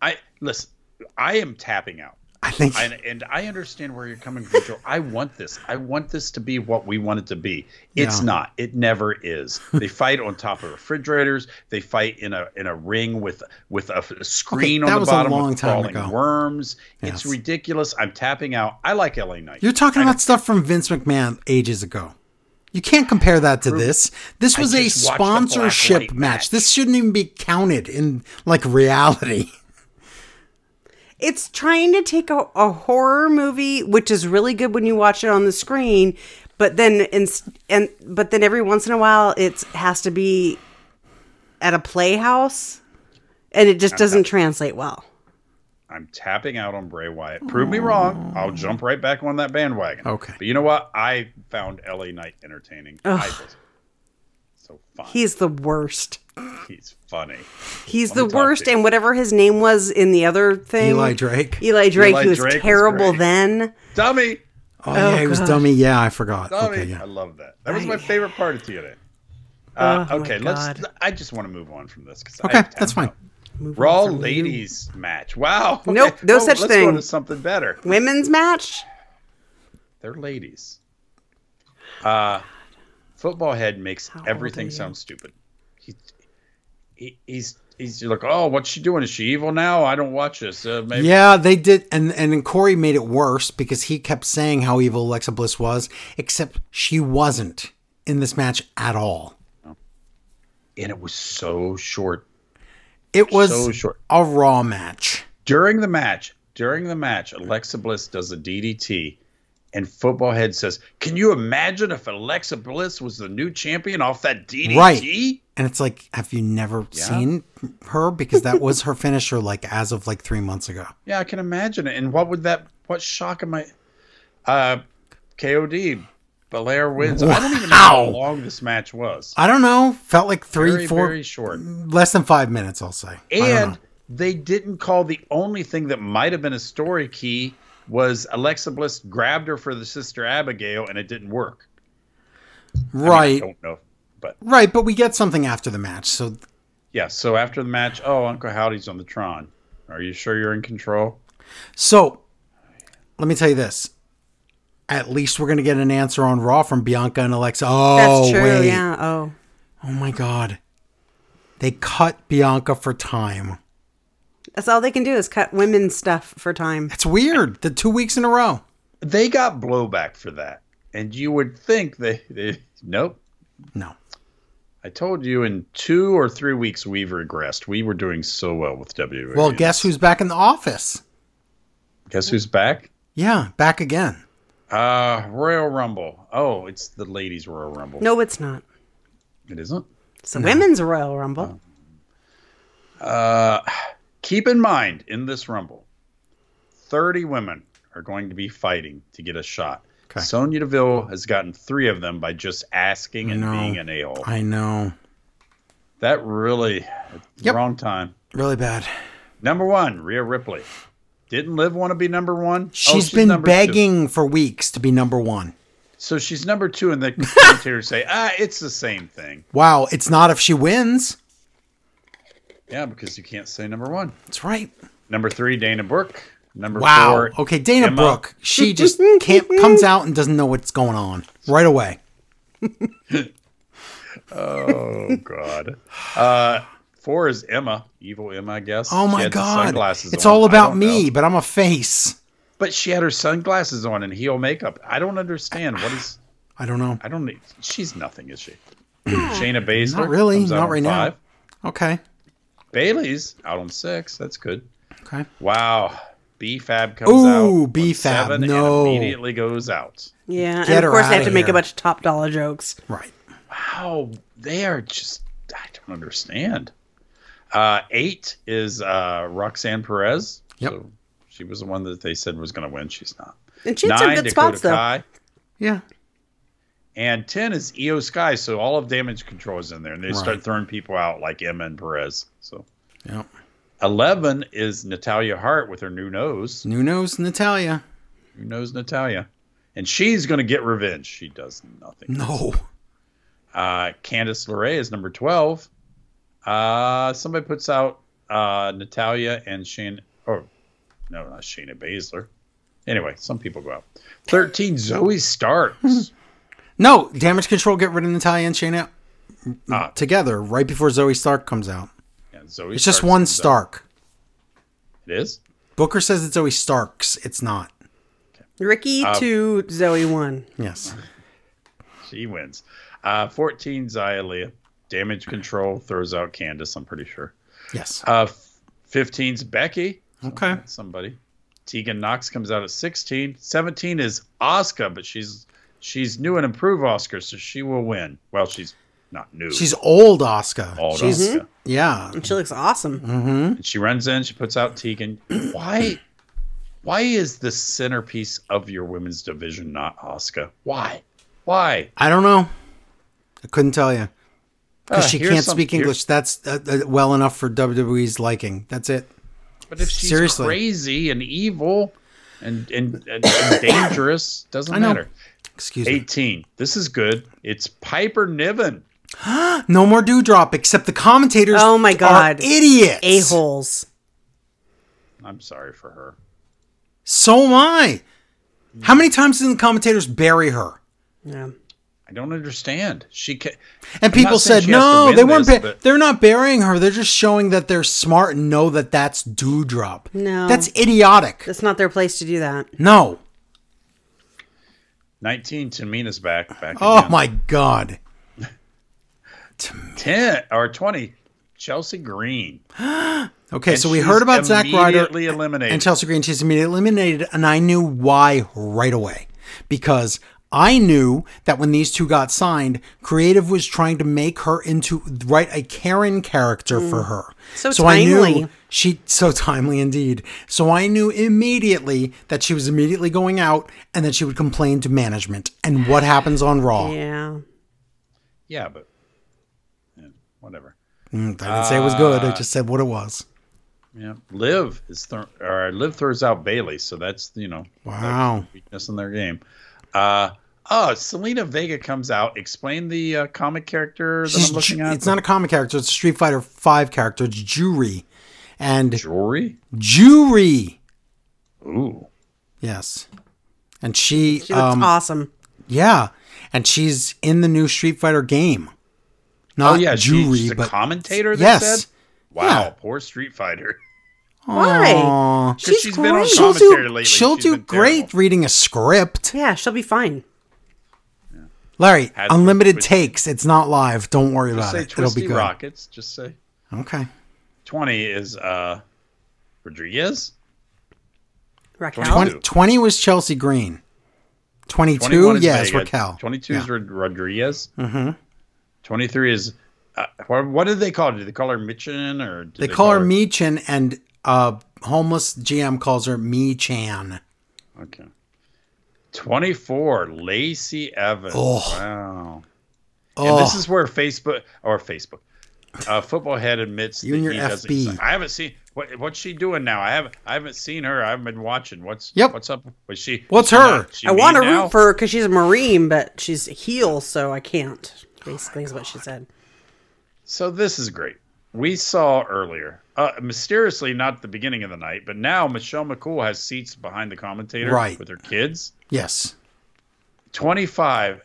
Speaker 4: I Listen, I am tapping out.
Speaker 3: I think
Speaker 4: And, and I understand where you're coming from, Joe. I want this. I want this to be what we want it to be. It's
Speaker 3: Yeah.
Speaker 4: not. It never is. They fight on top of refrigerators. They fight in a in a ring with with a, f- a screen
Speaker 3: that
Speaker 4: on the
Speaker 3: was a
Speaker 4: bottom
Speaker 3: long
Speaker 4: with
Speaker 3: time
Speaker 4: crawling
Speaker 3: ago.
Speaker 4: worms.
Speaker 3: Yes.
Speaker 4: It's ridiculous. I'm tapping out. I like LA Knight.
Speaker 3: You're talking about stuff from Vince McMahon ages ago. You can't compare that to this. This was a
Speaker 4: just watched the Black
Speaker 3: sponsorship
Speaker 4: Light
Speaker 3: match.
Speaker 4: match.
Speaker 3: This shouldn't even be counted in like reality.
Speaker 2: It's trying to take a, a horror movie, which is really good when you watch it on the screen, but then in, and but then every once in a while it has to be at a playhouse, and it just doesn't translate well.
Speaker 4: I'm tapping out on Bray Wyatt. Prove me wrong. I'll jump right back on that bandwagon.
Speaker 3: Okay.
Speaker 4: But you know what? I found LA Knight entertaining. I was so fun.
Speaker 2: He's the worst.
Speaker 4: He's funny.
Speaker 2: He's
Speaker 4: me
Speaker 2: the
Speaker 4: talk to
Speaker 2: worst,
Speaker 4: you.
Speaker 2: and whatever his name was in the other thing,
Speaker 3: Eli Drake.
Speaker 2: Eli Drake,
Speaker 4: Eli
Speaker 2: he was
Speaker 4: Drake was
Speaker 2: terrible
Speaker 4: great.
Speaker 2: then.
Speaker 4: Dummy.
Speaker 3: Oh, yeah, he was dummy. Yeah, I forgot.
Speaker 4: Oh, Dummy.
Speaker 3: Okay, yeah.
Speaker 4: I love that. That was my favorite part of TNA. Uh,
Speaker 5: Oh, my
Speaker 4: okay, let's.
Speaker 5: God.
Speaker 4: I just want to move on from this because
Speaker 3: Okay, that's fine.
Speaker 4: Raw ladies match. Wow. Okay.
Speaker 2: Nope, no
Speaker 4: Oh,
Speaker 2: such
Speaker 4: let's
Speaker 2: thing.
Speaker 4: Go to something better.
Speaker 2: Women's match?
Speaker 4: They're ladies. Uh, football head makes everything sound stupid. He, he, he's he's like, oh, what's she doing? Is she evil now? I don't watch this. Uh, maybe.
Speaker 3: Yeah, they did, and and then Corey made it worse because he kept saying how evil Alexa Bliss was, except she wasn't in this match at all.
Speaker 4: And it was so short.
Speaker 3: It was
Speaker 4: So short.
Speaker 3: a Raw match.
Speaker 4: During the match, during the match, Alexa Bliss does a DDT, and football head says, "Can you imagine if Alexa Bliss was the new champion off that DDT?"
Speaker 3: Right. And it's like, have you never seen her? Because that was her finisher, like as of like three months ago.
Speaker 4: Yeah, I can imagine it. And what would that? What shock am I? Uh, KOD, Belair wins. I don't even know how
Speaker 3: Wow.
Speaker 4: long this match was.
Speaker 3: I don't know. Felt like three,
Speaker 4: Very,
Speaker 3: four,
Speaker 4: very short.
Speaker 3: less than five minutes. I'll say. I don't know.
Speaker 4: And they didn't call the only thing that might have been a story key was Alexa Bliss grabbed her for the sister Abigail, and it didn't work. I
Speaker 3: right,
Speaker 4: don't know, but
Speaker 3: right. But we get something after the match, so
Speaker 4: yeah. So after the match, oh, Uncle Howdy's on the Tron. Are you sure you're in control?
Speaker 3: So, let me tell you this. At least we're going to get an answer on Raw from Bianca and Alexa. Oh,
Speaker 2: That's true.
Speaker 3: wait.
Speaker 2: Yeah. Oh.
Speaker 3: Oh my God. They cut Bianca for time.
Speaker 2: That's all they can do is cut women's stuff for time.
Speaker 3: It's weird. The two weeks in a row.
Speaker 4: They got blowback for that, and you would think they, they nope.
Speaker 3: No.
Speaker 4: I told you in two or three weeks we've regressed. We were doing so well with WWE.
Speaker 3: Well, guess who's back in the office?
Speaker 4: guess who's back?
Speaker 3: Yeah, back again.
Speaker 4: Uh Royal Rumble. Oh, it's the ladies' Royal Rumble.
Speaker 2: No, it's not.
Speaker 4: It isn't.
Speaker 2: It's the women's Royal Rumble.
Speaker 4: Keep in mind, in this Rumble, thirty women are going to be fighting to get a shot. Sonya Deville has gotten three of them by just asking and
Speaker 3: No.
Speaker 4: being an a-hole.
Speaker 3: I know.
Speaker 4: That really wrong time.
Speaker 3: Really bad.
Speaker 4: Number one, Rhea Ripley. Didn't Liv want to be number one? Oh,
Speaker 3: She's
Speaker 4: she's
Speaker 3: been
Speaker 4: number two.
Speaker 3: begging for weeks to be number one.
Speaker 4: So she's number two, and the commentators say, ah, it's the same thing.
Speaker 3: Wow, it's not if she wins.
Speaker 4: Yeah, because you can't say number one.
Speaker 3: That's right.
Speaker 4: Number three, Dana Brooke. Number
Speaker 3: Wow.
Speaker 4: four.
Speaker 3: okay, Dana
Speaker 4: Emma.
Speaker 3: Brooke. She just can't comes out and doesn't know what's going on right away.
Speaker 4: Oh, God. Uh, four is Emma, evil Emma, I guess.
Speaker 3: Oh
Speaker 4: She
Speaker 3: my
Speaker 4: had the
Speaker 3: god.
Speaker 4: sunglasses
Speaker 3: It's
Speaker 4: on.
Speaker 3: all
Speaker 4: I
Speaker 3: about
Speaker 4: don't
Speaker 3: me,
Speaker 4: know.
Speaker 3: but I'm a face.
Speaker 4: But she had her sunglasses on and heel makeup. I don't understand. What is.
Speaker 3: I don't know.
Speaker 4: I don't need. She's nothing, is she? Shayna Baszler.
Speaker 3: Not really,
Speaker 4: comes out
Speaker 3: not
Speaker 4: on
Speaker 3: right now.
Speaker 4: five.
Speaker 3: Okay.
Speaker 4: Bailey's out on six. That's good.
Speaker 3: Okay.
Speaker 4: Wow. B Fab comes
Speaker 3: Ooh,
Speaker 4: out. on
Speaker 3: B-Fab,
Speaker 4: seven
Speaker 3: no.
Speaker 4: And immediately goes out.
Speaker 5: Yeah,
Speaker 3: Get
Speaker 5: and
Speaker 3: her
Speaker 5: of course they
Speaker 3: outta
Speaker 5: have to make
Speaker 3: here.
Speaker 5: a bunch of top dollar jokes.
Speaker 3: Right.
Speaker 4: Wow. They are just, I don't understand. Uh, eight is uh, Roxanne Perez.
Speaker 3: Yep.
Speaker 4: she was the one that they said was going to win. She's not.
Speaker 5: And she had some good spots though.
Speaker 4: Kai.
Speaker 3: Yeah.
Speaker 4: And 10 is EO Sky. So all of damage control is in there. And they start throwing people out like Emma and Perez. So
Speaker 3: Yep.
Speaker 4: 11 is Natalia Hart with her new nose.
Speaker 3: Nuno's Natalia.
Speaker 4: New nose, Natalia. And she's going to get revenge. She does nothing.
Speaker 3: No.
Speaker 4: Uh, Candice LeRae is number 12. Uh, somebody puts out uh, Natalia and Shane. Oh, no, not Shayna Baszler. Anyway, some people go out. 13, Zoe Starks.
Speaker 3: No. Damage control get rid of Natalia and Shayna
Speaker 4: Ah.
Speaker 3: together right before Zoe Stark comes out.
Speaker 4: Yeah, Zoe
Speaker 3: It's just
Speaker 4: Starks
Speaker 3: one
Speaker 4: comes out.
Speaker 3: Stark.
Speaker 4: It is?
Speaker 3: Booker says it's always Starks. It's not.
Speaker 5: Ricky
Speaker 4: Uh,
Speaker 5: two, Zoe one.
Speaker 3: Yes.
Speaker 4: She wins. Uh, 14, Zia Leah. Damage control throws out Candice, I'm pretty sure.
Speaker 3: Yes.
Speaker 4: Uh, 15's Becky.
Speaker 3: okay.
Speaker 4: somebody. Tegan Knox comes out at 16. 17 is Oscar, but she's she's new and improved Oscar, so she will win. Well, she's not new.
Speaker 3: She's old Oscar.
Speaker 4: old
Speaker 3: She's
Speaker 4: Asuka. Mm-hmm.
Speaker 3: yeah.
Speaker 5: She looks awesome.
Speaker 3: Mm-hmm.
Speaker 4: And she runs in, she puts out Tegan. Why why is the centerpiece of your women's division not Oscar? Why? Why?
Speaker 3: I don't know. I couldn't tell you because
Speaker 4: Ah,
Speaker 3: she
Speaker 4: here's
Speaker 3: can't
Speaker 4: some-
Speaker 3: speak
Speaker 4: here-
Speaker 3: English. That's uh, uh, well enough for WWE's liking. That's it.
Speaker 4: But if she's
Speaker 3: Seriously.
Speaker 4: crazy and evil and and, and, and dangerous, doesn't
Speaker 3: know.
Speaker 4: matter.
Speaker 3: Excuse me.
Speaker 4: 18. This is good. It's Piper Niven.
Speaker 3: No more dewdrop, except the commentators.
Speaker 5: Oh my God.
Speaker 3: are idiots!
Speaker 5: A holes.
Speaker 4: I'm sorry for her.
Speaker 3: So am I. How many times did the commentators bury her?
Speaker 5: Yeah.
Speaker 4: I don't understand. She ca-
Speaker 3: And
Speaker 4: I'm not
Speaker 3: people
Speaker 4: saying
Speaker 3: said,
Speaker 4: she has to
Speaker 3: no,
Speaker 4: win
Speaker 3: they weren't.
Speaker 4: this,
Speaker 3: bu-
Speaker 4: but-
Speaker 3: they're not burying her. They're just showing that they're smart and know that that's dewdrop.
Speaker 5: No.
Speaker 3: that's idiotic.
Speaker 5: That's not their place to do that.
Speaker 3: No.
Speaker 4: 19 Tamina's back back
Speaker 3: Oh
Speaker 4: again.
Speaker 3: my god.
Speaker 4: 10 or 20 Chelsea Green.
Speaker 3: Okay,
Speaker 4: And
Speaker 3: so we
Speaker 4: she's
Speaker 3: heard about Zack Ryder
Speaker 4: immediately eliminated.
Speaker 3: and Chelsea Green. She's immediately eliminated, and I knew why right away because I knew that when these two got signed, Creative was trying to make her into write a Karen character for her.
Speaker 5: Mm. So
Speaker 3: I
Speaker 5: timely.
Speaker 3: knew she so timely indeed. So I knew immediately that she was immediately going out, and that she would complain to management. And what happens on Raw?
Speaker 5: Yeah.
Speaker 4: Yeah, but yeah, whatever.
Speaker 3: Mm, I didn't say it was good. I just said what it was.
Speaker 4: Yeah. Liv is th- or Liv throws out Bailey, so that's, you know,
Speaker 3: Wow.
Speaker 4: weakness in their game. Uh Oh, Selena Vega comes out. Explain the uh, comic character that
Speaker 3: She's
Speaker 4: I'm looking
Speaker 3: Ju-
Speaker 4: at.
Speaker 3: It's not a comic character. It's a Street Fighter Five character. It's Jury, and
Speaker 4: jewelry.
Speaker 3: Jury.
Speaker 4: Ooh,
Speaker 3: Yes, and she.
Speaker 5: She looks
Speaker 3: um,
Speaker 5: awesome.
Speaker 3: yeah, and she's in the new Street Fighter game. Not
Speaker 4: oh yeah, she-
Speaker 3: Jury,
Speaker 4: she's a
Speaker 3: but
Speaker 4: commentator. They
Speaker 3: yes.
Speaker 4: said, "Wow,
Speaker 3: Yeah.
Speaker 4: poor Street Fighter."
Speaker 5: Why?
Speaker 3: Aw.
Speaker 4: 'Cause she's been on
Speaker 5: great.
Speaker 3: she'll
Speaker 4: commentary
Speaker 3: do.
Speaker 4: lately.
Speaker 3: She'll
Speaker 4: She's
Speaker 3: do
Speaker 4: been
Speaker 3: great
Speaker 4: terrible.
Speaker 3: reading a script.
Speaker 5: Yeah, she'll be fine.
Speaker 3: Larry,
Speaker 4: Had to
Speaker 3: unlimited
Speaker 4: twist-
Speaker 3: takes. It's not live. Don't worry
Speaker 4: Just
Speaker 3: about
Speaker 4: say
Speaker 3: it. It'll be
Speaker 4: twisty
Speaker 3: good.
Speaker 4: rockets. Just say
Speaker 3: Okay.
Speaker 4: 20 is uh Rodriguez.
Speaker 5: Raquel.
Speaker 4: 20.
Speaker 3: 20, 20 was Chelsea Green.
Speaker 4: 21
Speaker 3: 22,
Speaker 4: is
Speaker 3: yeah, it's
Speaker 4: Vega.
Speaker 3: Raquel.
Speaker 4: 22
Speaker 3: yeah.
Speaker 4: is Rod- Rodriguez. Mm-hmm. 23 is uh, what, what did they call her? Did they call her Mitchin or did
Speaker 3: They call her Meechan, and uh, homeless GM calls her Me Chan.
Speaker 4: Okay. 24 Lacey Evans.
Speaker 3: Oh.
Speaker 4: Wow.
Speaker 3: Oh,
Speaker 4: And this is where Facebook or Facebook uh, football head admits
Speaker 3: You
Speaker 4: that
Speaker 3: and your
Speaker 4: he
Speaker 3: FB.
Speaker 4: doesn't. I haven't seen what what's she doing now. I haven't I haven't seen her. I haven't been watching. What's
Speaker 3: Yep.
Speaker 4: What's up? Was she?
Speaker 3: What's
Speaker 4: she
Speaker 3: her?
Speaker 4: not- she
Speaker 5: I want to
Speaker 4: mean now?
Speaker 5: root for her because she's a Marine, but she's a heel, so I can't. Basically, is what she said.
Speaker 4: So this is great. We saw earlier, uh, mysteriously not the beginning of the night, but now Michelle McCool has seats behind the commentator
Speaker 3: Right.
Speaker 4: with her kids.
Speaker 3: yes.
Speaker 4: 25.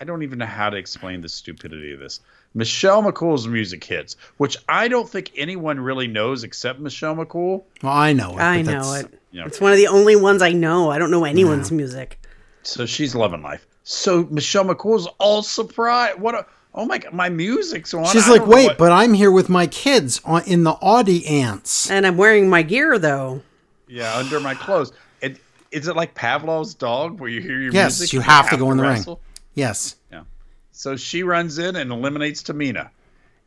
Speaker 4: I don't even know how to explain the stupidity of this. Michelle McCool's music hits, which I don't think anyone really knows except Michelle McCool.
Speaker 3: Well, I know it.
Speaker 5: I
Speaker 3: but
Speaker 5: know
Speaker 3: that's-
Speaker 5: it.
Speaker 4: Yeah.
Speaker 5: It's one of the only ones I know. I don't know anyone's music.
Speaker 4: So she's loving life. So Michelle McCool's all surprised. What a, oh my god, my music's on.
Speaker 3: She's
Speaker 4: I
Speaker 3: like,
Speaker 4: don't know
Speaker 3: wait,
Speaker 4: what-
Speaker 3: but I'm here with my kids on, in the audience.
Speaker 5: And I'm wearing my gear though.
Speaker 4: Yeah, under my clothes. It, is it like Pavlov's dog where you hear your
Speaker 3: Yes,
Speaker 4: music?
Speaker 3: you
Speaker 4: and
Speaker 3: have to go in the ring.
Speaker 4: wrestle?
Speaker 3: Yes.
Speaker 4: So she runs in and eliminates Tamina.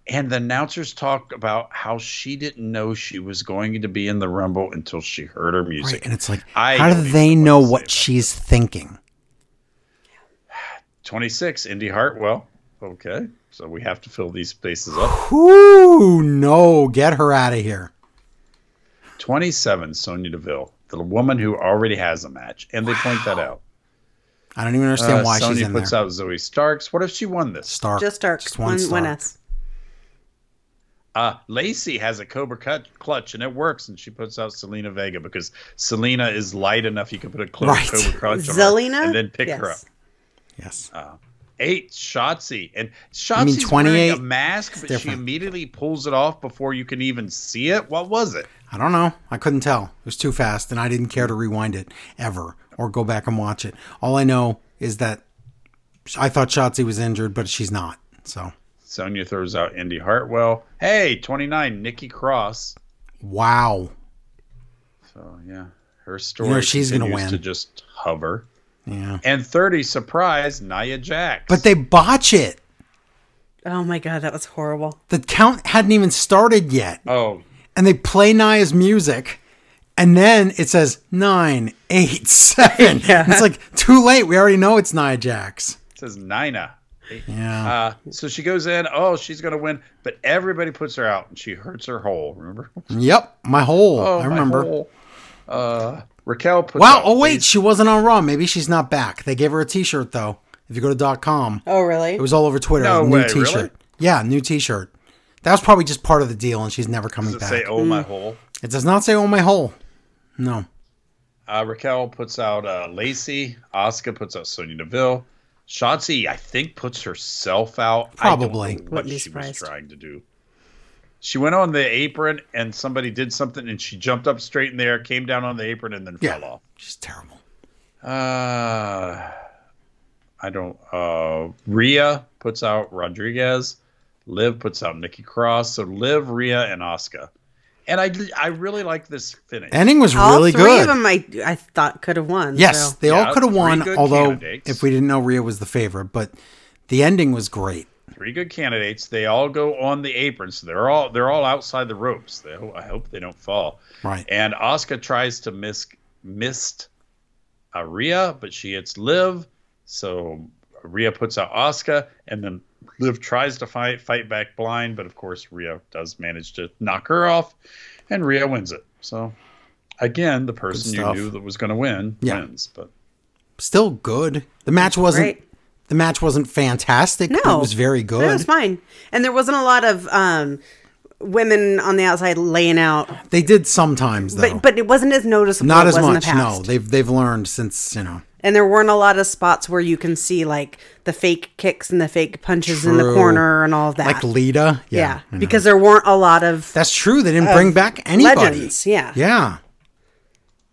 Speaker 4: And the announcers talk about how she didn't know she was going to be in the Rumble until she heard her music.
Speaker 3: Right. And it's like,
Speaker 4: I
Speaker 3: how
Speaker 4: don't
Speaker 3: do
Speaker 4: even
Speaker 3: they
Speaker 4: know
Speaker 3: know
Speaker 4: what to say
Speaker 3: what
Speaker 4: about
Speaker 3: she's thinking?
Speaker 4: 26, Indy Hartwell. Okay. So we have to fill these spaces up.
Speaker 3: Whoo, no, get her out of here.
Speaker 4: 27, Sonya Deville, the woman who already has a match. And they point that out.
Speaker 3: I don't even understand
Speaker 4: Uh,
Speaker 3: why
Speaker 4: Sonya
Speaker 3: she's in
Speaker 4: puts
Speaker 3: there.
Speaker 4: out Zoe Starks. What if she won this?
Speaker 3: Stark.
Speaker 5: Just Stark. one, one,
Speaker 3: Stark.
Speaker 5: S.
Speaker 4: Uh, Lacey has a Cobra cut clutch and it works, and she puts out Selena Vega because Selena is light enough you can put a clo-
Speaker 3: Right.
Speaker 4: Cobra clutch on her
Speaker 5: Zelina.
Speaker 4: and then pick her up.
Speaker 5: Yes.
Speaker 3: Yes.
Speaker 4: eight Shotzi and Shotzi's wearing
Speaker 3: 28?
Speaker 4: a mask, but she
Speaker 3: different.
Speaker 4: immediately pulls it off before you can even see it. What was it?
Speaker 3: I don't know. I couldn't tell. It was too fast, and I didn't care to rewind it ever or go back and watch it. All I know is that I thought Shotzi was injured, but she's not. So,
Speaker 4: Sonya throws out Indy Hartwell. Hey, twenty nine, Nikki Cross.
Speaker 3: wow.
Speaker 4: So yeah, her story.
Speaker 3: You know, she's gonna
Speaker 4: continues
Speaker 3: win.
Speaker 4: to just hover.
Speaker 3: Yeah.
Speaker 4: And thirty, surprise, Nia Jax.
Speaker 3: But they botch it.
Speaker 5: Oh my god, that was horrible.
Speaker 3: The count hadn't even started yet,
Speaker 4: oh,
Speaker 3: and they play Nia's music, and then it says nine, eight, seven.
Speaker 5: Yeah.
Speaker 3: It's like too late. We already know it's Nia Jax.
Speaker 4: it says Nina.
Speaker 3: Yeah.
Speaker 4: Uh, so she goes in. Oh, she's gonna win, but everybody puts her out, and she hurts her hole. Remember?
Speaker 3: yep. My whole.
Speaker 4: Oh,
Speaker 3: I
Speaker 4: my
Speaker 3: remember.
Speaker 4: hole. Uh, Raquel puts.
Speaker 3: Wow.
Speaker 4: out
Speaker 3: Oh wait,
Speaker 4: Lacey-
Speaker 3: she wasn't on Raw. Maybe she's not back. They gave her a T-shirt though. If you go to .com,
Speaker 5: Oh, really?
Speaker 3: it was all over Twitter.
Speaker 4: No
Speaker 3: new
Speaker 4: way,
Speaker 3: T-shirt.
Speaker 4: really?
Speaker 3: Yeah, new T-shirt. That was probably just part of the deal, and she's never coming
Speaker 4: Does it
Speaker 3: back.
Speaker 4: say "Oh my hole"?
Speaker 3: it does not say "Oh my hole." No.
Speaker 4: Uh, Raquel puts out uh, Lacey. Oscar puts out Sonya Deville. Shotzi, I think, puts herself out. I don't know
Speaker 3: Probably.
Speaker 4: what
Speaker 5: Wouldn't be
Speaker 4: she was
Speaker 5: surprised.
Speaker 4: trying to do. She went on the apron and somebody did something and she jumped up straight in the air, came down on the apron, and then
Speaker 3: Yeah.
Speaker 4: fell off.
Speaker 3: She's terrible.
Speaker 4: Uh, I don't. Uh, Rhea puts out Rodriguez. Liv puts out Nikki Cross. So Liv, Rhea, and Oscar. And I, I really like this finish.
Speaker 3: Ending was
Speaker 5: all
Speaker 3: really
Speaker 5: three
Speaker 3: good.
Speaker 5: of them I, I thought could have won.
Speaker 3: Yes,
Speaker 5: so-
Speaker 3: they
Speaker 4: Yeah,
Speaker 3: all could have
Speaker 4: three
Speaker 3: won.
Speaker 4: good
Speaker 3: Although,
Speaker 4: candidates.
Speaker 3: if we didn't know Rhea was the favorite, but the ending was great.
Speaker 4: three good candidates. They all go on the apron, so they're all they're all outside the ropes. They, I hope they don't fall.
Speaker 3: Right.
Speaker 4: And Oscar tries to miss missed Rhea, but she hits Liv. So Rhea puts out Oscar, and then Liv tries to fight fight back blind, but of course Rhea does manage to knock her off, and Rhea wins it. So again, the person you
Speaker 3: stuff.
Speaker 4: knew that was going to win
Speaker 3: Yeah.
Speaker 4: wins. But
Speaker 3: Still good. The match wasn't.
Speaker 5: great.
Speaker 3: The match wasn't fantastic. but
Speaker 5: No.
Speaker 3: it was very
Speaker 5: No, It
Speaker 3: good.
Speaker 5: was fine. And there wasn't a lot of um, women on the outside laying out,
Speaker 3: they did sometimes though,
Speaker 5: but but it wasn't as noticeable.
Speaker 3: not
Speaker 5: it
Speaker 3: as
Speaker 5: was
Speaker 3: much.
Speaker 5: In the past.
Speaker 3: No, they've they've learned since you know.
Speaker 5: and there weren't a lot of spots where you can see like the fake kicks and the fake punches in the
Speaker 3: True.
Speaker 5: corner and all of that.
Speaker 3: Like Lita, yeah,
Speaker 5: yeah,
Speaker 3: I know.
Speaker 5: because there weren't a lot of
Speaker 3: that's true. They didn't bring back anybody.
Speaker 5: legends. Yeah,
Speaker 3: Yeah.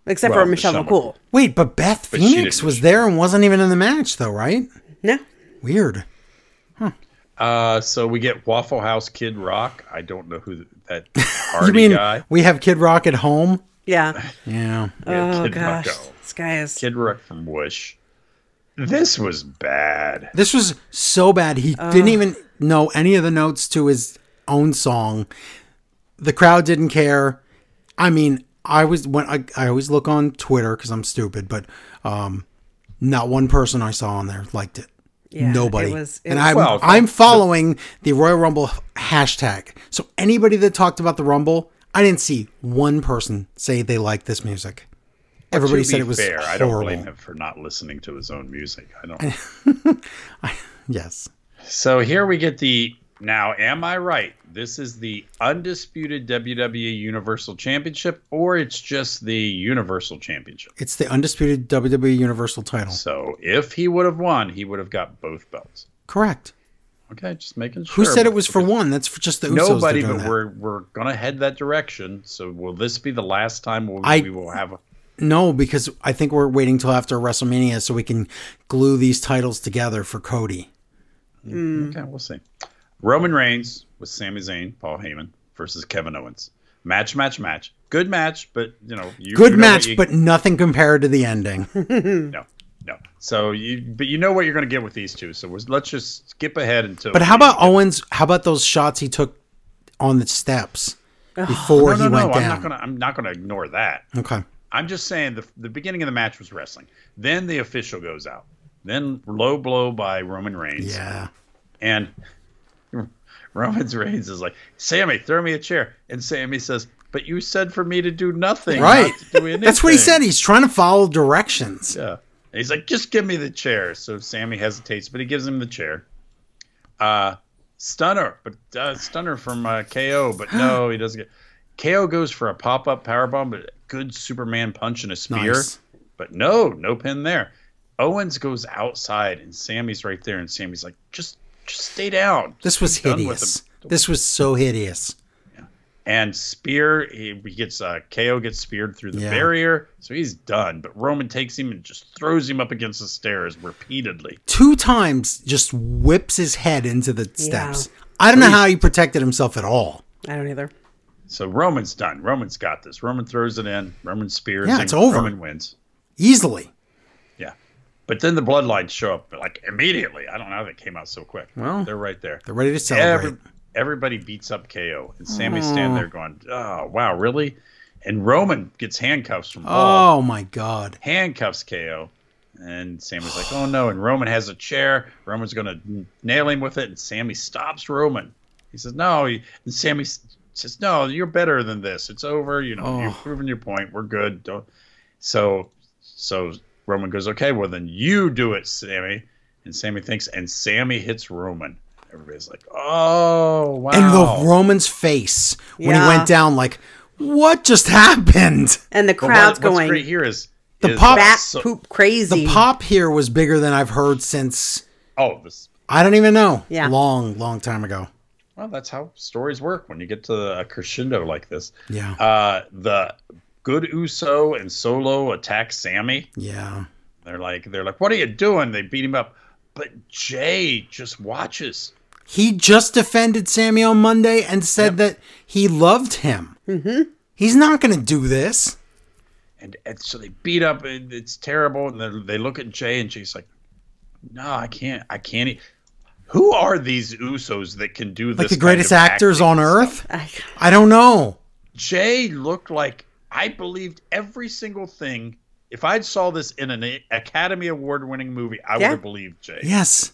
Speaker 5: except
Speaker 4: Well,
Speaker 5: for Michelle
Speaker 4: some-
Speaker 5: McCool.
Speaker 3: Wait, but Beth
Speaker 4: she
Speaker 3: Phoenix
Speaker 4: didn't-
Speaker 3: was there and wasn't even in the match though, right?
Speaker 5: No,
Speaker 3: Weird.
Speaker 4: uh, so we get Waffle House Kid Rock. I don't know who that party
Speaker 3: You mean
Speaker 4: guy.
Speaker 3: we have Kid Rock at home?
Speaker 5: yeah.
Speaker 3: Yeah.
Speaker 4: Yeah,
Speaker 5: Oh
Speaker 4: Kid
Speaker 5: gosh,
Speaker 4: Rocco.
Speaker 5: this guy is.
Speaker 4: Kid Rock from Wish. This was bad.
Speaker 3: This was so bad. He didn't even know any of the notes to his own song. The crowd didn't care. I mean, I was when I, I always look on Twitter because I'm stupid, but um, not one person I saw on there liked it.
Speaker 5: Yeah,
Speaker 3: Nobody.
Speaker 5: it was- it
Speaker 3: and
Speaker 5: was-
Speaker 3: I'm
Speaker 4: Well,
Speaker 3: I'm following the Royal Rumble hashtag. So anybody that talked about the Rumble, I didn't see one person say they liked this music. Everybody
Speaker 4: To
Speaker 3: said
Speaker 4: be
Speaker 3: it was
Speaker 4: fair.
Speaker 3: horrible.
Speaker 4: I don't blame him for not listening to his own music. I don't.
Speaker 3: Yes.
Speaker 4: so here we get the. Now, am I right? This is the undisputed WWE Universal Championship, or it's just the Universal Championship.
Speaker 3: It's the undisputed WWE Universal title.
Speaker 4: So if he would have won, he would have got both belts.
Speaker 3: Correct.
Speaker 4: Okay, just making
Speaker 3: Who
Speaker 4: sure.
Speaker 3: said it was for
Speaker 4: because
Speaker 3: one? That's for just the Usos.
Speaker 4: Nobody,
Speaker 3: that are
Speaker 4: but
Speaker 3: doing that.
Speaker 4: we're we're gonna head that direction. So will this be the last time we'll,
Speaker 3: I-
Speaker 4: we will have a
Speaker 3: no, because I think we're waiting till after WrestleMania so we can glue these titles together for Cody. Mm-hmm.
Speaker 4: Okay, we'll see. Roman Reigns with Sami Zayn, Paul Heyman versus Kevin Owens. Match, match, match. Good match, but you know, you,
Speaker 3: Good
Speaker 4: you know what
Speaker 3: match,
Speaker 4: you-
Speaker 3: but nothing compared to the ending.
Speaker 4: no, no. So you, but you know what you're going to get with these two. So we're, let's just skip ahead until.
Speaker 3: But how about Owens? How about those shots he took on the steps before
Speaker 4: No, no,
Speaker 3: he
Speaker 4: no.
Speaker 3: went
Speaker 4: I'm
Speaker 3: down?
Speaker 4: not going to. I'm not going to ignore that.
Speaker 3: okay.
Speaker 4: I'm just saying the the beginning of the match was wrestling. Then the official goes out. Then low blow by Roman Reigns.
Speaker 3: Yeah.
Speaker 4: And Roman's Reigns is like, Sammy, throw me a chair. And Sammy says, But you said for me to do nothing. not
Speaker 3: Right.
Speaker 4: to do
Speaker 3: That's what he said.
Speaker 4: anything."
Speaker 3: He's trying to follow directions.
Speaker 4: Yeah. And he's like, Just give me the chair. So Sammy hesitates, but he gives him the chair. Uh, stunner, but uh, stunner from uh, KO, but no, he doesn't get. KO goes for a pop up powerbomb, but good Superman punch and a spear.
Speaker 3: Nice.
Speaker 4: But no, no pin there. Owens goes outside, and Sammy's right there, and Sammy's like, Just, just stay down.
Speaker 3: This was
Speaker 4: done with
Speaker 3: hideous. This was so hideous.
Speaker 4: And Spear, he, he gets uh, KO gets speared through the
Speaker 3: Yeah.
Speaker 4: barrier, so he's done. But Roman takes him and just throws him up against the stairs repeatedly.
Speaker 3: two times just whips his head into the steps. I don't know how he protected himself at all.
Speaker 5: I don't either.
Speaker 4: So Roman's done. Roman's got this. Roman throws it in. Roman spears.
Speaker 3: Yeah,
Speaker 4: him.
Speaker 3: it's over.
Speaker 4: Roman wins.
Speaker 3: Easily.
Speaker 4: Yeah, but then the bloodlines show up like immediately. I don't know how they came out so quick. Well, they're right there.
Speaker 3: They're ready to celebrate.
Speaker 4: Every- everybody beats up KO, and Sammy's standing there going, "Oh wow, really?" And Roman gets handcuffs from Paul.
Speaker 3: oh my god.
Speaker 4: handcuffs KO. And Sammy's like, oh no. And Roman has a chair. Roman's going to nail him with it. And Sammy stops Roman. He says, no. He, and Sammy s- says, no, you're better than this. It's over. You know,
Speaker 3: Oh.
Speaker 4: you've proven your point. We're good. Don't. So, so Roman goes, okay, well, then you do it, Sammy. And Sammy thinks, and Sammy hits Roman. Everybody's like, oh, wow.
Speaker 3: And the Roman's face when he
Speaker 5: Yeah.
Speaker 3: went down, like, what just happened?
Speaker 5: and the
Speaker 4: But
Speaker 5: crowd's
Speaker 4: what, What's
Speaker 5: going
Speaker 4: great here is
Speaker 3: The
Speaker 4: is
Speaker 3: pop-
Speaker 5: bat
Speaker 4: so-
Speaker 5: poop crazy.
Speaker 3: The pop here was bigger than I've heard since
Speaker 4: Oh, this.
Speaker 3: I don't even know.
Speaker 5: Yeah.
Speaker 3: Long, long time ago.
Speaker 4: Well, that's how stories work when you get to a crescendo like this.
Speaker 3: Yeah.
Speaker 4: Uh, the good Uso and Solo attack Sammy.
Speaker 3: yeah.
Speaker 4: They're like, they're like, what are you doing? They beat him up, but Jay just watches.
Speaker 3: He just defended Sammy on Monday and said that he loved him. Mm-hmm. He's not going to do this.
Speaker 4: And, and so they beat up, and it's terrible. And then they look at Jay, and Jay's like, "No, I can't. I can't." e- Who are these Usos that can do this?
Speaker 3: Like the
Speaker 4: kind
Speaker 3: greatest
Speaker 4: of
Speaker 3: actors
Speaker 4: acting
Speaker 3: on
Speaker 4: stuff?
Speaker 3: earth. I don't know.
Speaker 4: Jay looked like I believed every single thing. If I'd saw this in an A- Academy Award winning movie, I would
Speaker 5: Yeah.
Speaker 4: have believed Jay.
Speaker 3: Yes.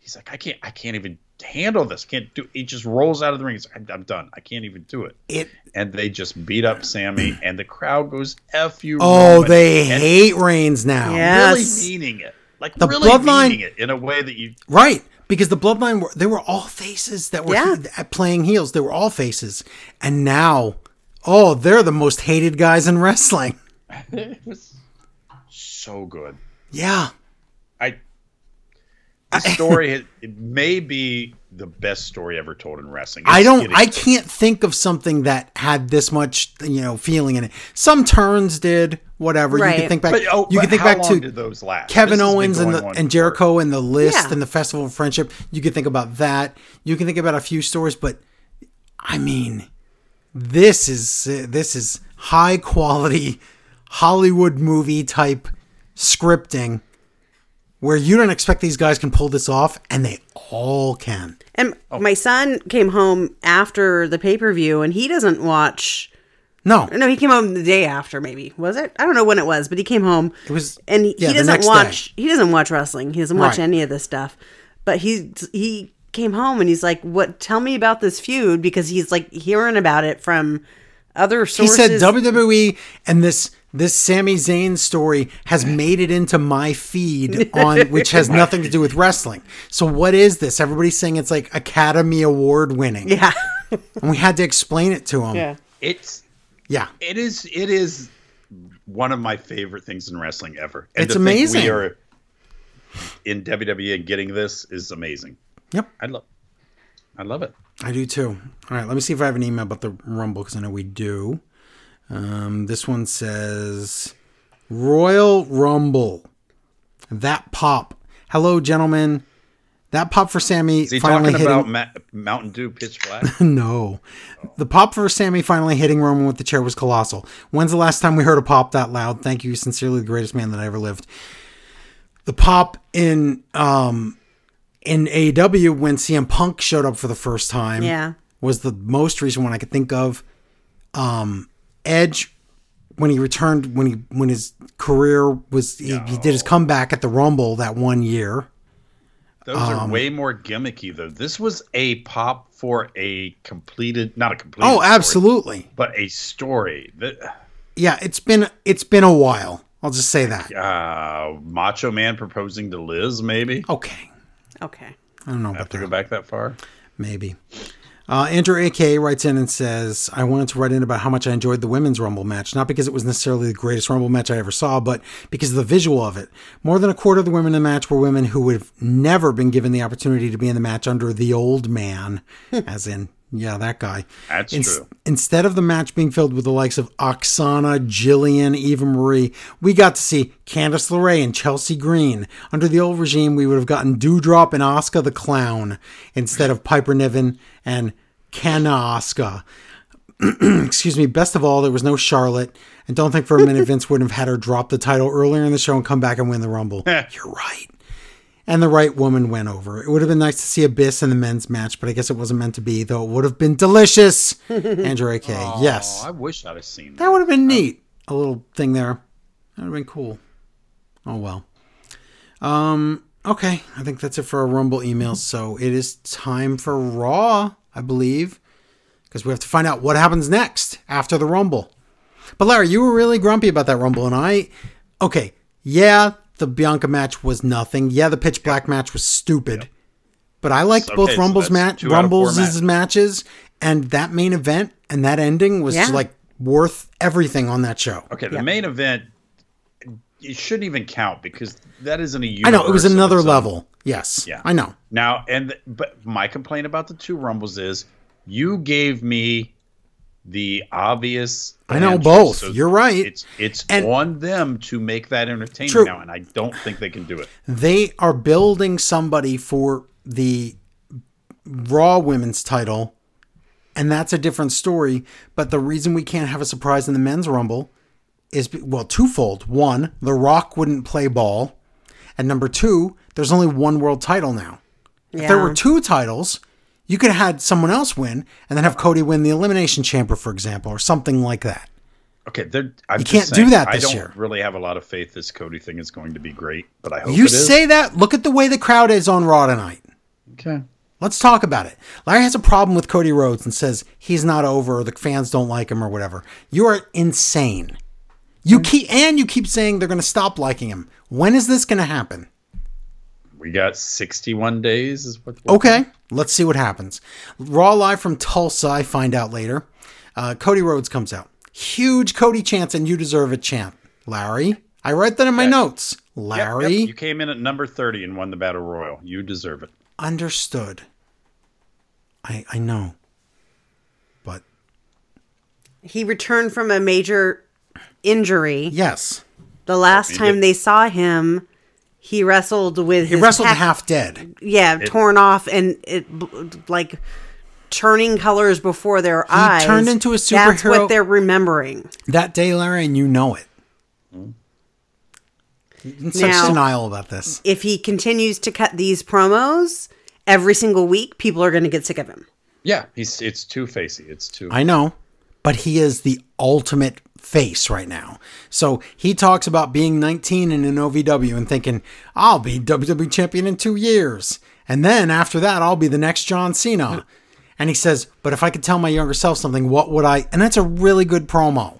Speaker 4: He's like, I can't, I can't even handle this. Can't do. He just rolls out of the ring. He's like, I'm, I'm done. I can't even do it.
Speaker 3: It.
Speaker 4: And they just beat up Sammy, and the crowd goes "f you."
Speaker 3: Oh,
Speaker 4: Roman,"
Speaker 3: they
Speaker 4: and
Speaker 3: hate Reigns now.
Speaker 5: Yeah. Yes.
Speaker 4: really meaning it, like
Speaker 3: The
Speaker 4: really
Speaker 3: bloodline-
Speaker 4: meaning it in a way that you.
Speaker 3: Right. Because the bloodline, were, they were all faces that were
Speaker 5: Yeah.
Speaker 3: he- playing heels. They were all faces. And now, oh, they're the most hated guys in wrestling.
Speaker 4: It was so good.
Speaker 3: Yeah.
Speaker 4: I this story it, it may be the best story ever told in wrestling.
Speaker 3: I
Speaker 4: It's-
Speaker 3: don't.
Speaker 4: it
Speaker 3: I
Speaker 4: is.
Speaker 3: can't think of something that had this much, you know, feeling in it. Some turns did, whatever. You can
Speaker 5: Right.
Speaker 3: think back.
Speaker 4: But, oh,
Speaker 3: you
Speaker 4: but
Speaker 3: can think
Speaker 4: how
Speaker 3: back
Speaker 4: long
Speaker 3: to
Speaker 4: did those last?
Speaker 3: Kevin
Speaker 4: This has been
Speaker 3: Owens and
Speaker 4: going
Speaker 3: the,
Speaker 4: on
Speaker 3: and
Speaker 4: for-
Speaker 3: Jericho and the list
Speaker 5: Yeah.
Speaker 3: and the Festival of Friendship. You can think about that. You can think about a few stories, but I mean, this is uh, this is high quality Hollywood movie type scripting where you don't expect these guys can pull this off, and they all can.
Speaker 5: and
Speaker 3: Oh.
Speaker 5: my son came home after the pay per view, and he doesn't watch.
Speaker 3: No,
Speaker 5: No, he came home the day after. Maybe was it? I don't know when it was, but he came home. It
Speaker 3: was-
Speaker 5: and he,
Speaker 3: yeah,
Speaker 5: he
Speaker 3: the
Speaker 5: doesn't
Speaker 3: next
Speaker 5: watch. He doesn't watch wrestling. He doesn't watch
Speaker 3: Right.
Speaker 5: any of this stuff. But he he came home and he's like, "What? Tell me about this feud?" Because he's like hearing about it from other
Speaker 3: He
Speaker 5: sources.
Speaker 3: said WWE and this this Sami Zayn story has made it into my feed on which has nothing to do with wrestling. So what is this? Everybody's saying it's like Academy Award winning.
Speaker 5: "Yeah,
Speaker 3: And we had to explain it to him.
Speaker 5: yeah,
Speaker 4: It's
Speaker 3: Yeah.
Speaker 4: it is it is one of my favorite things in wrestling ever. And
Speaker 3: It's
Speaker 4: to think
Speaker 3: amazing.
Speaker 4: We are in WWE and getting this is amazing.
Speaker 3: Yep.
Speaker 4: I love, I love it.
Speaker 3: I do too. All right, let me see if I have an email about the Rumble because I know we do. Um, this one says Royal Rumble. That pop. Hello, gentlemen. That pop for Sammy
Speaker 4: Is he
Speaker 3: finally
Speaker 4: talking
Speaker 3: hitting.
Speaker 4: about Ma- Mountain Dew pitch black?
Speaker 3: No. The pop for Sammy finally hitting Roman with the chair was colossal. When's the last time we heard a pop that loud? Thank you, sincerely, the greatest man that I ever lived. The pop in um in AEW when CM Punk showed up for the first time
Speaker 5: Yeah.
Speaker 3: was the most recent one I could think of. Um Edge when he returned when he when his career was he, he did his comeback at the Rumble that one year.
Speaker 4: Those
Speaker 3: Um,
Speaker 4: are way more gimmicky though. This was a pop for a completed, not a complete.
Speaker 3: Oh, absolutely.
Speaker 4: but a story. The,
Speaker 3: Yeah, it's been it's been a while. I'll just say that.
Speaker 4: uh, Macho Man proposing to Liz, maybe.
Speaker 3: Okay.
Speaker 5: okay."
Speaker 3: I don't know about
Speaker 4: Have to
Speaker 3: that.
Speaker 4: go back that far.
Speaker 3: Maybe. Uh, Andrew AK writes in and says, I wanted to write in about how much I enjoyed the women's Rumble match, not because it was necessarily the greatest Rumble match I ever saw, but because of the visual of it. More than a quarter of the women in the match were women who would have never been given the opportunity to be in the match under the old man, as in, yeah, that guy.
Speaker 4: That's true.
Speaker 3: Instead of the match being filled with the likes of Oksana, Jillian, Eva Marie, we got to see Candice LeRae and Chelsea Green. Under the old regime, we would have gotten Dewdrop and Oscar the Clown instead of Piper Niven and Canna Oscar. Excuse me. Best of all, there was no Charlotte, and don't think for a minute Vince wouldn't have had her drop the title earlier in the show and come back and win the Rumble. You're right and the right woman went over. It would have been nice to see Abyss in the men's match, but I guess it wasn't meant to be, though it would have been delicious. Andrew AK, yes.
Speaker 4: I wish I'd have seen
Speaker 3: That
Speaker 4: that.
Speaker 3: would have been neat. A little thing there. That would have been cool. Oh well. Um, okay. I think that's it for our Rumble emails. So it is time for Raw, I believe. Because we have to find out what happens next after the Rumble. But Larry, you were really grumpy about that Rumble, and I okay, yeah, the Bianca match was nothing. Yeah, the pitch black match was stupid. But I liked both
Speaker 4: Okay, so
Speaker 3: Rumbles
Speaker 4: that's
Speaker 3: match
Speaker 4: two out of four
Speaker 3: Rumbles'
Speaker 4: matches.
Speaker 3: matches and that main event and that ending was
Speaker 5: Yeah.
Speaker 3: like worth everything on that show.
Speaker 4: Okay, the main event it shouldn't even count because that isn't a universe.
Speaker 3: I know it was
Speaker 4: of
Speaker 3: another
Speaker 4: its own.
Speaker 3: level. Yes.
Speaker 4: Yeah.
Speaker 3: I know.
Speaker 4: Now and th- but my complaint about the two rumbles is you gave me the obvious.
Speaker 3: I know
Speaker 4: answers.
Speaker 3: both. You're right.
Speaker 4: It's it's
Speaker 3: And-
Speaker 4: on them to make that entertaining
Speaker 3: True.
Speaker 4: now, and I don't think they can do it.
Speaker 3: They are building somebody for the Raw women's title, and that's a different story. But the reason we can't have a surprise in the men's rumble is be- well, twofold. One, The Rock wouldn't play ball. And number two, there's only one world title now. If there were two titles, you could have had someone else win and then have Cody win the Elimination Chamber, for example, or something like that.
Speaker 4: Okay, they're, I'm
Speaker 3: You
Speaker 4: just
Speaker 3: can't do
Speaker 4: saying,
Speaker 3: that
Speaker 4: I
Speaker 3: this
Speaker 4: don't
Speaker 3: year.
Speaker 4: really have a lot of faith this Cody thing is going to be great, but I hope
Speaker 3: You
Speaker 4: it is.
Speaker 3: say that, look at the way the crowd is on Raw tonight.
Speaker 4: okay.
Speaker 3: Let's talk about it. Larry has a problem with Cody Rhodes and says he's not over, or the fans don't like him, or whatever. You are insane. You
Speaker 4: Mm-hmm.
Speaker 3: keep and you keep saying they're going to stop liking him. When is this going to happen?
Speaker 4: We got 61 days is what
Speaker 3: Okay, let's see what happens. Raw live from Tulsa. I find out later. Uh, Cody Rhodes comes out. Huge Cody chance, and you deserve a chant, Larry. I write that in my notes.
Speaker 4: Yep, yep,
Speaker 3: Larry
Speaker 4: you came in at number 30 and won the battle royal. You deserve it.
Speaker 3: understood. I I know, but
Speaker 2: He returned from a major injury.
Speaker 3: yes.
Speaker 2: The last time they saw him, he wrestled with
Speaker 3: He
Speaker 2: his
Speaker 3: wrestled
Speaker 2: pack-
Speaker 3: half dead.
Speaker 2: yeah, torn off and it bl- like turning colors before their eyes.
Speaker 3: turned into a
Speaker 2: That's
Speaker 3: superhero.
Speaker 2: what they're remembering.
Speaker 3: that day, Larry, and you know it. In such
Speaker 2: Now-
Speaker 3: denial about this.
Speaker 2: If he continues to cut these promos every single week, people are going to get sick of him.
Speaker 4: Yeah, he's it's too facey. It's too
Speaker 3: I know, but he is the ultimate face right now. So he talks about being 19 and in an OVW and thinking, I'll be WWE champion in two years. And then after that, I'll be the next John Cena. And he says, But if I could tell my younger self something, what would I? And that's a really good promo.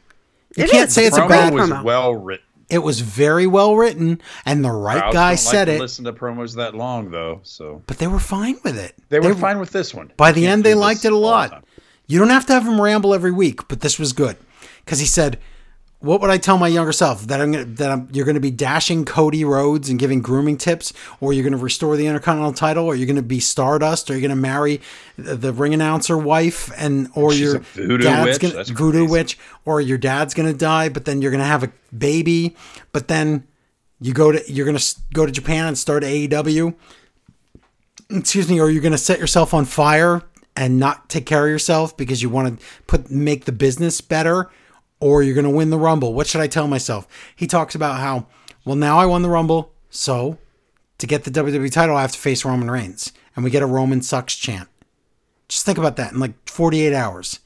Speaker 3: You
Speaker 2: It
Speaker 3: can't
Speaker 2: is.
Speaker 3: say it's
Speaker 4: promo
Speaker 3: a bad
Speaker 4: was
Speaker 2: promo.
Speaker 4: well written.
Speaker 3: It was very well written, and the right
Speaker 4: Crowds
Speaker 3: guy
Speaker 4: don't like
Speaker 3: said
Speaker 4: to
Speaker 3: it,
Speaker 4: Listen to promos that long though, so
Speaker 3: but they were fine with it.
Speaker 4: they were fine with this one.
Speaker 3: By the
Speaker 4: Can't
Speaker 3: end,
Speaker 4: do
Speaker 3: they
Speaker 4: this
Speaker 3: liked it a
Speaker 4: all the
Speaker 3: lot.
Speaker 4: time.
Speaker 3: You don't have to have him ramble every week, but this was good because he said, "What would I tell my younger self that I'm gonna, that I'm, you're going to be dashing Cody Rhodes and giving grooming tips, or you're going to restore the Intercontinental title, or you're going to be Stardust, or you're going to marry the, the ring announcer wife, and or your
Speaker 4: a voodoo
Speaker 3: dad's
Speaker 4: witch?
Speaker 3: Gonna,
Speaker 4: That's
Speaker 3: voodoo
Speaker 4: crazy.
Speaker 3: witch, or your dad's going to die, but then you're going to have a baby, but then." You go to you're gonna s- go to Japan and start E AEW excuse me, or you're going to set yourself on fire and not take care of yourself because you want to put make the business better, or you're going to win the Rumble. What should I tell myself? He talks about how, well, now I won the Rumble, so to get the WWE title, I have to face Roman Reigns, and we get a Roman sucks chant. Just think about that in like 48 hours.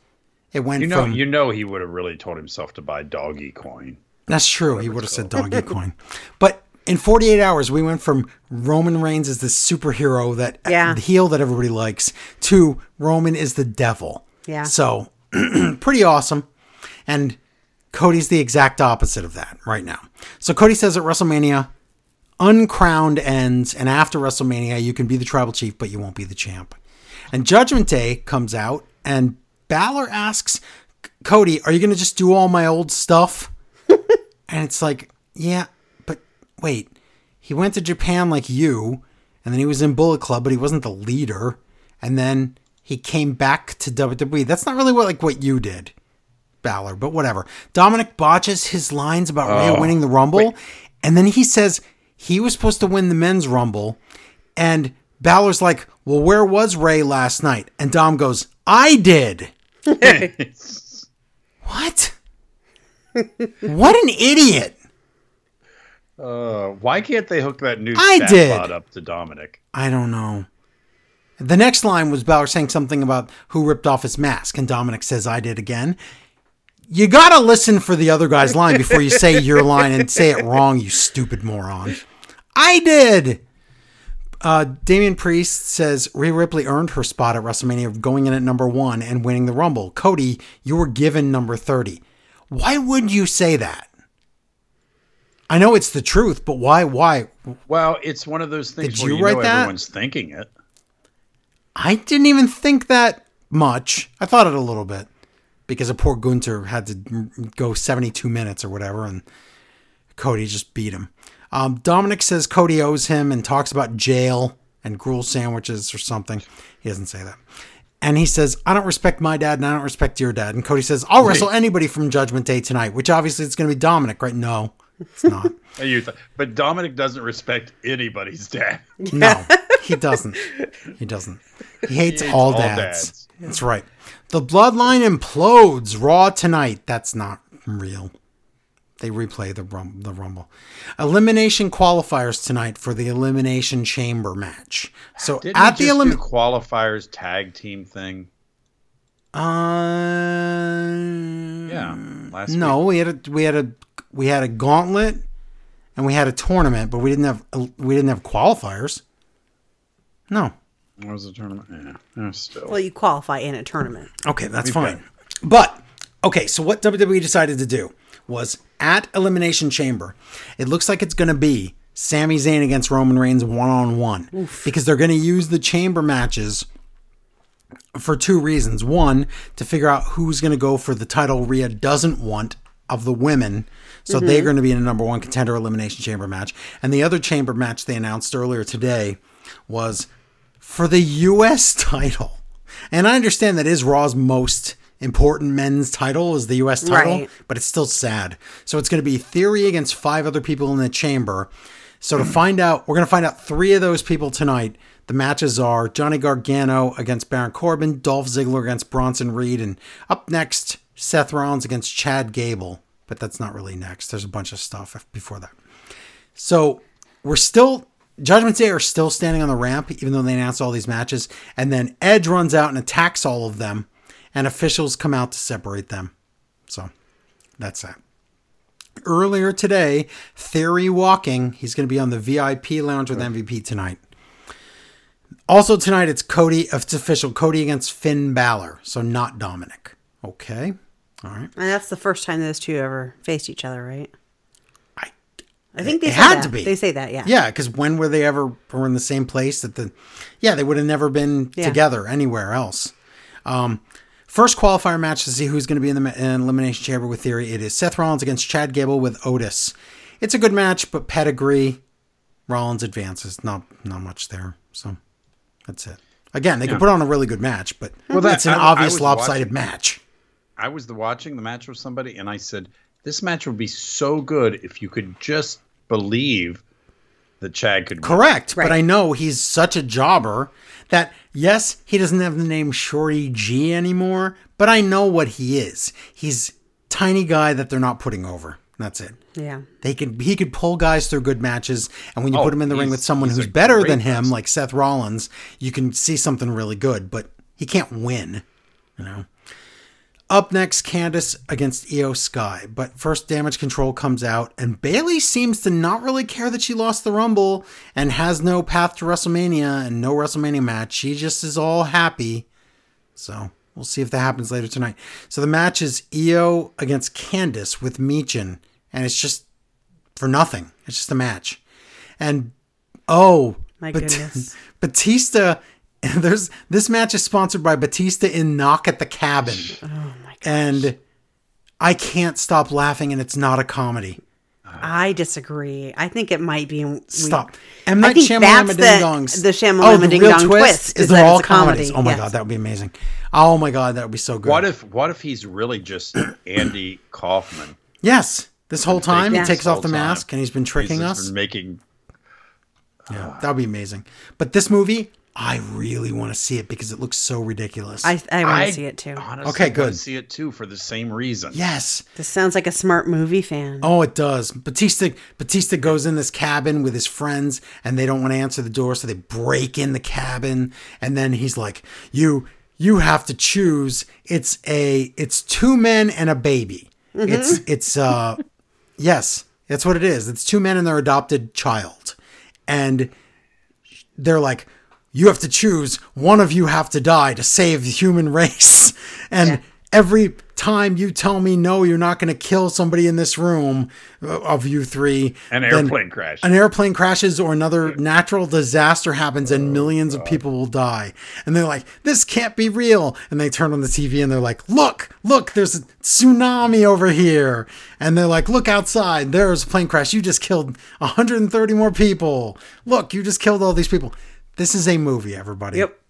Speaker 3: It went
Speaker 4: You know,
Speaker 3: from
Speaker 4: you know, he would have really told himself to buy doggy coin.
Speaker 3: that's true. He would have said doggy coin. But in 48 hours, we went from Roman Reigns is the superhero that uh,
Speaker 2: Yeah.
Speaker 3: the heel that everybody likes to Roman is the devil.
Speaker 2: Yeah.
Speaker 3: So pretty awesome. And Cody's the exact opposite of that right now. So Cody says at WrestleMania, uncrowned ends, and after WrestleMania, you can be the tribal chief, but you won't be the champ. And Judgment Day comes out, and Balor asks Cody, Are you going to just do all my old stuff? and it's like, Yeah, but wait. He went to Japan like you, and then he was in Bullet Club, but he wasn't the leader. And then he came back to WWE. That's not really what like what you did. Balor, but whatever. Dominic botches his lines about Rhea winning the Rumble, and then he says he was supposed to win the men's Rumble, and Balor's like, "Well, where was Ray last night?" And Dom goes, "I did." what? what an idiot!
Speaker 4: Uh, why can't they hook that new
Speaker 3: I
Speaker 4: stat
Speaker 3: did.
Speaker 4: bot up to Dominic?
Speaker 3: I don't know. The next line was Balor saying something about who ripped off his mask, and Dominic says, I did again. You gotta listen for the other guy's line before you say your line and say it wrong, you stupid moron. I did! Uh, Damian Priest says Rhea Ripley earned her spot at WrestleMania of going in at number one and winning the Rumble. Cody, you were given number 30. Why would you say that? I know it's the truth, but why? Why?
Speaker 4: Well, it's one of those things
Speaker 3: Did
Speaker 4: where
Speaker 3: you
Speaker 4: you,
Speaker 3: write
Speaker 4: know
Speaker 3: that?
Speaker 4: everyone's thinking it.
Speaker 3: I didn't even think that much. I thought it a little bit because a poor Gunter had to go 72 minutes or whatever, and Cody just beat him. Um, Dominic says Cody owes him and talks about jail and gruel sandwiches or something. He doesn't say that. And he says, I don't respect my dad and I don't respect your dad. And Cody says, I'll wrestle anybody from Judgment Day tonight, which obviously it's going to be Dominic, right? No, it's not.
Speaker 4: And you th- but Dominic doesn't respect anybody's dad.
Speaker 3: No, he doesn't. He doesn't. He hates all,
Speaker 4: all
Speaker 3: dads. That's right. The bloodline implodes Raw tonight. That's not real. They replay the rum- the rumble. Elimination qualifiers tonight for the elimination chamber match. So
Speaker 4: Didn't
Speaker 3: at
Speaker 4: he
Speaker 3: the
Speaker 4: just
Speaker 3: elim-
Speaker 4: do qualifiers tag team thing?
Speaker 3: uh,
Speaker 4: Yeah, last
Speaker 3: no, we had a we had a we had a gauntlet and we had a tournament, but we didn't have we didn't have qualifiers. No,
Speaker 4: week. What was the tournament? Yeah, yeah, still.
Speaker 5: Well, you qualify in a tournament.
Speaker 3: Okay, that's fine. But okay, so what WWE decided to do was at Elimination Chamber, it looks like it's going to be Sami Zayn against Roman Reigns one on one because they're going to use the chamber matches for two reasons. One, to figure out who's going to go for the title Rhea doesn't want of the women. So they're going to be in a number one contender elimination chamber match. And the other chamber match they announced earlier today was for the U.S. title. And I understand that is Raw's most important men's title is the U.S. title,
Speaker 5: Right.
Speaker 3: but it's still sad. So it's going to be Theory against five other people in the chamber. So to find out, we're going to find out three of those people tonight. The matches are Johnny Gargano against Baron Corbin, Dolph Ziggler against Bronson Reed, and up next, Seth Rollins against Chad Gable. But that's not really next. There's a bunch of stuff before that. So we're still Judgment Day are still standing on the ramp, even though they announced all these matches. And then Edge runs out and attacks all of them, and officials come out to separate them. So that's that. Earlier today, Theory walking. He's going to be on the VIP lounge with MVP tonight. Also tonight, it's Cody. It's official. Cody against Finn Balor. So not Dominic. Okay. All right.
Speaker 5: And that's the first time those two ever faced each other, right?
Speaker 3: I
Speaker 5: I think they
Speaker 3: It
Speaker 5: say
Speaker 3: had
Speaker 5: that.
Speaker 3: to be.
Speaker 5: They say that, yeah.
Speaker 3: Yeah, because when were they ever were in the same place that the Yeah, they would have never been
Speaker 5: Yeah.
Speaker 3: together anywhere else. Um First qualifier match to see who's going to be in the ma- in elimination chamber with Theory. It is Seth Rollins against Chad Gable with Otis. It's a good match, but pedigree Rollins advances. Not not much there. So that's it. Again, they could put on a really good match, but
Speaker 4: that-
Speaker 3: it's an
Speaker 4: I- I
Speaker 3: obvious
Speaker 4: was
Speaker 3: lopsided match.
Speaker 4: I was the watching the match with somebody, and I said, "This match would be so good if you could just believe that Chad could." win."
Speaker 3: Correct, but I know he's such a jobber that yes, he doesn't have the name Shorty G anymore, but I know what he is. He's tiny guy that they're not putting over. That's it.
Speaker 5: Yeah.
Speaker 3: They could he could pull guys through good matches, and when you
Speaker 4: Oh,
Speaker 3: put him in the ring
Speaker 4: he's-
Speaker 3: with someone
Speaker 4: he's a
Speaker 3: who's better than
Speaker 4: great
Speaker 3: him,
Speaker 4: wrestler.
Speaker 3: like Seth Rollins, you can see something really good. But he can't win, you know. Up next, Candace against Io Sky. But first, Damage Control comes out, and Bailey seems to not really care that she lost the Rumble and has no path to WrestleMania and no WrestleMania match. She just is all happy. So we'll see if that happens later tonight. So the match is Io against Candace with Meechin, and it's just for nothing. It's just a match. And oh,
Speaker 5: My
Speaker 3: Bat-
Speaker 5: goodness.
Speaker 3: Batista. There's this match is sponsored by Batista in Knock at the Cabin,
Speaker 5: Oh
Speaker 3: and I can't stop laughing, and it's not a comedy.
Speaker 5: I disagree. I think it might be. We,
Speaker 3: Stop. M Night
Speaker 5: think
Speaker 3: Shyamalan Oh,
Speaker 5: that's
Speaker 3: Ding
Speaker 5: the-
Speaker 3: Dongs.
Speaker 5: the Shyamalan Ding Dong twist
Speaker 3: is,
Speaker 5: is
Speaker 3: they're
Speaker 5: that
Speaker 3: all
Speaker 5: it's a comedy,
Speaker 3: comedies. Oh my
Speaker 5: yes.
Speaker 3: god, that would be amazing. Oh my god, that would be so good.
Speaker 4: What if What if he's really just Andy Kaufman?
Speaker 3: yes, this whole time he
Speaker 4: This
Speaker 3: takes off
Speaker 4: whole
Speaker 3: the
Speaker 4: time,
Speaker 3: mask and he's been tricking
Speaker 4: just
Speaker 3: us.
Speaker 4: been making
Speaker 3: Yeah, that would be amazing. But this movie, I really want to see it because it looks so ridiculous.
Speaker 5: I, I want
Speaker 4: I
Speaker 5: to see it too.
Speaker 4: Honestly,
Speaker 3: Okay,
Speaker 4: okay, good.
Speaker 3: good.
Speaker 4: See it too for the same reason.
Speaker 3: yes.
Speaker 5: This sounds like a smart movie fan.
Speaker 3: Oh, it does. Batista Batista goes in this cabin with his friends, and they don't want to answer the door, so they break in the cabin, and then he's like, "You, you have to choose. It's a, it's two men and a baby. It's, it's, uh, yes, that's what it is. It's two men and their adopted child, and they're like, you have to choose. One of you have to die to save the human race, and every time you tell me no, you're not going to kill somebody in this room uh, of you three,
Speaker 4: An
Speaker 3: then
Speaker 4: airplane crash.
Speaker 3: An airplane crashes or another natural disaster happens
Speaker 4: Oh,
Speaker 3: and millions of people will die. And they're like, this can't be real. And they turn on the TV and they're like, look, look, there's a tsunami over here. And they're like, look outside, there's a plane crash. You just killed 130 more people. Look, you just killed all these people. This is a movie, everybody.
Speaker 2: Yep.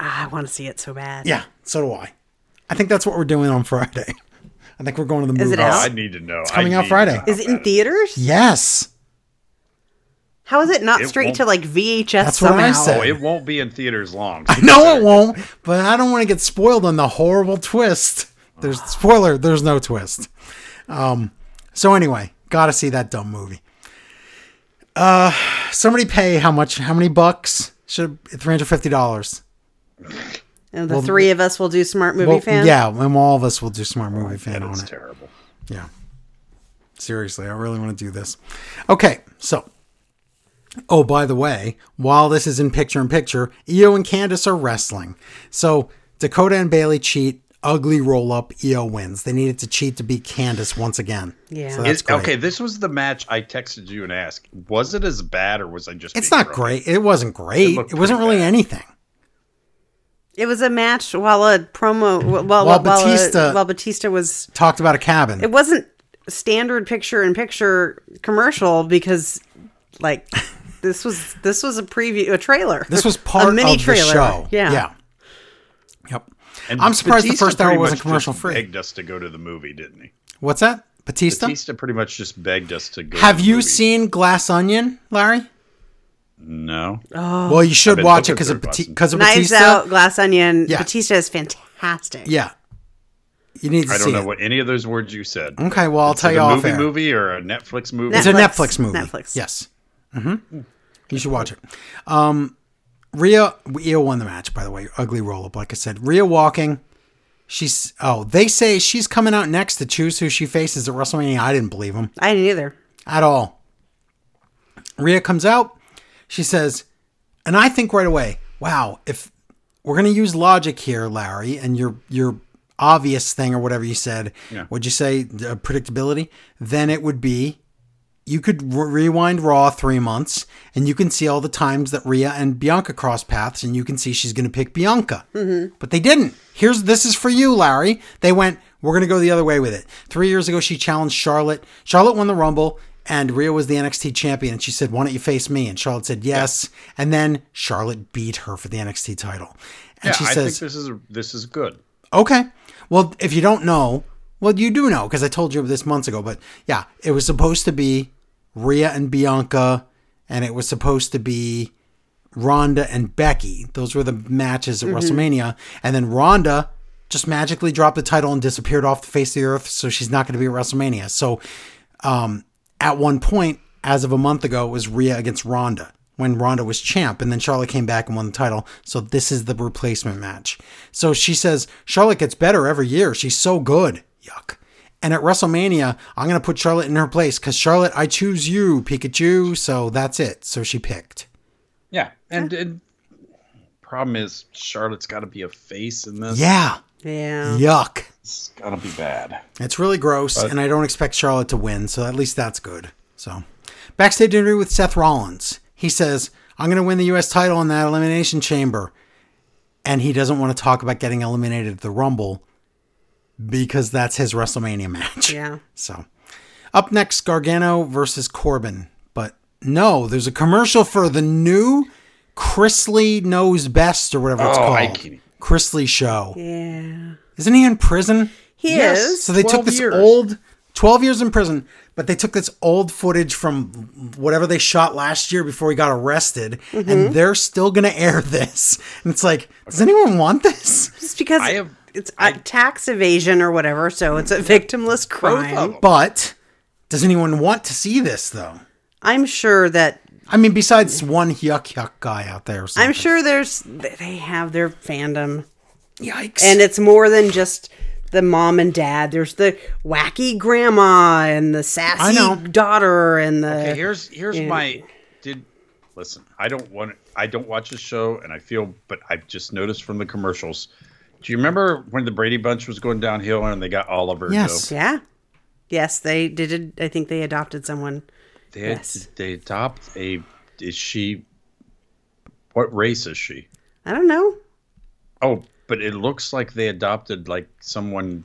Speaker 5: Ah, I want to see it so bad.
Speaker 3: Yeah, so do I. I think that's what we're doing on Friday. I think we're going to the movies.
Speaker 5: it
Speaker 4: Oh,
Speaker 5: out?
Speaker 4: I uh, need to know. It's
Speaker 3: coming out Friday.
Speaker 2: Is it in theaters?
Speaker 3: Yes,
Speaker 2: How is it not
Speaker 4: It
Speaker 2: straight
Speaker 4: won't-
Speaker 2: to like VHS
Speaker 3: that's what
Speaker 2: somehow?
Speaker 3: I
Speaker 4: Oh,
Speaker 3: said.
Speaker 4: it won't be in theaters long.
Speaker 3: No, it won't. But I don't want to get spoiled on the horrible twist. There's spoiler. There's no twist. Um. So anyway, gotta see that dumb movie. Uh, somebody pay how much? How many bucks? Should three hundred fifty dollars?
Speaker 5: And Oh, the three of us will do smart movie fan. Oh
Speaker 3: yeah, and all of us will do smart movie fan on
Speaker 4: It's
Speaker 3: it.
Speaker 4: terrible.
Speaker 3: Yeah. Seriously, I really want to do this. Okay, so. Oh, by the way, while this is in picture in picture, Io and Candace are wrestling. So Dakota and Bailey cheat, ugly roll up, Io wins. They needed to cheat to beat Candace once again.
Speaker 5: Yeah.
Speaker 3: So that's
Speaker 4: It-
Speaker 3: great.
Speaker 4: okay, this was the match I texted you and asked, was it as bad or was I just
Speaker 3: It's
Speaker 4: being
Speaker 3: not
Speaker 4: wrong?
Speaker 3: great. It wasn't great. It,
Speaker 4: looked
Speaker 3: wasn't
Speaker 4: pretty
Speaker 3: really
Speaker 4: bad.
Speaker 3: anything.
Speaker 5: It was a match while a promo while
Speaker 3: While
Speaker 5: while, while, while,
Speaker 3: Batista-
Speaker 5: Batista, while Batista was
Speaker 3: Talked about a cabin.
Speaker 5: it wasn't standard picture in picture commercial because like this was this was a preview a trailer.
Speaker 3: this was part
Speaker 5: a mini
Speaker 3: of
Speaker 5: trailer.
Speaker 3: the show.
Speaker 5: Yeah.
Speaker 3: Yeah. Yep.
Speaker 4: And
Speaker 3: I'm surprised the
Speaker 4: Batista
Speaker 3: first hour
Speaker 4: pretty
Speaker 3: wasn't
Speaker 4: much
Speaker 3: commercial
Speaker 4: just
Speaker 3: free.
Speaker 4: begged us to go to the movie, didn't he?
Speaker 3: What's that? Batista?
Speaker 4: Batista pretty much just begged us to go. to
Speaker 3: Have
Speaker 4: the
Speaker 3: you
Speaker 4: movie.
Speaker 3: seen Glass Onion, Larry?
Speaker 4: No.
Speaker 3: Well, you should
Speaker 4: Oh. been
Speaker 3: watch it
Speaker 4: looking
Speaker 3: because
Speaker 4: for
Speaker 3: of
Speaker 4: it,
Speaker 3: Bati-
Speaker 4: Watson.
Speaker 3: 'cause of
Speaker 5: Knives
Speaker 3: Batista.
Speaker 5: Out, Glass Onion,
Speaker 3: Yeah.
Speaker 5: Batista is fantastic.
Speaker 3: Yeah, you need to
Speaker 4: I
Speaker 3: see
Speaker 4: don't know
Speaker 3: it.
Speaker 4: what any of those words you said.
Speaker 3: Okay, well I'll tell
Speaker 4: Is
Speaker 3: you
Speaker 4: it
Speaker 3: off
Speaker 4: a movie
Speaker 3: air.
Speaker 4: movie or a Netflix movie?
Speaker 3: It's a
Speaker 5: Netflix.
Speaker 3: Netflix movie.
Speaker 5: Netflix.
Speaker 3: Yes.
Speaker 4: Mm.
Speaker 3: Mm-hmm. You should watch it. Um, Rhea, Rhea won the match, by the way. Ugly roll up, like I said. Rhea walking. She's oh, they say she's coming out next to choose who she faces at WrestleMania. I didn't believe him.
Speaker 5: I didn't either.
Speaker 3: at all. Rhea comes out. She says, and I think right away, wow, if we're going to use logic here, Larry, and your your obvious thing or whatever you said, would you say uh, predictability? Then it would be you could re- rewind Raw three months, and you can see all the times that Rhea and Bianca cross paths, and you can see she's going to pick Bianca. Mm-hmm. But they didn't. Here's this is for you, Larry. They went, we're going to go the other way with it. Three years ago, she challenged Charlotte. Charlotte won the Rumble, and Rhea was the NXT champion. And she said, "Why don't you face me?" And Charlotte said, "Yes." And then Charlotte beat her for the NXT title. And
Speaker 4: yeah,
Speaker 3: she
Speaker 4: I
Speaker 3: says,
Speaker 4: think this is this is good.
Speaker 3: Okay. Well, if you don't know, well, you do know because I told you this months ago. But yeah, it was supposed to be Rhea and Bianca, and it was supposed to be Ronda and Becky. Those were the matches at WrestleMania, and then Ronda just magically dropped the title and disappeared off the face of the earth. So she's not going to be at WrestleMania. So um, at one point, as of a month ago, it was Rhea against Ronda when Ronda was champ, and then Charlotte came back and won the title. So this is the replacement match. So she says Charlotte gets better every year. She's so good. Yuck. And at WrestleMania, I'm gonna put Charlotte in her place because Charlotte, I choose you, Pikachu. So that's it. So she picked.
Speaker 4: Yeah, and, and problem is Charlotte's got to be a face in this.
Speaker 3: Yeah.
Speaker 5: Yeah.
Speaker 3: Yuck.
Speaker 4: it's got to be bad.
Speaker 3: It's really gross, and I don't expect Charlotte to win, so at least that's good. So, backstage interview with Seth Rollins. He says, I'm going to win the U.S. title in that Elimination Chamber. And he doesn't want to talk about getting eliminated at the Rumble because that's his WrestleMania match.
Speaker 5: Yeah.
Speaker 3: So, up next, Gargano versus Corbin. But no, there's a commercial for the new Chrisley Knows Best or whatever it's
Speaker 4: Oh,
Speaker 3: called.
Speaker 4: I can't-
Speaker 3: Chrisley Show.
Speaker 5: Yeah.
Speaker 3: Isn't he in prison?
Speaker 5: He
Speaker 4: Yes.
Speaker 5: is.
Speaker 3: So they took
Speaker 4: 12
Speaker 3: this
Speaker 4: years.
Speaker 3: old 12 years in prison, but they took this old footage from whatever they shot last year before he got arrested, and they're still going to air this. And it's like, does anyone want this?
Speaker 5: Just because
Speaker 4: I Mm-hmm. have-
Speaker 5: it's uh tax evasion or whatever, so it's a victimless crime.
Speaker 3: But does anyone want to see this though?
Speaker 5: I'm sure that
Speaker 3: I mean, besides one yuck yuck guy out there. Or
Speaker 5: I'm
Speaker 3: something.
Speaker 5: sure there's they have their fandom.
Speaker 3: Yikes.
Speaker 5: and it's more than just the mom and dad. There's the wacky grandma and the sassy
Speaker 3: know.
Speaker 5: daughter and the
Speaker 4: Okay, here's here's my did listen. I don't want I don't watch the show, and I feel, but I've just noticed from the commercials, Do you remember when the Brady Bunch was going downhill and they got Oliver?
Speaker 3: Yes.
Speaker 4: Joe?
Speaker 5: Yeah. Yes, they did. I think they adopted someone.
Speaker 4: They had,
Speaker 5: Yes.
Speaker 4: they adopt a is she what race is she?
Speaker 5: I don't know.
Speaker 4: Oh, but it looks like they adopted like someone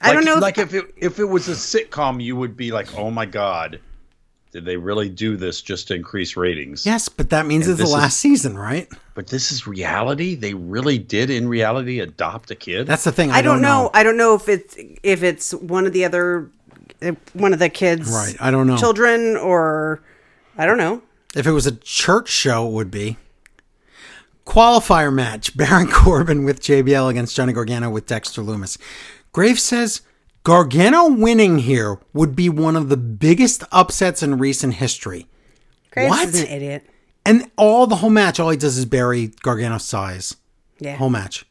Speaker 5: I
Speaker 4: Like-
Speaker 5: don't know.
Speaker 4: Like if it if it was a sitcom, you would be like, "Oh my god, did they really do this just to increase ratings?"
Speaker 3: Yes, but that means it's the
Speaker 4: this is-
Speaker 3: last season, right?
Speaker 4: But this is reality. They really did in reality adopt a kid.
Speaker 3: That's the thing. I,
Speaker 2: I don't know. I don't know if it's if it's one of the other if one of the kids
Speaker 3: Right. I don't know.
Speaker 2: children or I don't know.
Speaker 3: If it was a church show, it would be. Qualifier match Baron Corbin with JBL against Johnny Gargano with Dexter Loomis. Graves says Gargano winning here would be one of the biggest upsets in recent history.
Speaker 5: Graves
Speaker 3: what?
Speaker 5: is an idiot.
Speaker 3: And all the whole match, all he does is bury Gargano's size.
Speaker 5: Yeah.
Speaker 3: Whole match.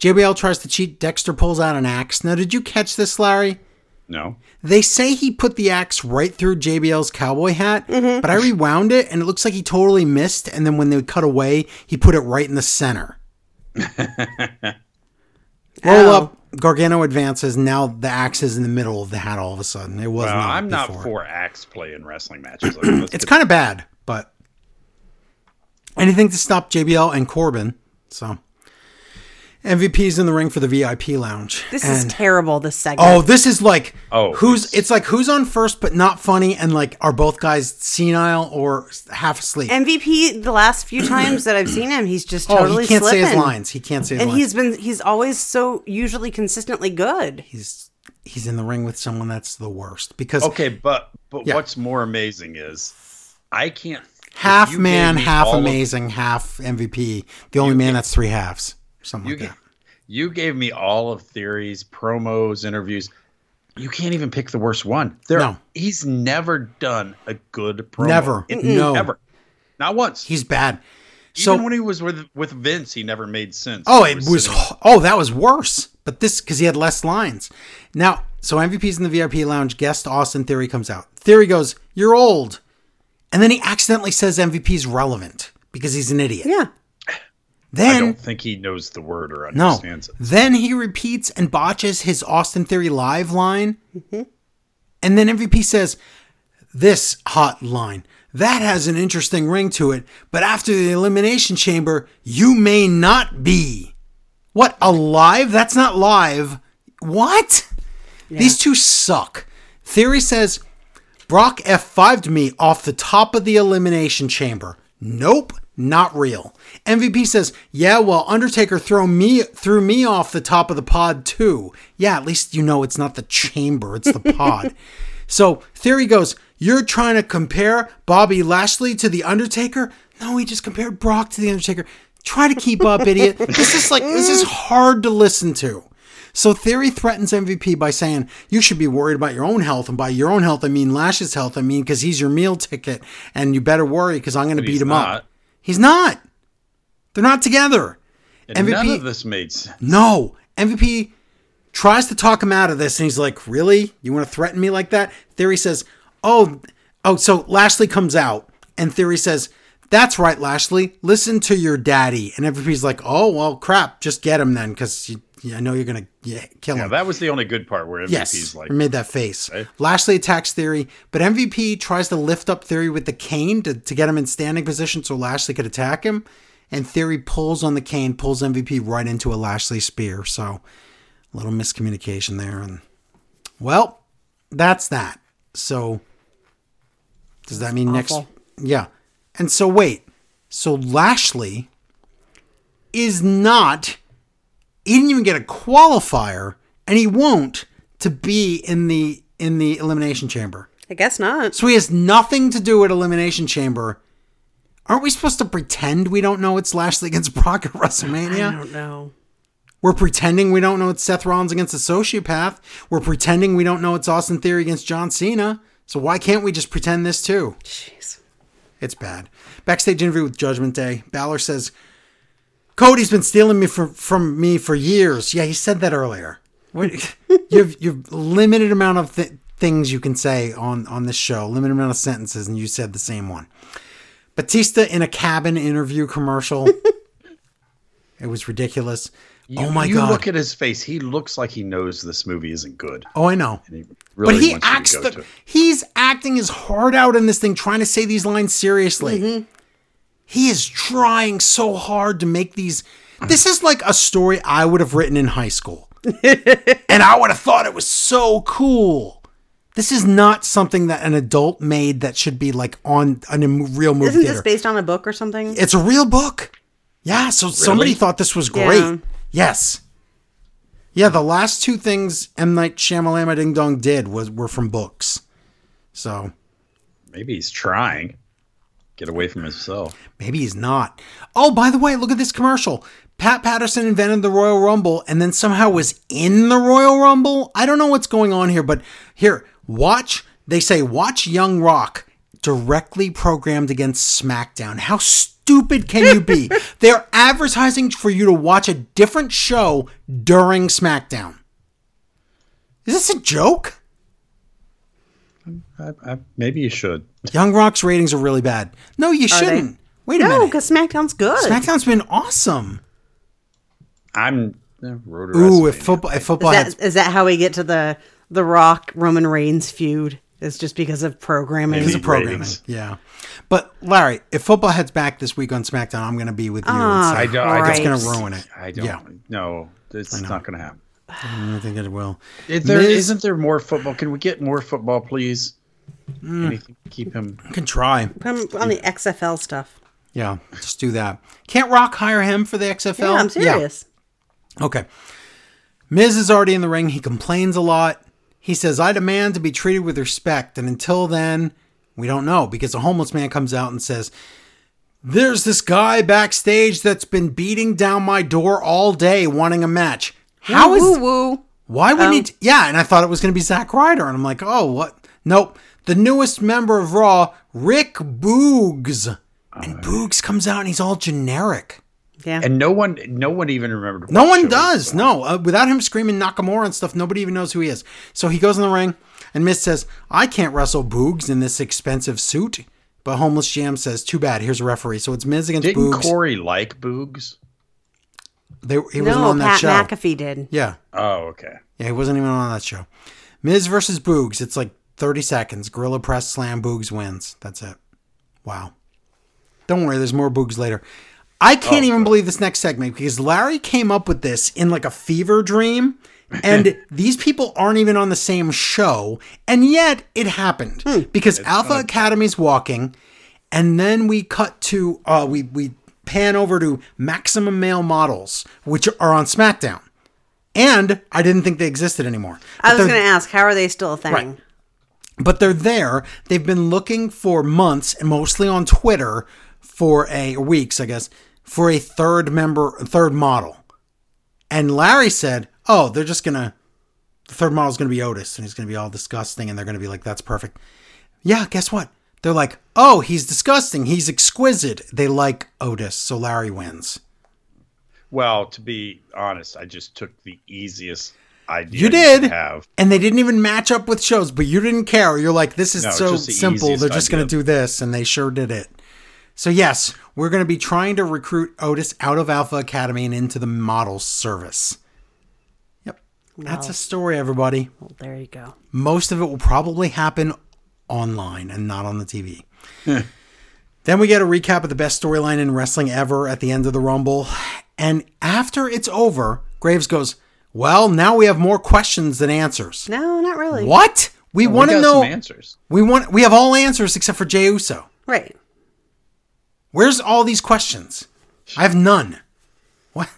Speaker 3: JBL tries to cheat. Dexter pulls out an axe. Now, did you catch this, Larry?
Speaker 4: no.
Speaker 3: They say he put the axe right through JBL's cowboy hat,
Speaker 5: Mm-hmm.
Speaker 3: but I rewound it and it looks like he totally missed. And then when they cut away, he put it right in the center. Roll up. Gargano advances. Now the axe is in the middle of the hat all of a sudden. It was
Speaker 4: Uh,
Speaker 3: not.
Speaker 4: I'm not
Speaker 3: before.
Speaker 4: for axe play in wrestling matches. Like, let's
Speaker 3: It's
Speaker 4: get-
Speaker 3: kind of bad, but anything to stop JBL and Corbin. So MVP's in the ring for the VIP lounge.
Speaker 5: This
Speaker 3: and
Speaker 5: is terrible. This segment.
Speaker 3: Oh, this is like
Speaker 4: Oh,
Speaker 3: who's it's,
Speaker 4: it's-
Speaker 3: like who's on first but not funny and like are both guys senile or half asleep.
Speaker 2: MVP the last few times that I've seen him, he's just
Speaker 3: oh,
Speaker 2: totally
Speaker 3: he can't
Speaker 2: slipping.
Speaker 3: say his lines. He can't say his
Speaker 2: And
Speaker 3: lines.
Speaker 2: he's been he's always so usually consistently good.
Speaker 3: he's he's in the ring with someone that's the worst because
Speaker 4: okay, but but
Speaker 3: Yeah.
Speaker 4: what's more amazing is I can't if
Speaker 3: half
Speaker 4: you gave
Speaker 3: man,
Speaker 4: me
Speaker 3: half
Speaker 4: all of-
Speaker 3: amazing, half MVP. The only man that's three halves. Something
Speaker 4: you
Speaker 3: like
Speaker 4: ga-
Speaker 3: that.
Speaker 4: you gave me all of theories, promos, interviews. You can't even pick the worst one. There,
Speaker 3: No.
Speaker 4: he's never done a good promo.
Speaker 3: Never. No.
Speaker 4: ever, not once.
Speaker 3: He's bad.
Speaker 4: Even
Speaker 3: so-
Speaker 4: when he was with with Vince, he never made sense.
Speaker 3: Oh,
Speaker 4: He
Speaker 3: it was.
Speaker 4: sitting-
Speaker 3: Oh, that was worse. But this because he had less lines. Now, so MVP's in the VIP lounge. Guest Austin Theory comes out. Theory goes, "You're old," and then he accidentally says MVP's relevant because he's an idiot.
Speaker 5: yeah.
Speaker 4: I
Speaker 3: Then
Speaker 4: don't think he knows the word or
Speaker 3: no.
Speaker 4: understands it.
Speaker 3: Then he repeats and botches his Austin Theory live line, and then MVP says, "This hot line." That has an interesting ring to it, but after the elimination chamber, you may not be. What, alive? That's not live. What? These two suck. Theory says Brock F5'd me off the top of the elimination chamber. Nope, not real. MVP says, yeah, well, Undertaker throw me threw me off the top of the pod too. Yeah, at least you know it's not the chamber, it's the pod. So Theory goes, You're trying to compare Bobby Lashley to The Undertaker? No, he just compared Brock to The Undertaker. Try to keep up, idiot. This is like, this is hard to listen to. So Theory threatens MVP by saying, You should be worried about your own health. And by your own health, I mean Lash's health. I mean, because he's your meal ticket. And you better worry because I'm going to beat
Speaker 4: he's
Speaker 3: him
Speaker 4: not.
Speaker 3: up. He's not. They're not together.
Speaker 4: And none
Speaker 3: MVP
Speaker 4: of this made sense.
Speaker 3: no, MVP tries to talk him out of this, and he's like, "Really? You want to threaten me like that?" Theory says, "Oh, oh." So Lashley comes out, and Theory says, "That's right, Lashley. Listen to your daddy." And MVP's like, "Oh, well, crap. Just get him then, because you, I know you're gonna yeah, kill him."
Speaker 4: Now, that was the only good part where MVP's
Speaker 3: Yes,
Speaker 4: like,
Speaker 3: he made that face. Lashley attacks Theory, but MVP tries to lift up Theory with the cane to, to get him in standing position so Lashley could attack him. And Theory pulls on the cane, pulls MVP right into a Lashley spear. So a little miscommunication there. And well, that's that. So does that mean next? Yeah. And so wait. So Lashley is not he didn't even get a qualifier and he won't to be in the in the elimination chamber
Speaker 5: I guess not.
Speaker 3: so he has nothing to do at elimination chamber aren't we supposed to pretend we don't know it's lashley against brock at
Speaker 5: I
Speaker 3: wrestlemania
Speaker 5: don't know.
Speaker 3: we're pretending we don't know it's seth rollins against a sociopath we're pretending we don't know it's austin theory against john cena so why can't we just pretend this too
Speaker 5: Jeez.
Speaker 3: it's bad. Backstage interview with Judgment Day. Balor says, "Cody's been stealing me from from me for years." Yeah, he said that earlier. What- you've you've limited amount of th- things you can say on on this show, limited amount of sentences, and you said the same one. Batista in a cabin interview commercial. it was ridiculous. oh my
Speaker 4: you
Speaker 3: god!
Speaker 4: look at his face. He looks like he knows this movie isn't good.
Speaker 3: oh, I know.
Speaker 4: He really
Speaker 3: but he
Speaker 4: wants you to
Speaker 3: acts
Speaker 4: go to
Speaker 3: the,
Speaker 4: it.
Speaker 3: he's acting his heart out in this thing trying to say these lines seriously
Speaker 5: Mm-hmm.
Speaker 3: he is trying so hard to make these this is like a story i would have written in high school and i would have thought it was so cool this is not something that an adult made that should be like on on a mo- real movie
Speaker 5: Isn't
Speaker 3: theater.
Speaker 5: this based on a book or something?
Speaker 3: it's a real book yeah so somebody thought this was great
Speaker 5: Yeah.
Speaker 3: yes yeah, the last two things M Night Shyamalama Ding Dong did was were from books. So
Speaker 4: Maybe he's trying. Get away from himself.
Speaker 3: maybe he's not. Oh, by the way, look at this commercial. Pat Patterson invented the Royal Rumble and then somehow was in the Royal Rumble. I don't know what's going on here, but here, watch. They say watch Young Rock directly programmed against SmackDown. How stupid can you be? They're advertising for you to watch a different show during SmackDown. Is this a joke?
Speaker 4: I, I, maybe you should.
Speaker 3: Young Rock's ratings are really bad. No, you shouldn't. Wait a
Speaker 5: No,
Speaker 3: minute.
Speaker 5: because SmackDown's good.
Speaker 3: SmackDown's been awesome.
Speaker 4: I'm yeah, Rotor
Speaker 3: Ooh, if football, if football,
Speaker 5: That,
Speaker 3: had,
Speaker 5: is that how we get to the the Rock Roman Reigns feud? Is just because of programming?
Speaker 3: it's a programming.
Speaker 4: ratings.
Speaker 3: Yeah, but Larry, if football heads back this week on SmackDown, I'm going to be with you.
Speaker 5: Ah,
Speaker 3: and
Speaker 4: I
Speaker 3: say,
Speaker 4: don't. I
Speaker 5: Christ.
Speaker 3: it's
Speaker 4: don't
Speaker 3: going to ruin it.
Speaker 4: I don't.
Speaker 3: Yeah,
Speaker 4: No, it's not going to happen.
Speaker 3: I don't think it will.
Speaker 4: If there
Speaker 3: Miz-
Speaker 4: not there more football? Can we get more football, please?
Speaker 3: Hmm.
Speaker 4: Anything to keep him.
Speaker 3: I can try.
Speaker 5: Put 'em on the XFL stuff.
Speaker 3: Yeah, just do that. Can't Rock hire him for the XFL?
Speaker 5: Yeah, I'm serious.
Speaker 3: Okay. Miz is already in the ring. He complains a lot. He says, I demand to be treated with respect. And until then, we don't know because a homeless man comes out and says, There's this guy backstage that's been beating down my door all day wanting a match. How is.
Speaker 5: woo Um, woo?
Speaker 3: Why would he? T- yeah, and I thought it was going to be Zack Ryder, and I'm like, oh, what? Nope. The newest member of Raw, Rick Boogs, and Boogs comes out and he's all generic.
Speaker 5: Yeah.
Speaker 4: And no one, no one even remembered.
Speaker 3: No
Speaker 4: what
Speaker 3: one
Speaker 4: show
Speaker 3: does. No, uh, without him screaming Nakamura and stuff, nobody even knows who he is. So he goes in the ring, and Miz says, "I can't wrestle Boogs in this expensive suit." But Homeless Jam says, "Too bad. Here's a referee." So it's Miz against
Speaker 4: Didn't
Speaker 3: Boogs.
Speaker 4: Corey like Boogs?
Speaker 3: they, he wasn't
Speaker 5: no,
Speaker 3: on that
Speaker 5: Pat
Speaker 3: show.
Speaker 5: McAfee did.
Speaker 3: Yeah,
Speaker 4: Oh, okay.
Speaker 3: yeah, he wasn't even on that show. Miz versus Boogs. It's like 30 seconds. Gorilla press slam. Boogs wins. That's it. Wow. Don't worry. There's more Boogs later. I
Speaker 5: Oh,
Speaker 3: can't even believe this next segment because Larry came up with this in like a fever dream, and these people aren't even on the same show, and yet it happened
Speaker 5: Hmm.
Speaker 3: because Alpha Academy's walking, and then we cut to uh, we we pan over to Maximum Male Models, which are on SmackDown, and I didn't think they existed anymore. But
Speaker 5: I was
Speaker 3: they're-
Speaker 5: going to ask, how are they still a thing?
Speaker 3: Right. but they're there. They've been looking for months, and mostly on Twitter for a or weeks, I guess, for a third member, a third model. And Larry said, "Oh, they're just gonna the third model's gonna be Otis, and he's gonna be all disgusting, and they're gonna be like, that's perfect." Yeah, guess what? They're like, "Oh, he's disgusting. He's exquisite." They like Otis, so Larry wins.
Speaker 4: Well, to be honest, I just took the easiest idea
Speaker 3: You
Speaker 4: could
Speaker 3: did,
Speaker 4: have.
Speaker 3: and they didn't even match up with shows, but you didn't care. You're like, this is
Speaker 4: No,
Speaker 3: so
Speaker 4: just the
Speaker 3: simple. They're
Speaker 4: easiest
Speaker 3: just going to
Speaker 4: idea.
Speaker 3: do this, and they sure did it. So yes, we're going to be trying to recruit Otis out of Alpha Academy and into the model service. Yep, that's a story, everybody.
Speaker 5: Well, there you go.
Speaker 3: Most of it will probably happen online and not on the TV.
Speaker 4: Hmm.
Speaker 3: then we get a recap of the best storyline in wrestling ever at the end of the Rumble. And after it's over, Graves goes, Well, now we have more questions than answers.
Speaker 5: No, not really.
Speaker 3: What? We
Speaker 4: We
Speaker 3: want to
Speaker 4: got
Speaker 3: know.
Speaker 4: some answers.
Speaker 3: We want. We have all answers except for Jey Uso.
Speaker 5: Right.
Speaker 3: Where's all these questions? I have none. What?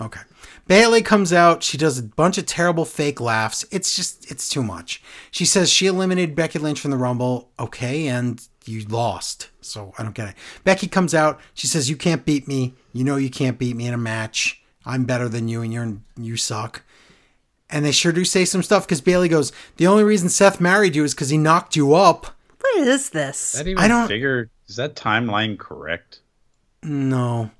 Speaker 3: Okay. Bailey comes out. She does a bunch of terrible fake laughs. It's just, it's too much. She says she eliminated Becky Lynch from the Rumble. Okay, and you lost. So I don't get it. Becky comes out. She says, "You can't beat me. You know you can't beat me in a match. I'm better than you, and you're you suck." And they sure do say some stuff because Bailey goes, "The only reason Seth married you is because he knocked you up."
Speaker 5: What is this?
Speaker 4: That even
Speaker 3: I don't-
Speaker 4: figure is that timeline correct?
Speaker 3: No.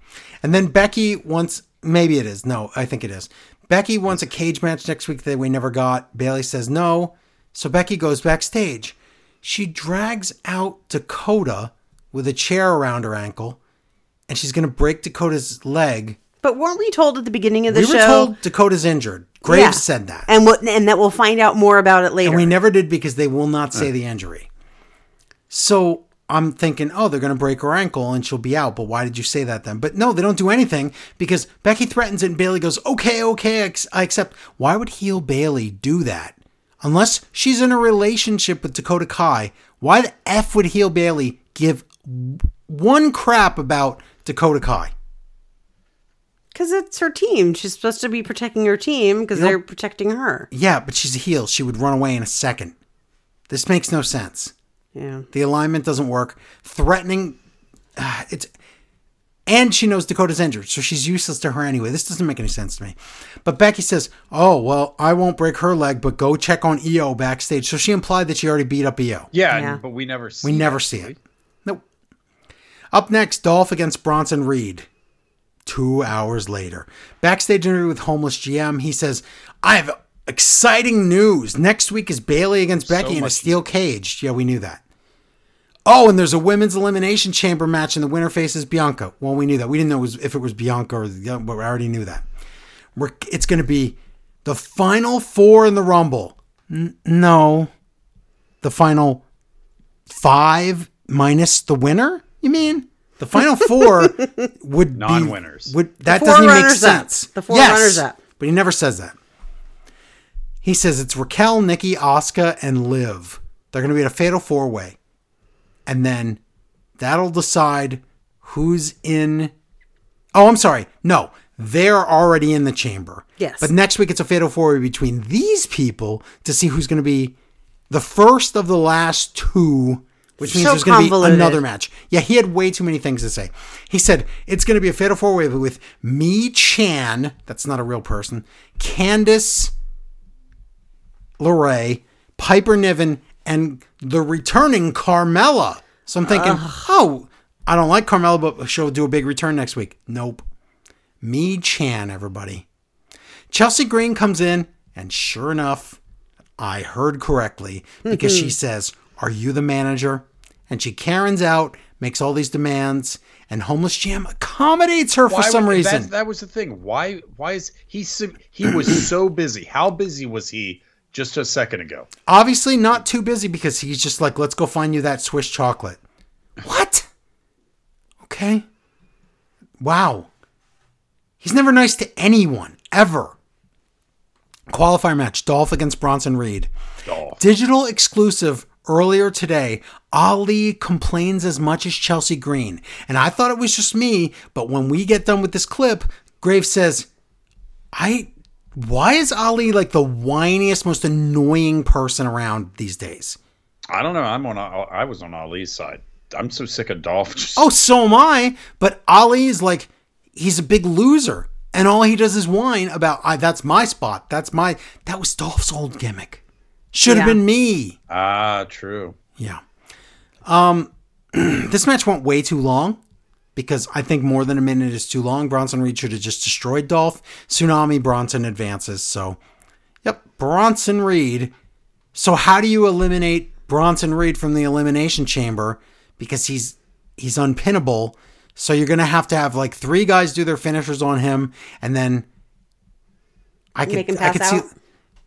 Speaker 3: And then Becky wants maybe it is. No, I think it is. Becky wants a cage match next week that we never got. Bailey says no. So Becky goes backstage. She drags out Dakota with a chair around her ankle and she's going to break Dakota's leg
Speaker 2: But weren't we told at the beginning of the
Speaker 3: We
Speaker 2: show?
Speaker 3: were told Dakota's injured. Graves
Speaker 2: Yeah.
Speaker 3: said that.
Speaker 2: and what, and that we'll find out more about it later.
Speaker 3: And we never did because they will not say the injury. So I'm thinking, oh, they're going to break her ankle and she'll be out. But why did you say that then? But no, they don't do anything because Becky threatens it and Bailey goes, okay, okay, I ex- I accept. Why would heel Bailey do that? Unless she's in a relationship with Dakota Kai, why the F would heel Bailey give w- one crap about Dakota Kai?
Speaker 2: Because it's her team. She's supposed to be protecting her team because they're protecting her.
Speaker 3: Yeah, but she's a heel. She would run away in a second. This makes no sense.
Speaker 2: Yeah.
Speaker 3: The alignment doesn't work. Threatening, ah, it's, and she knows Dakota's injured, so she's useless to her anyway. This doesn't make any sense to me. But Becky says, "Oh well, I won't break her leg, but go check on EO backstage." So she implied that she already beat up E EO.
Speaker 4: Yeah,
Speaker 2: Yeah.
Speaker 4: but we never see
Speaker 3: We never
Speaker 4: it.
Speaker 3: see it. Nope. Up next, Dolph against Bronson Reed. Two hours later, backstage interview with homeless GM. He says, "I have exciting news. Next week is Bailey against Becky in a
Speaker 4: much
Speaker 3: steel cage." Yeah, we knew that. Oh, and there's a women's elimination chamber match, and the winner faces Bianca. Well, we knew that. We didn't know it was, if it was Bianca or the other, but we already knew that. We're, it's going to be the final four in the Rumble. N- no, the final five minus the winner. You mean the final four would be-
Speaker 4: Non-winners.
Speaker 3: Would that
Speaker 2: four
Speaker 3: doesn't even make
Speaker 2: runners up.
Speaker 3: sense?
Speaker 2: The four runners up.
Speaker 3: But he never says that. He says it's Raquel, Nikki, Asuka, and Liv. They're going to be at a fatal four way, and then that'll decide who's in. Oh, I'm sorry. No, they're already in the chamber.
Speaker 2: Yes.
Speaker 3: But next week it's a fatal four way between these people to see who's going to be the first of the last two, which means
Speaker 2: So
Speaker 3: there's going to be
Speaker 2: convoluted.
Speaker 3: another match. Yeah, he had way too many things to say. He said it's going to be a fatal four way with me, Chan. That's not a real person. Candice LeRae, Piper Niven, and the returning Carmella. So I'm thinking, oh, I don't like Carmella, but she'll do a big return next week. Nope. Me, Chan, everybody. Chelsea Green comes in, and sure enough, I heard correctly because
Speaker 4: Mm-hmm.
Speaker 3: she says, Are you the manager? And she Karen's out, makes all these demands, and Homeless Jam accommodates her for
Speaker 4: Why
Speaker 3: some
Speaker 4: would-
Speaker 3: reason.
Speaker 4: That, that was the thing. Why? Why is he? so- He was so busy. How busy was he just a second ago?
Speaker 3: Obviously, not too busy because he's just like, Let's go find you that Swiss chocolate. What? Okay. Wow. He's never nice to anyone, ever. Qualifier match Dolph against Bronson Reed.
Speaker 4: Oh,
Speaker 3: Digital exclusive earlier today, Ali complains as much as Chelsea Green. And I thought it was just me, but when we get done with this clip, Graves says, I why is Ali like the whiniest, most annoying person around these days?
Speaker 4: I don't know. I'm on. I was on Ali's side. I'm so sick of Dolph. Just,
Speaker 3: Oh, so am I, but Ali is like he's a big loser. And all he does is whine about I that's my spot. That's my that was Dolph's old gimmick. Should have
Speaker 2: Yeah.
Speaker 3: been me.
Speaker 4: ah, true.
Speaker 3: Yeah. Um, this match went way too long because I think more than a minute is too long. Bronson Reed should have just destroyed Dolph. Tsunami Bronson advances. So, yep, Bronson Reed. So how do you eliminate Bronson Reed from the elimination chamber because he's he's unpinnable? So you're gonna have to have like three guys do their finishers on him, and then I could
Speaker 2: Make him
Speaker 3: I could
Speaker 2: pass out?
Speaker 3: see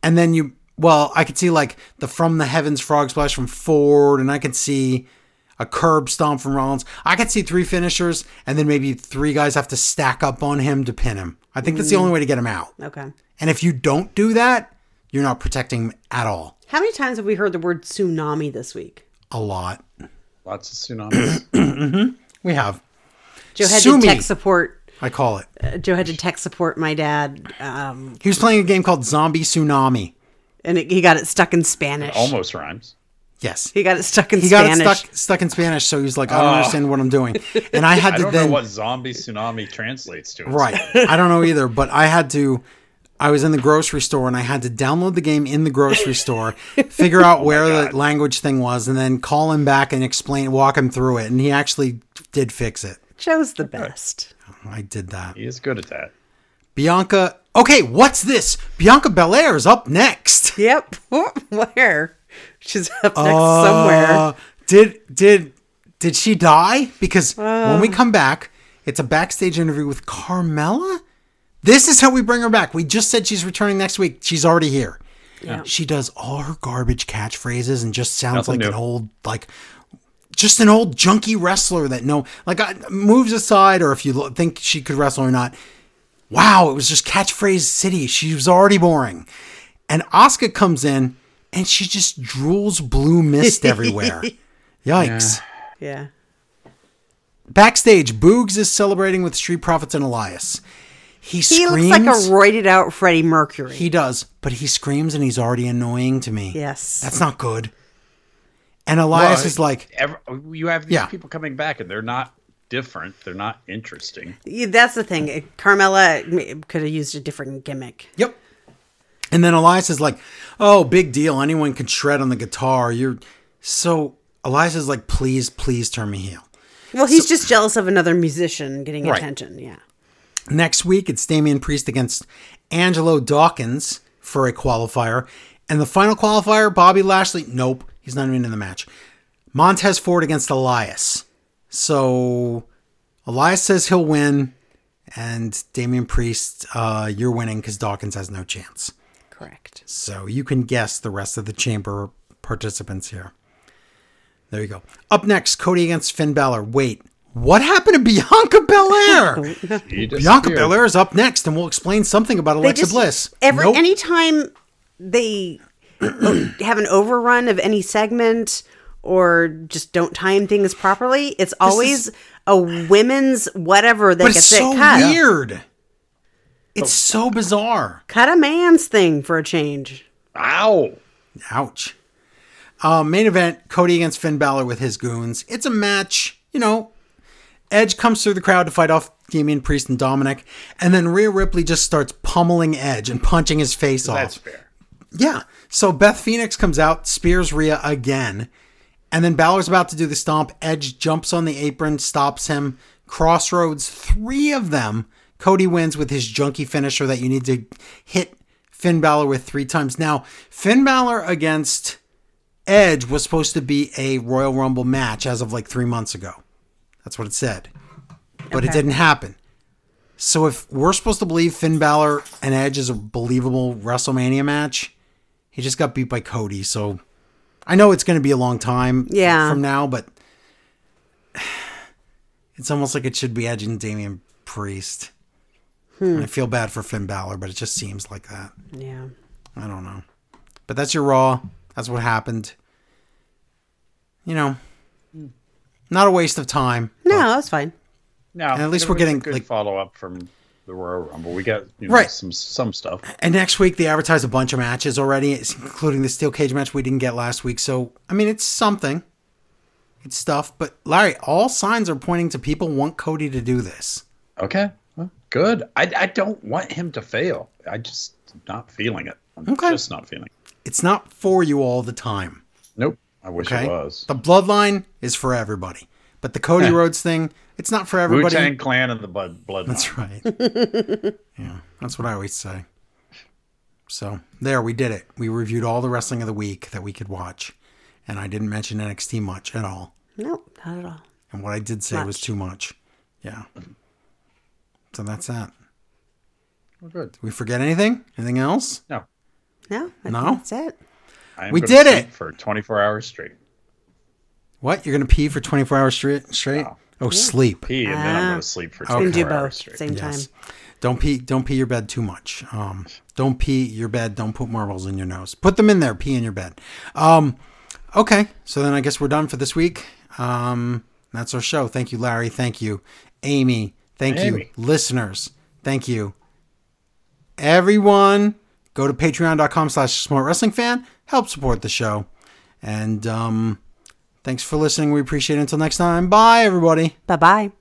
Speaker 3: and then you well i could see like the from the heavens frog splash from ford and i could see a curb stomp from rollins i could see three finishers and then maybe three guys have to stack up on him to pin him i think
Speaker 2: Mm.
Speaker 3: that's the only way to get him out
Speaker 2: Okay.
Speaker 3: and if you don't do that you're not protecting him at all
Speaker 2: How many times have we heard the word tsunami this week?
Speaker 3: a lot
Speaker 4: Lots of tsunamis.
Speaker 3: we have
Speaker 2: Joe had
Speaker 3: Sue
Speaker 2: to
Speaker 3: me.
Speaker 2: tech support.
Speaker 3: i call it
Speaker 2: uh, Joe had to tech support my dad, um,
Speaker 3: he was playing a game called zombie tsunami
Speaker 2: and it, he got it stuck in Spanish.
Speaker 4: Almost rhymes.
Speaker 3: yes
Speaker 2: He got it stuck in
Speaker 3: he got
Speaker 2: Spanish.
Speaker 3: it stuck stuck in spanish so he was like i don't understand what i'm doing and i had
Speaker 4: I
Speaker 3: to
Speaker 4: don't
Speaker 3: then
Speaker 4: know what zombie tsunami translates to.
Speaker 3: Right. I don't know either, but I had to. I was in the grocery store and I had to download the game in the grocery store, figure
Speaker 4: Oh
Speaker 3: out where the language thing was, and then call him back and explain, walk him through it. And he actually did fix it.
Speaker 2: Joe's the best.
Speaker 3: I did that.
Speaker 4: He is good at that.
Speaker 3: Bianca. Okay, what's this? Bianca Belair is up next.
Speaker 2: Yep. Where? She's up next somewhere.
Speaker 3: Uh, did did did she die? Because when we come back, it's a backstage interview with Carmella This is how we bring her back. We just said she's returning next week. She's already here. She does all her garbage catchphrases and just sounds
Speaker 4: Nothing
Speaker 3: like
Speaker 4: new.
Speaker 3: an old like just an old junky wrestler that no like I, moves aside or if you lo- think she could wrestle or not. Wow, it was just catchphrase city. She was already boring. And Asuka comes in and she just drools blue mist everywhere. Yikes.
Speaker 5: Yeah.
Speaker 3: Backstage, Boogs is celebrating with Street Profits and Elias. He
Speaker 2: He
Speaker 3: screams.
Speaker 2: looks like a roided out Freddie Mercury.
Speaker 3: He does, but he screams and he's already annoying to me.
Speaker 5: Yes.
Speaker 3: That's not good. And Elias
Speaker 4: Well,
Speaker 3: is like,
Speaker 4: Ever, you have these
Speaker 3: Yeah.
Speaker 4: people coming back, and they're not different. They're not interesting.
Speaker 5: Yeah, That's the thing. Carmella could have used a different gimmick.
Speaker 3: yep. And then Elias is like, oh, big deal. Anyone can shred on the guitar. You're so. Elias is like, please, please turn me heel.
Speaker 5: Well, he's just jealous of another musician getting
Speaker 3: Right.
Speaker 5: attention. Yeah.
Speaker 3: Next week, it's Damian Priest against Angelo Dawkins for a qualifier. And the final qualifier, Bobby Lashley. Nope, he's not even in the match. Montez Ford against Elias. So Elias says he'll win, and Damian Priest, uh, you're winning because Dawkins has no chance.
Speaker 5: Correct.
Speaker 3: So you can guess the rest of the chamber participants here. There you go. Up next, Cody against Finn Balor. Wait, what happened to Bianca Belair?
Speaker 4: He
Speaker 3: Bianca
Speaker 4: disappeared.
Speaker 3: Belair is up next, and we'll explain something about Alexa
Speaker 5: just-
Speaker 3: Bliss.
Speaker 2: Every
Speaker 3: Nope.
Speaker 2: anytime they have an overrun of any segment or just don't time things properly, it's always a women's whatever that
Speaker 3: but it's
Speaker 2: gets
Speaker 3: so
Speaker 2: it cut.
Speaker 3: weird. It's so bizarre.
Speaker 2: Cut a man's thing for a change.
Speaker 4: Ow!
Speaker 3: Ouch. Uh, main event: Cody against Finn Balor with his goons. It's a match. You know, Edge comes through the crowd to fight off Damian Priest and Dominic, and then Rhea Ripley just starts pummeling Edge and punching his face off.
Speaker 4: That's fair.
Speaker 3: Yeah. So Beth Phoenix comes out, spears Rhea again, and then Balor's about to do the stomp. Edge jumps on the apron, stops him. Crossroads, three of them. Cody wins with his junky finisher that you need to hit Finn Balor with three times. Now, Finn Balor against Edge was supposed to be a Royal Rumble match as of like three months ago. That's what it said. But it didn't happen. So if we're supposed to believe Finn Balor and Edge is a believable WrestleMania match, he just got beat by Cody. So I know it's going to be a long time
Speaker 2: Yeah.
Speaker 3: from now, but it's almost like it should be Edge and Damian Priest. And I feel bad for Finn Balor, but it just seems like that.
Speaker 5: Yeah.
Speaker 3: I don't know. But that's your Raw. That's what happened. You know, not a waste of time.
Speaker 5: No, that's fine.
Speaker 4: No,
Speaker 3: at least
Speaker 4: there
Speaker 3: we're
Speaker 4: was a
Speaker 3: getting,
Speaker 4: good
Speaker 3: like-
Speaker 4: follow up from the Royal Rumble. We got you know,
Speaker 3: Right.
Speaker 4: some some stuff.
Speaker 3: And next week they advertise a bunch of matches already, including the steel cage match we didn't get last week. So I mean, it's something. It's stuff, but Larry, all signs are pointing to people want Cody to do this.
Speaker 4: Okay, well, good. I, I don't want him to fail. I just not feeling it. I'm
Speaker 3: Okay.
Speaker 4: just not feeling. It.
Speaker 3: It's not for you all the time.
Speaker 4: Nope. I wish
Speaker 3: Okay.
Speaker 4: it was.
Speaker 3: The bloodline is for everybody, but the Cody
Speaker 4: Yeah.
Speaker 3: Rhodes thing, it's not for
Speaker 4: Wu
Speaker 3: everybody.
Speaker 4: Tang Clan and the Blood Blood.
Speaker 3: That's right. yeah, that's what I always say. So there, we did it. We reviewed all the wrestling of the week that we could watch, and I didn't mention NXT much at all.
Speaker 5: No, not at all.
Speaker 3: And what I did say was too much. Yeah. So that's that.
Speaker 4: Well, good.
Speaker 3: Did we forget anything? Anything else?
Speaker 4: No,
Speaker 5: No, I
Speaker 3: No?
Speaker 5: think that's it.
Speaker 4: I am
Speaker 3: We
Speaker 4: gonna
Speaker 3: did it!
Speaker 4: sleep for 24 hours straight.
Speaker 3: What? You're going to pee for 24 hours straight? straight? Oh, sleep.
Speaker 4: Pee, and then I'm going to sleep for
Speaker 5: Can
Speaker 4: 24
Speaker 5: Ah. do both
Speaker 4: hours
Speaker 5: at the
Speaker 4: straight.
Speaker 5: same
Speaker 3: Yes.
Speaker 5: time.
Speaker 3: Don't pee don't pee your bed too much. Um, don't pee your bed. Don't put marbles in your nose. Put them in there. Pee in your bed. Um, okay. So then I guess we're done for this week. Um, that's our show. Thank you, Larry. Thank you, Amy. Thank you,
Speaker 4: Amy.
Speaker 3: listeners. Thank you, everyone. Go to patreon.com slash smart wrestling fan. Help support the show. And um, thanks for listening. We appreciate it. Until next time. Bye, everybody.
Speaker 2: Bye bye.